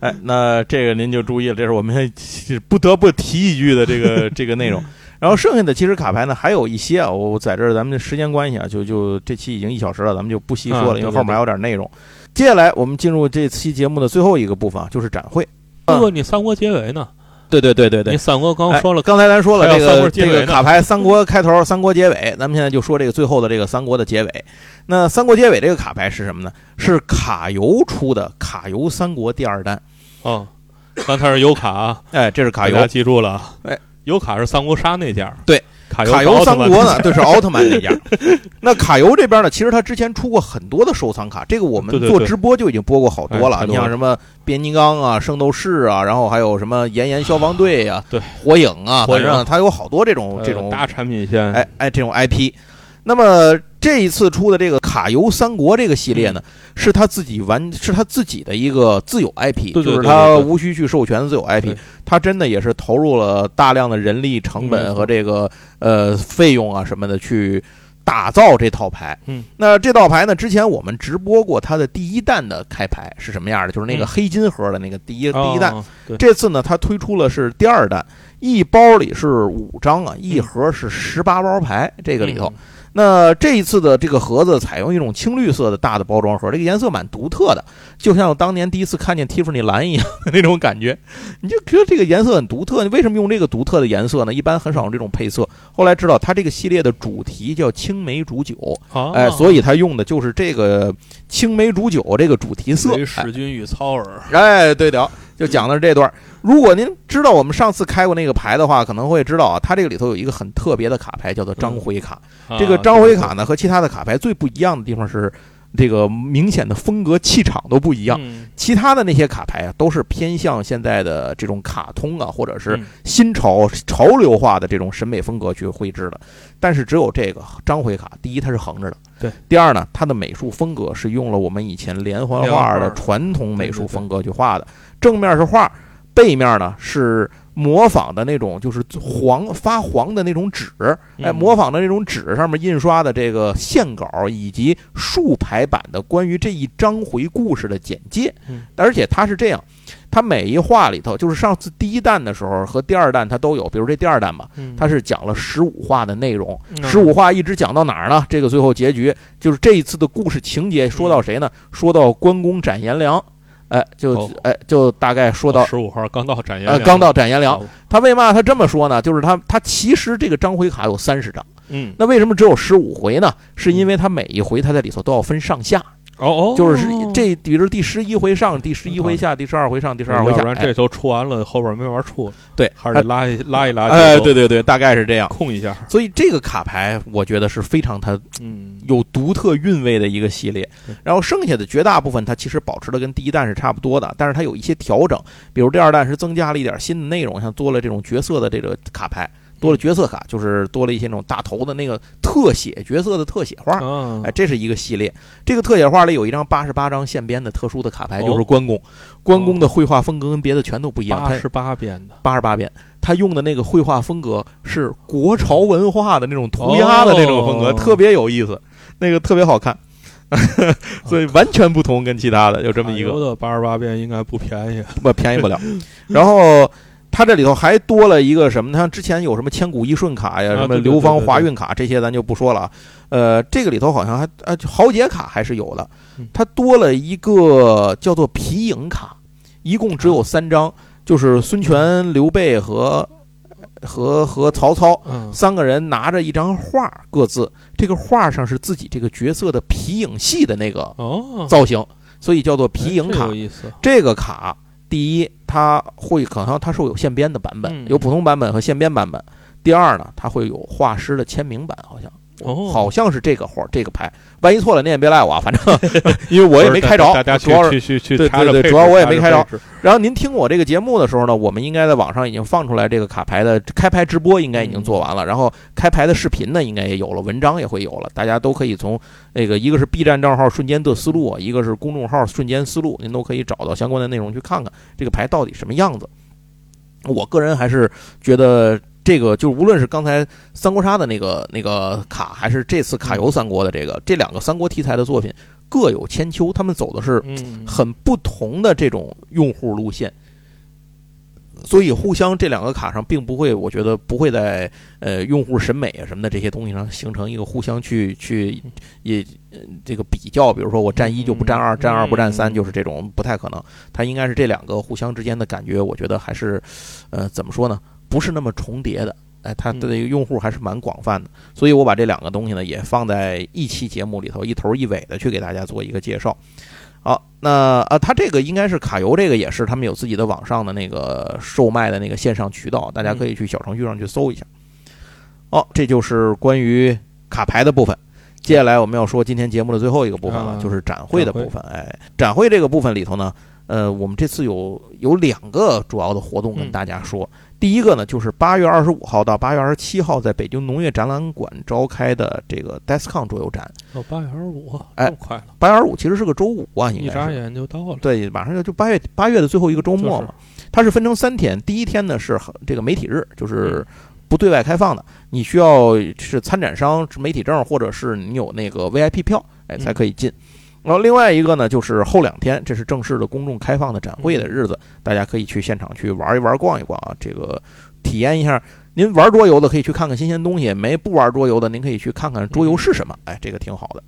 Speaker 1: 哎，那这个您就注意了，这是我们 不得不提一句的这个这个内 容。然后剩下的其实卡牌呢还有一些啊，我我在这儿咱们时间关系啊，就就这期已经一小时了，咱们就不细说
Speaker 2: 嗯
Speaker 1: 了，因为
Speaker 2: 对对
Speaker 1: 后面还有点内容。接下来我们进入这期节目的最后一个部分啊，就是展会。
Speaker 2: 如果你三国结尾呢？
Speaker 1: 对对对对
Speaker 2: 你三国刚说了，
Speaker 1: 哎刚才咱说了
Speaker 2: 还有
Speaker 1: 这
Speaker 2: 三
Speaker 1: 个
Speaker 2: 国结
Speaker 1: 这
Speaker 2: 尾
Speaker 1: 个
Speaker 2: 呢
Speaker 1: 卡牌，三国开头，三国结尾，咱们现在就说这个最后的这个三国的结尾。那三国结尾这个卡牌是什么呢？是卡游出的卡游三国第二单。
Speaker 2: 啊，刚才是尤卡啊，
Speaker 1: 哎，这是卡
Speaker 2: 大家
Speaker 1: 尤，
Speaker 2: 记住了啊。
Speaker 1: 哎，
Speaker 2: 尤卡是三国杀那家，
Speaker 1: 对，
Speaker 2: 卡
Speaker 1: 卡
Speaker 2: 尤
Speaker 1: 尤
Speaker 2: 是
Speaker 1: 三
Speaker 2: 奥特曼
Speaker 1: 国呢，对，是奥特曼那家。那卡尤这边呢，其实他之前出过很多的收藏卡，这个我们
Speaker 2: 对对
Speaker 1: 做
Speaker 2: 对
Speaker 1: 直播就已经播过好多
Speaker 2: 哎
Speaker 1: 了。
Speaker 2: 太多
Speaker 1: 你
Speaker 2: 了
Speaker 1: 像什么变形金刚啊、圣斗士啊，然后还有什么炎炎消防队啊、
Speaker 2: 对
Speaker 1: 火影啊，
Speaker 2: 火
Speaker 1: 反
Speaker 2: 影
Speaker 1: 正他有好多这种
Speaker 2: 呃
Speaker 1: 这种
Speaker 2: 大产品线，
Speaker 1: 哎哎这种 IP。那么这一次出的这个卡游三国这个系列呢，
Speaker 2: 嗯
Speaker 1: 是他自己完是他自己的一个自有 IP，
Speaker 2: 对对
Speaker 1: 就是
Speaker 2: 对
Speaker 1: 他
Speaker 2: 对对
Speaker 1: 无需去授权的自有 IP
Speaker 2: 对。
Speaker 1: 他真的也是投入了大量的人力成
Speaker 2: 嗯没
Speaker 1: 本
Speaker 2: 错
Speaker 1: 和这个呃费用啊什么的去。打造这套牌，
Speaker 2: 嗯，
Speaker 1: 那这套牌呢？之前我们直播过它的第一弹的开牌是什么样的，就是那个
Speaker 2: 嗯
Speaker 1: 黑金盒的那个第一、
Speaker 2: 哦
Speaker 1: 第一弹，
Speaker 2: 对，
Speaker 1: 这次呢，它推出了是第二弹，一包里是五张啊，一盒是十八包牌，这
Speaker 2: 这
Speaker 1: 个里头。那这一次的这个盒子采用一种青绿色的大的包装盒，这个颜色蛮独特的，就像我当年第一次看见蒂芙尼蓝一样的那种感觉。你就觉得这个颜色很独特，你为什么用这个独特的颜色呢？一般很少用这种配色。后来知道它这个系列的主题叫青梅煮酒，
Speaker 2: 啊，
Speaker 1: 哎，所以它用的就是这个青梅煮酒这个主题色。
Speaker 2: 为
Speaker 1: 哎
Speaker 2: 史君与操耳，
Speaker 1: 哎，对的，就讲的是这段儿。如果您知道我们上次开过那个牌的话，可能会知道啊，它这个里头有一个很特别的卡牌，叫做张辉卡。
Speaker 2: 啊
Speaker 1: 这个张辉卡呢，和其他的卡牌最不一样的地方是，这个明显的风格、气场都不一样。
Speaker 2: 嗯
Speaker 1: 其他的那些卡牌啊，都是偏向现在的这种卡通啊，或者是
Speaker 2: 嗯
Speaker 1: 新潮潮流化的这种审美风格去绘制的。但是只有这个张辉卡，第一它是横着的，
Speaker 2: 对；
Speaker 1: 第二呢，它的美术风格是用了我们以前连环
Speaker 2: 连环
Speaker 1: 画
Speaker 2: 画
Speaker 1: 的
Speaker 2: 儿
Speaker 1: 传统美
Speaker 2: 对对
Speaker 1: 术
Speaker 2: 对
Speaker 1: 风格去画的，正面是画，背面呢是。模仿的那种就是黄发黄的那种纸，哎，
Speaker 2: 嗯
Speaker 1: 模仿的那种纸上面印刷的这个线稿，以及竖排版的关于这一章回故事的简介
Speaker 2: 嗯。
Speaker 1: 而且它是这样，它每一话里头，就是上次第一弹的时候和第二弹它都有，比如这第二弹吧，
Speaker 2: 嗯
Speaker 1: 它是讲了十五话的内容，
Speaker 2: 嗯
Speaker 1: 十五话一直讲到哪儿呢？这个最后结局就是这一次的故事情节说到谁呢？说到关公斩颜良，哎，就
Speaker 2: 嗯哦
Speaker 1: 哎就大概说到
Speaker 2: 十五号刚到展颜哦
Speaker 1: 呃
Speaker 2: 良，
Speaker 1: 刚到斩颜良，
Speaker 2: 好，
Speaker 1: 他为嘛他这么说呢？就是他他其实这个章回卡有三十张。
Speaker 2: 嗯，
Speaker 1: 那为什么只有十五回呢？是因为它每一回它在里头都要分上下，
Speaker 2: 哦哦，
Speaker 1: 就是这，比如第十一回上，第十一回下，第十二回上，第十二回
Speaker 2: 嗯要
Speaker 1: 下
Speaker 2: 不然，这都出完了，后边没法出了，
Speaker 1: 哎对，
Speaker 2: 还是得拉一拉一拉，
Speaker 1: 哎，
Speaker 2: 就
Speaker 1: 对对对，大概是这样。
Speaker 2: 控一下，
Speaker 1: 所以这个卡牌，我觉得是非常它
Speaker 2: 嗯，
Speaker 1: 有独特韵味的一个系列
Speaker 2: 对。
Speaker 1: 然后剩下的绝大部分，它其实保持的跟第一弹是差不多的，但是它有一些调整，比如第二弹是增加了一点新的内容，像多了这种角色的这个卡牌，多
Speaker 2: 嗯
Speaker 1: 了角色卡，就是多了一些那种大头的那个特写角色的特写画。
Speaker 2: 啊
Speaker 1: 哎，，这是一个系列。这个特写画里有一张八十八张线编的特殊的卡牌，
Speaker 2: 哦
Speaker 1: 就是关公。关公的绘画风格跟别的全都不一样，
Speaker 2: 八
Speaker 1: 他
Speaker 2: 十八遍的
Speaker 1: 八十八遍，他用的那个绘画风格是国潮文化的那种涂鸦的那种风格，
Speaker 2: 哦
Speaker 1: 特别有意思，那个特别好看。 所以完全不同，跟其他的有这么一个
Speaker 2: 卡。尤的八十八遍应该不便宜，啊
Speaker 1: 不便宜不了。然后它这里头还多了一个什么呢？像之前有什么千古一瞬卡呀，
Speaker 2: 啊
Speaker 1: 什么
Speaker 2: 对对对
Speaker 1: 流芳
Speaker 2: 对对
Speaker 1: 华韵卡这些，咱就不说了啊。呃，这个里头好像还呃豪杰卡还是有的
Speaker 2: 嗯，
Speaker 1: 它多了一个叫做皮影卡，一共只有三张，就是孙权、刘备和和和曹操。
Speaker 2: 嗯，
Speaker 1: 三个人拿着一张画，各自这个画上是自己这个角色的皮影戏的那个
Speaker 2: 哦，
Speaker 1: 造型，所以叫做皮影
Speaker 2: 哎这
Speaker 1: 卡
Speaker 2: 有。意思，
Speaker 1: 这个卡，第一，它会可能它是有现编的版本，
Speaker 2: 嗯
Speaker 1: 有普通版本和现编版本。第二呢，它会有画师的签名版，好像
Speaker 2: 哦，
Speaker 1: 好像是这个画这个牌，万一错了您也别赖我啊，反 正因为我
Speaker 2: 不是，
Speaker 1: 也没
Speaker 2: 大
Speaker 1: 开着
Speaker 2: 大家，
Speaker 1: 主要是。
Speaker 2: 去去去
Speaker 1: 对
Speaker 2: 去查
Speaker 1: 对
Speaker 2: 查
Speaker 1: 对
Speaker 2: 配
Speaker 1: 主要
Speaker 2: 置
Speaker 1: 我也
Speaker 2: 查
Speaker 1: 没
Speaker 2: 查
Speaker 1: 开着
Speaker 2: 配置
Speaker 1: 然后您听我这个节目的时候呢，我们应该在网上已经放出来这个卡牌的开牌直播，应该已经做完了。然后开牌的视频呢，应该也有了，文章也会有了，大家都可以从那个一个是 B 站账号“瞬间的思路”，一个是公众号“瞬间思路”，您都可以找到相关的内容去看看这个牌到底什么样子。我个人还是觉得。这个就是无论是刚才三国杀的那个那个卡，还是这次卡游三国的这个，这两个三国题材的作品各有千秋，他们走的是
Speaker 2: 嗯，
Speaker 1: 很不同的这种用户路线，所以互相这两个卡上并不会，我觉得不会在呃用户审美啊什么的这些东西上形成一个互相去去也呃这个比较，比如说我占一就不占二，
Speaker 2: 嗯
Speaker 1: 占二不占三，
Speaker 2: 嗯
Speaker 1: 就是这种不太可能。它应该是这两个互相之间的感觉，我觉得还是呃怎么说呢，不是那么重叠的。哎，它
Speaker 2: 嗯
Speaker 1: 的这个用户还是蛮广泛的，所以我把这两个东西呢也放在一期节目里头，一头一尾的去给大家做一个介绍。好，那啊，它这个应该是卡游，这个也是他们有自己的网上的那个售卖的那个线上渠道，大家可以去小程序上去搜一下。哦，这就是关于卡牌的部分。接下来我们要说今天节目的最后一个部分了，
Speaker 2: 啊
Speaker 1: 就是展会的
Speaker 2: 展会
Speaker 1: 部分。哎，展会这个部分里头呢，呃，我们这次有有两个主要的活动跟
Speaker 2: 嗯
Speaker 1: 大家说。第一个呢，就是八月二十五号到八月二十七号在北京农业展览馆召开的这个 DESCON 桌游展。
Speaker 2: 哦，八月二十五，
Speaker 1: 哎
Speaker 2: 这么快了，
Speaker 1: 八月二十五其实是个周五啊，应
Speaker 2: 一
Speaker 1: 该
Speaker 2: 眨
Speaker 1: 是
Speaker 2: 眼就到了。
Speaker 1: 对，马上就就八月八月的最后一个周末嘛。它是分成三天，第一天呢是这个媒体日，就是不对外开放的，你需要是参展商、是媒体证，或者是你有那个 VIP 票，哎，
Speaker 2: 嗯
Speaker 1: 才可以进。然后另外一个呢，就是后两天，这是正式的公众开放的展会的日子，大家可以去现场去玩一玩、逛一逛啊，这个体验一下。您玩桌游的可以去看看新鲜东西，没不玩桌游的，您可以去看看桌游是什么，哎，这个挺好的。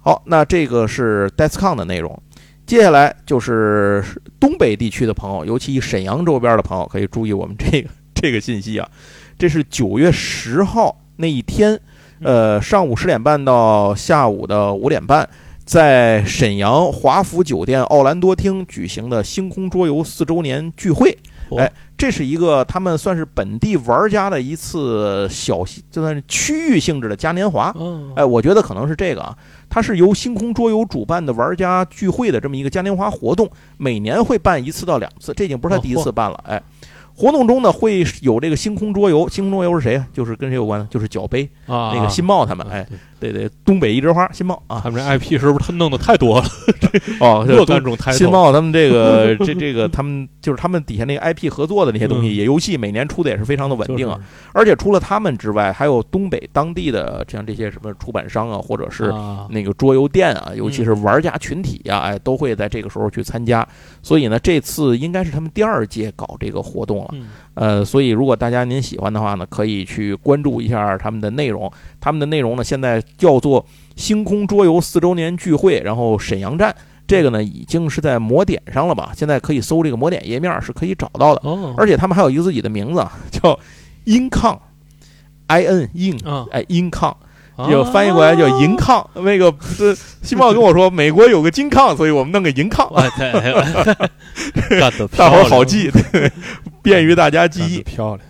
Speaker 1: 好，那这个是 DESCON 的内容。接下来就是东北地区的朋友，尤其沈阳周边的朋友，可以注意我们这个这个信息啊。这是九月十号那一天，呃，上午十点半到下午的五点半，在沈阳华府酒店奥兰多厅举行的星空桌游四周年聚会。
Speaker 2: 哦
Speaker 1: 哎，这是一个他们算是本地玩家的一次小，就算是区域性质的嘉年华。
Speaker 2: 嗯，
Speaker 1: 哎，我觉得可能是这个啊，它是由星空桌游主办的玩家聚会的这么一个嘉年华活动，每年会办一次到两次，这已经不是他
Speaker 2: 哦
Speaker 1: 第一次办了。哎，活动中呢会有这个星空桌游，星空桌游是谁啊？就是跟谁有关呢？就是角杯
Speaker 2: 啊，
Speaker 1: 那个新茂他们，哎，
Speaker 2: 对，
Speaker 1: 对对，东北一枝花新茂啊，
Speaker 2: 他们这 IP 是不是他弄的太多了，
Speaker 1: 哦，东
Speaker 2: 若干种 title。
Speaker 1: 新茂他们这个这这个他们就是他们底下那个 IP 合作的那些东西，
Speaker 2: 嗯
Speaker 1: 也游戏每年出的也是非常的稳定啊
Speaker 2: 就。
Speaker 1: 而且除了他们之外，还有东北当地的像这些什么出版商啊，或者
Speaker 2: 是，
Speaker 1: 是
Speaker 2: 啊
Speaker 1: 那个桌游店啊，尤其是
Speaker 2: 嗯
Speaker 1: 玩家群体呀、哎，都会在这个时候去参加。所以呢，这次应该是他们第二届搞这个活动了。
Speaker 2: 嗯
Speaker 1: 呃，所以如果大家您喜欢的话呢，可以去关注一下他们的内容。他们的内容呢，现在叫做“星空桌游四周年聚会”，然后沈阳站。这个呢，已经是在魔点上了吧？现在可以搜这个魔点页面是可以找到的，
Speaker 2: 哦，
Speaker 1: 而且他们还有一个自己的名字啊，叫 “incon”，i n in，
Speaker 2: 啊，
Speaker 1: 哎，incon，
Speaker 2: 啊
Speaker 1: 就翻译过来叫银。抗。那个不是新茂跟我说，美国有个金抗，所以我们弄个银抗，
Speaker 2: 哎，对， 干得
Speaker 1: 大伙儿
Speaker 2: 漂
Speaker 1: 好
Speaker 2: 亮
Speaker 1: 记，对便于大家记
Speaker 2: 干得
Speaker 1: 忆。
Speaker 2: 漂亮。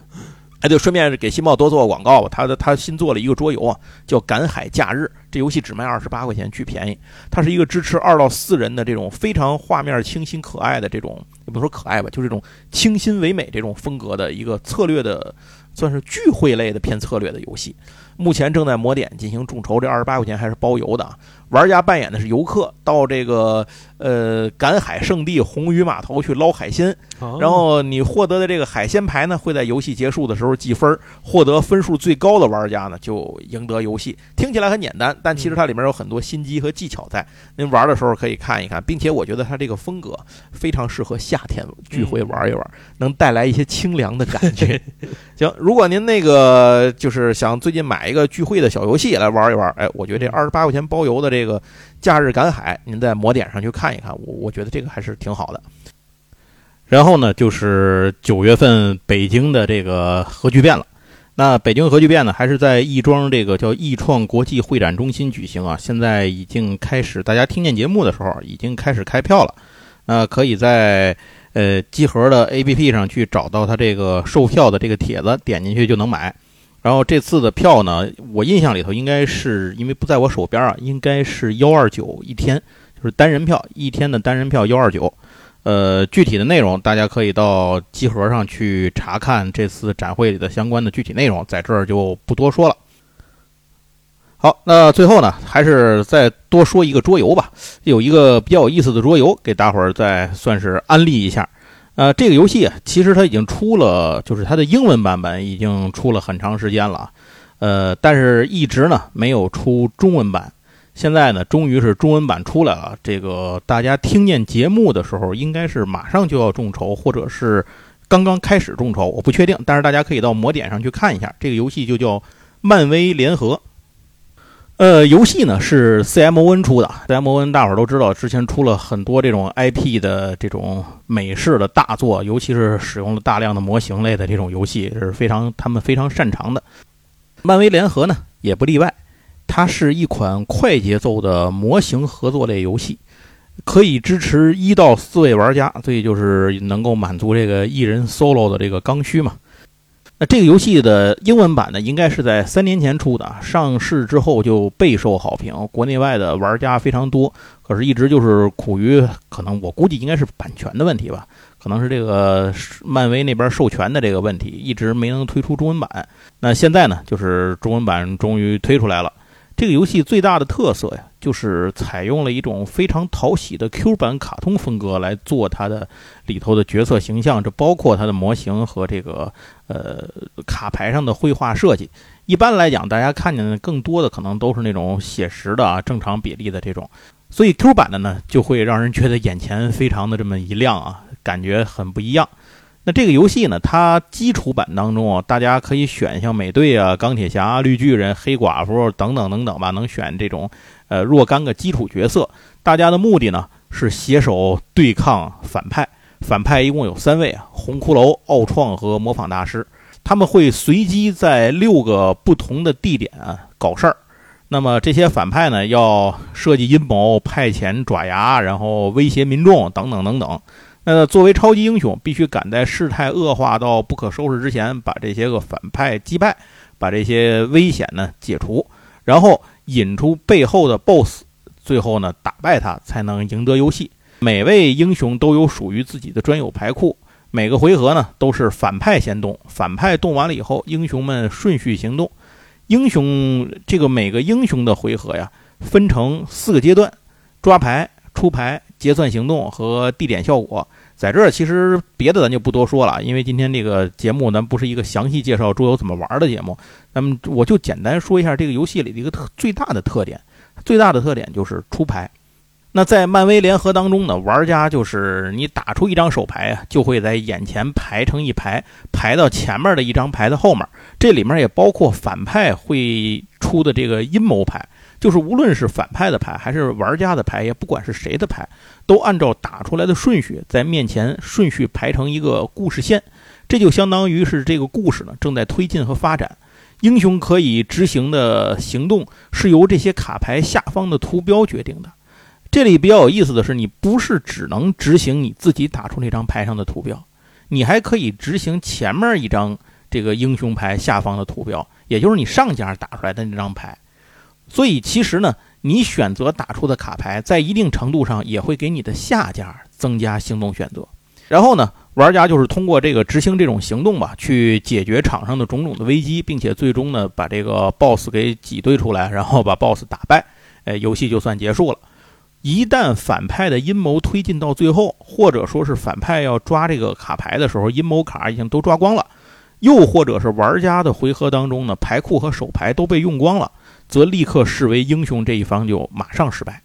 Speaker 1: 哎，对，顺便给新茂多做个广告吧。他的他新做了一个桌游啊，叫《赶海假日》，这游戏只卖二十八块钱，巨便宜。它是一个支持二到四人的这种非常画面清新可爱的这种，也不说可爱吧，就是这种清新唯美这种风格的一个策略的，算是聚会类的偏策略的游戏。目前正在魔点进行众筹，这二十八块钱还是包邮的啊。玩家扮演的是游客，到这个呃赶海圣地红鱼码头去捞海鲜，然
Speaker 2: 然
Speaker 1: 后你获得的这个海鲜牌呢，会在游戏结束的时候计分儿，获得分数最高的玩家呢就赢得游戏。听起来很简单，但其实它里面有很多心机和技巧在，您玩的时候可以看一看，并且我觉得它这个风格非常适合夏天聚会玩一玩，能带来一些清凉的感觉。行，如果您那个就是想最近买一个聚会的小游戏来玩一玩，哎，我觉得这二十八块钱包邮的这个假日赶海，您在魔点上去看一看，我我觉得这个还是挺好的。
Speaker 3: 然后呢，就是九月份北京的这个核聚变了。那北京核聚变呢，还是在亦庄这个叫亦创国际会展中心举行啊。现在已经开始，大家听见节目的时候已经开始开票了。那可以在呃集合的 APP 上去找到它这个售票的这个帖子，点进去就能买。然后这次的票呢，我印象里头应该是因为不在我手边啊，应该是幺二九一天，就是单人票一天的单人票幺二九。呃，具体的内容大家可以到集合上去查看这次展会里的相关的具体内容，在这儿就不多说了。好，那最后呢，还是再多说一个桌游吧，有一个比较有意思的桌游，给大伙儿再算是安利一下。呃，这个游戏啊其实它已经出了，就是它的英文版本已经出了很长时间了啊，呃，但是一直呢没有出中文版。现在呢，终于是中文版出来了。这个大家听见节目的时候，应该是马上就要众筹，或者是刚刚开始众筹，我不确定。但是大家可以到魔点上去看一下，这个游戏就叫《漫威联合》。呃，游戏呢是 CMON 出的，CMON 大伙儿都知道，之前出了很多这种 IP 的这种美式的大作，尤其是使用了大量的模型类的这种游戏，是非常他们非常擅长的。漫威联合呢也不例外，它是一款快节奏的模型合作类游戏，可以支持一到四位玩家，所以就是能够满足这个一人 solo 的这个刚需嘛。那这个游戏的英文版呢，应该是在三年前出的，上市之后就备受好评，国内外的玩家非常多。可是，一直就是苦于可能我估计应该是版权的问题吧，可能是这个漫威那边授权的这个问题，一直没能推出中文版。那现在呢，就是中文版终于推出来了。这个游戏最大的特色呀，就是采用了一种非常讨喜的 Q 版卡通风格来做它的里头的角色形象，这包括它的模型和这个呃卡牌上的绘画设计。一般来讲，大家看见的更多的可能都是那种写实的啊，正常比例的这种。所以 Q 版的呢，就会让人觉得眼前非常的这么一亮啊，感觉很不一样。那这个游戏呢，它基础版当中啊，大家可以选像美队啊、钢铁侠、绿巨人、黑寡妇等等等等吧，能选这种呃若干个基础角色。大家的目的呢是携手对抗反派，反派一共有三位啊：红骷髅、奥创和模仿大师。他们会随机在六个不同的地点啊搞事儿。那么这些反派呢，要设计阴谋、派遣爪牙，然后威胁民众等等等等。那作为超级英雄，必须赶在事态恶化到不可收拾之前，把这些个反派击败，把这些危险呢解除，然后引出背后的 BOSS，最后呢打败他，才能赢得游戏。每位英雄都有属于自己的专有牌库，每个回合呢都是反派先动，反派动完了以后，英雄们顺序行动。英雄这个每个英雄的回合呀，分成四个阶段：抓牌、出牌、结算行动和地点效果。在这儿其实别的咱就不多说了，因为今天这个节目咱不是一个详细介绍桌游怎么玩的节目，那么我就简单说一下这个游戏里的一个特最大的特点。最大的特点就是出牌。那在漫威联合当中呢，玩家就是你打出一张手牌啊，就会在眼前排成一排，排到前面的一张牌的后面。这里面也包括反派会出的这个阴谋牌。就是无论是反派的牌还是玩家的牌，也不管是谁的牌，都按照打出来的顺序在面前顺序排成一个故事线，这就相当于是这个故事呢正在推进和发展。英雄可以执行的行动是由这些卡牌下方的图标决定的。这里比较有意思的是，你不是只能执行你自己打出那张牌上的图标，你还可以执行前面一张这个英雄牌下方的图标，也就是你上家打出来的那张牌。所以其实呢，你选择打出的卡牌，在一定程度上也会给你的下家增加行动选择。然后呢，玩家就是通过这个执行这种行动吧，去解决场上的种种的危机，并且最终呢把这个 BOSS 给挤兑出来，然后把 BOSS 打败，哎，游戏就算结束了。一旦反派的阴谋推进到最后，或者说是反派要抓这个卡牌的时候，阴谋卡已经都抓光了，又或者是玩家的回合当中呢，牌库和手牌都被用光了。则立刻视为英雄这一方就马上失败。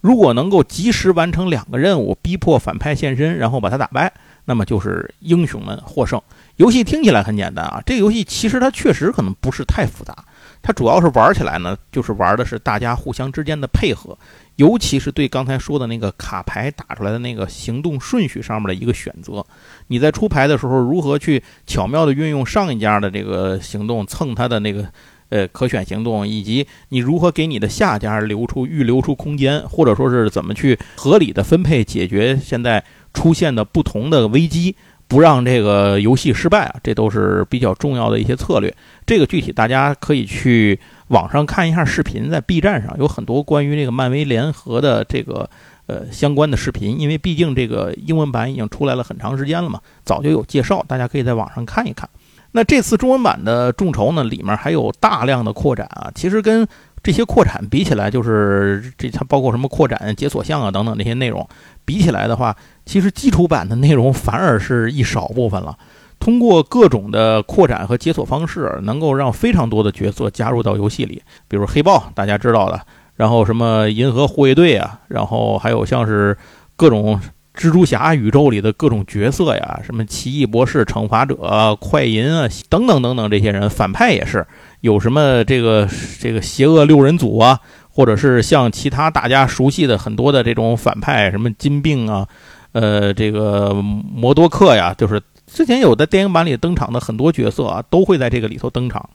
Speaker 3: 如果能够及时完成两个任务，逼迫反派现身，然后把他打败，那么就是英雄们获胜。游戏听起来很简单啊，这个游戏其实它确实可能不是太复杂，它主要是玩起来呢，就是玩的是大家互相之间的配合，尤其是对刚才说的那个卡牌打出来的那个行动顺序上面的一个选择。你在出牌的时候，如何去巧妙地运用上一家的这个行动蹭他的那个。呃，可选行动以及你如何给你的下家留出预留出空间，或者说是怎么去合理的分配解决现在出现的不同的危机，不让这个游戏失败啊，这都是比较重要的一些策略。这个具体大家可以去网上看一下视频，在 B 站上有很多关于这个漫威联合的这个呃相关的视频，因为毕竟这个英文版已经出来了很长时间了嘛，早就有介绍，大家可以在网上看一看。那这次中文版的众筹呢，里面还有大量的扩展啊。其实跟这些扩展比起来，就是这它包括什么扩展、解锁项啊等等那些内容比起来的话，其实基础版的内容反而是一少部分了。通过各种的扩展和解锁方式，能够让非常多的角色加入到游戏里，比如黑豹，大家知道的，然后什么银河护卫队啊，然后还有像是各种。蜘蛛侠宇宙里的各种角色呀，什么奇异博士、惩罚者、快银啊，等等等等，这些人反派也是，有什么这个这个邪恶六人组啊，或者是像其他大家熟悉的很多的这种反派，什么金并啊，呃，这个摩多克呀，就是之前有的电影版里登场的很多角色啊，都会在这个里头登场。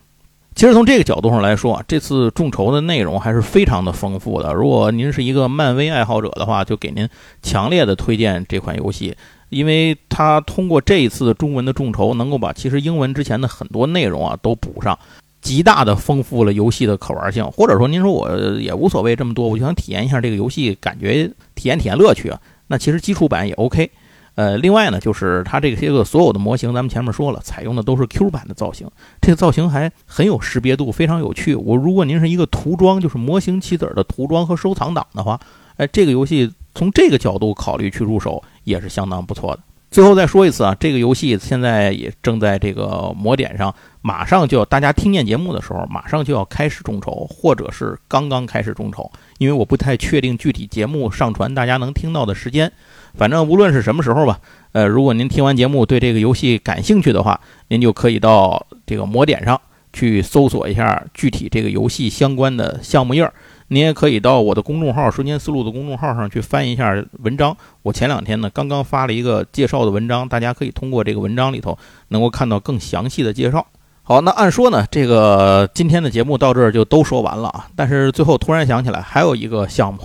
Speaker 3: 其实从这个角度上来说啊，这次众筹的内容还是非常的丰富的。如果您是一个漫威爱好者的话，就给您强烈的推荐这款游戏，因为它通过这一次中文的众筹，能够把其实英文之前的很多内容啊都补上，极大的丰富了游戏的可玩性。或者说，您说我呃也无所谓这么多，我就想体验一下这个游戏，感觉体验体验乐趣啊。那其实基础版也 OK。呃，另外呢，就是它这些个所有的模型，咱们前面说了，采用的都是 Q 版的造型，这个造型还很有识别度，非常有趣。我如果您是一个涂装，就是模型棋子儿的涂装和收藏党的话，哎，这个游戏从这个角度考虑去入手也是相当不错的。最后再说一次啊，这个游戏现在也正在这个魔点上，马上就要大家听见节目的时候，马上就要开始众筹，或者是刚刚开始众筹，因为我不太确定具体节目上传大家能听到的时间。反正无论是什么时候吧，呃，如果您听完节目对这个游戏感兴趣的话，您就可以到这个魔点上去搜索一下具体这个游戏相关的项目页儿。您也可以到我的公众号“瞬间思路”的公众号上去翻一下文章。我前两天呢刚刚发了一个介绍的文章，大家可以通过这个文章里头能够看到更详细的介绍。好，那按说呢，这个今天的节目到这儿就都说完了啊。但是最后突然想起来，还有一个项目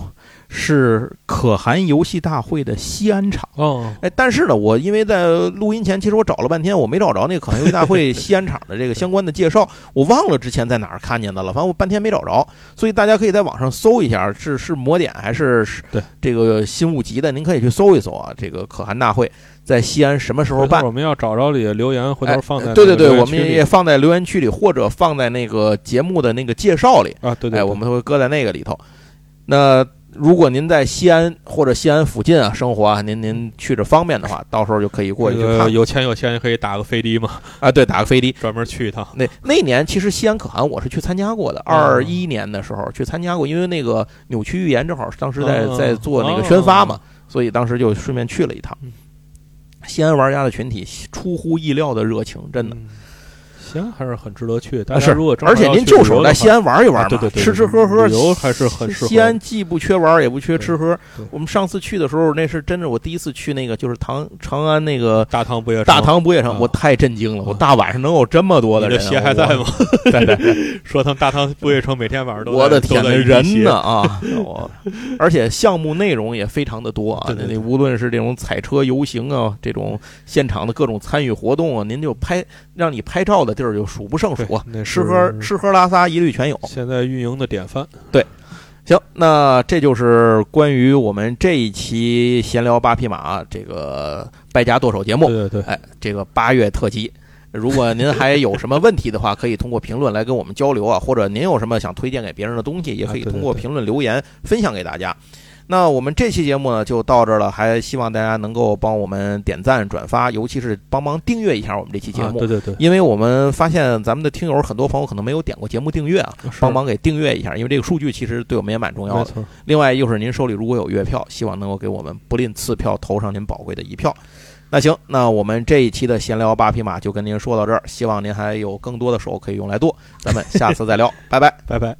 Speaker 3: 是可汗游戏大会的西安场。
Speaker 2: 哦，
Speaker 1: 哎，但是呢，我因为在录音前，其实我找了半天，我没找着那个可汗游戏大 会西安场的这个相关的介绍，我忘了之前在哪儿看见的了，反正我半天没找着，所以大家可以在网上搜一下，是是魔点还是是
Speaker 2: 对
Speaker 1: 这个新五级的，您可以去搜一搜啊。这个可汗大会在西安什么时候
Speaker 2: 回头
Speaker 1: 办？
Speaker 2: 我们要找着里留言，回
Speaker 1: 哎
Speaker 2: 头放在那
Speaker 1: 对
Speaker 2: 个
Speaker 1: 对对，
Speaker 2: 留言
Speaker 1: 我
Speaker 2: 区
Speaker 1: 们
Speaker 2: 里
Speaker 1: 也放在留言区里，或者放在那个节目的那个介绍里。
Speaker 2: 啊，对对，
Speaker 1: 哎，
Speaker 2: 对
Speaker 1: 我们会搁在那个里头。那如果您在西安或者西安附近啊生活啊，您您去着方便的话，到时候就可以过去去
Speaker 2: 这个
Speaker 1: 看
Speaker 2: 有钱有闲也可以打个飞的嘛，
Speaker 1: 啊。对，打个飞的。
Speaker 2: 专门去一趟。
Speaker 1: 那那年其实西安可汗我是去参加过的，二
Speaker 2: 哦
Speaker 1: 一年的时候去参加过，因为那个扭曲预言正好当时在
Speaker 2: 哦
Speaker 1: 在做那个宣发嘛，所以当时就顺便去了一趟
Speaker 2: 嗯。
Speaker 1: 西安玩家的群体出乎意料的热情，真的。
Speaker 2: 嗯，行，还是很值得去。大
Speaker 1: 啊
Speaker 2: 家
Speaker 1: 是
Speaker 2: 如果正好
Speaker 1: 而且
Speaker 2: 要
Speaker 1: 您
Speaker 2: 去
Speaker 1: 就
Speaker 2: 旅
Speaker 1: 手
Speaker 2: 游
Speaker 1: 在
Speaker 2: 的
Speaker 1: 西
Speaker 2: 话，
Speaker 1: 安玩一玩嘛，
Speaker 2: 啊对对对
Speaker 1: 吃吃喝喝，
Speaker 2: 旅游还是很
Speaker 1: 西
Speaker 2: 适合
Speaker 1: 西安既不缺玩儿，也不缺
Speaker 2: 对
Speaker 1: 吃喝
Speaker 2: 对。
Speaker 1: 我们上次去的时候，那是真是我第一次去那个，就是唐长安那个
Speaker 2: 大唐不夜
Speaker 1: 大
Speaker 2: 城
Speaker 1: 唐不夜城
Speaker 2: 啊，
Speaker 1: 我太震惊了！我大晚上能有这么多的
Speaker 2: 你
Speaker 1: 人
Speaker 2: 的
Speaker 1: 啊，
Speaker 2: 鞋还在吗？
Speaker 1: 我？在在，
Speaker 2: 说他们大唐不夜城每天晚上都在
Speaker 1: 我的天
Speaker 2: 都
Speaker 1: 呐，
Speaker 2: 在
Speaker 1: 人 呢？啊！我而且项目内容也非常的多啊
Speaker 2: 对，对
Speaker 1: 那
Speaker 2: 对
Speaker 1: 无论是这种踩车游行啊，这种现场的各种参与活动啊，您就拍让你拍照的地儿就数不胜数啊
Speaker 2: 对那，
Speaker 1: 吃喝
Speaker 2: 是
Speaker 1: 吃喝拉撒一律全有。
Speaker 2: 现在运营的典范，
Speaker 1: 行，那这就是关于我们这一期闲聊八匹马这个败家剁手节
Speaker 2: 对
Speaker 1: 目，
Speaker 2: 对对，
Speaker 1: 哎，这个八月特辑。如果您还有什么问题的话，可以通过评论来跟我们交流啊，或者您有什么想推荐给别人的东西，也可以
Speaker 2: 啊对对
Speaker 1: 通过
Speaker 2: 对
Speaker 1: 评论留言分享给大家。那我们这期节目呢就到这儿了，还希望大家能够帮我们点赞、转发，尤其是帮忙订阅一下我们这期节
Speaker 2: 啊
Speaker 1: 目，
Speaker 2: 对对对，
Speaker 1: 因为我们发现咱们的听友很多朋友可能没有点过节目订阅啊，
Speaker 2: 是
Speaker 1: 帮忙给订阅一下，因为这个数据其实对我们也蛮重要
Speaker 2: 没
Speaker 1: 的。
Speaker 2: 错，
Speaker 1: 另外就是您手里如果有月票，希望能够给我们不吝赐票，投上您宝贵的一票。那行，那我们这一期的闲聊八匹马就跟您说到这儿，希望您还有更多的手可以用来剁，咱们下次再聊，拜拜。
Speaker 2: 拜拜。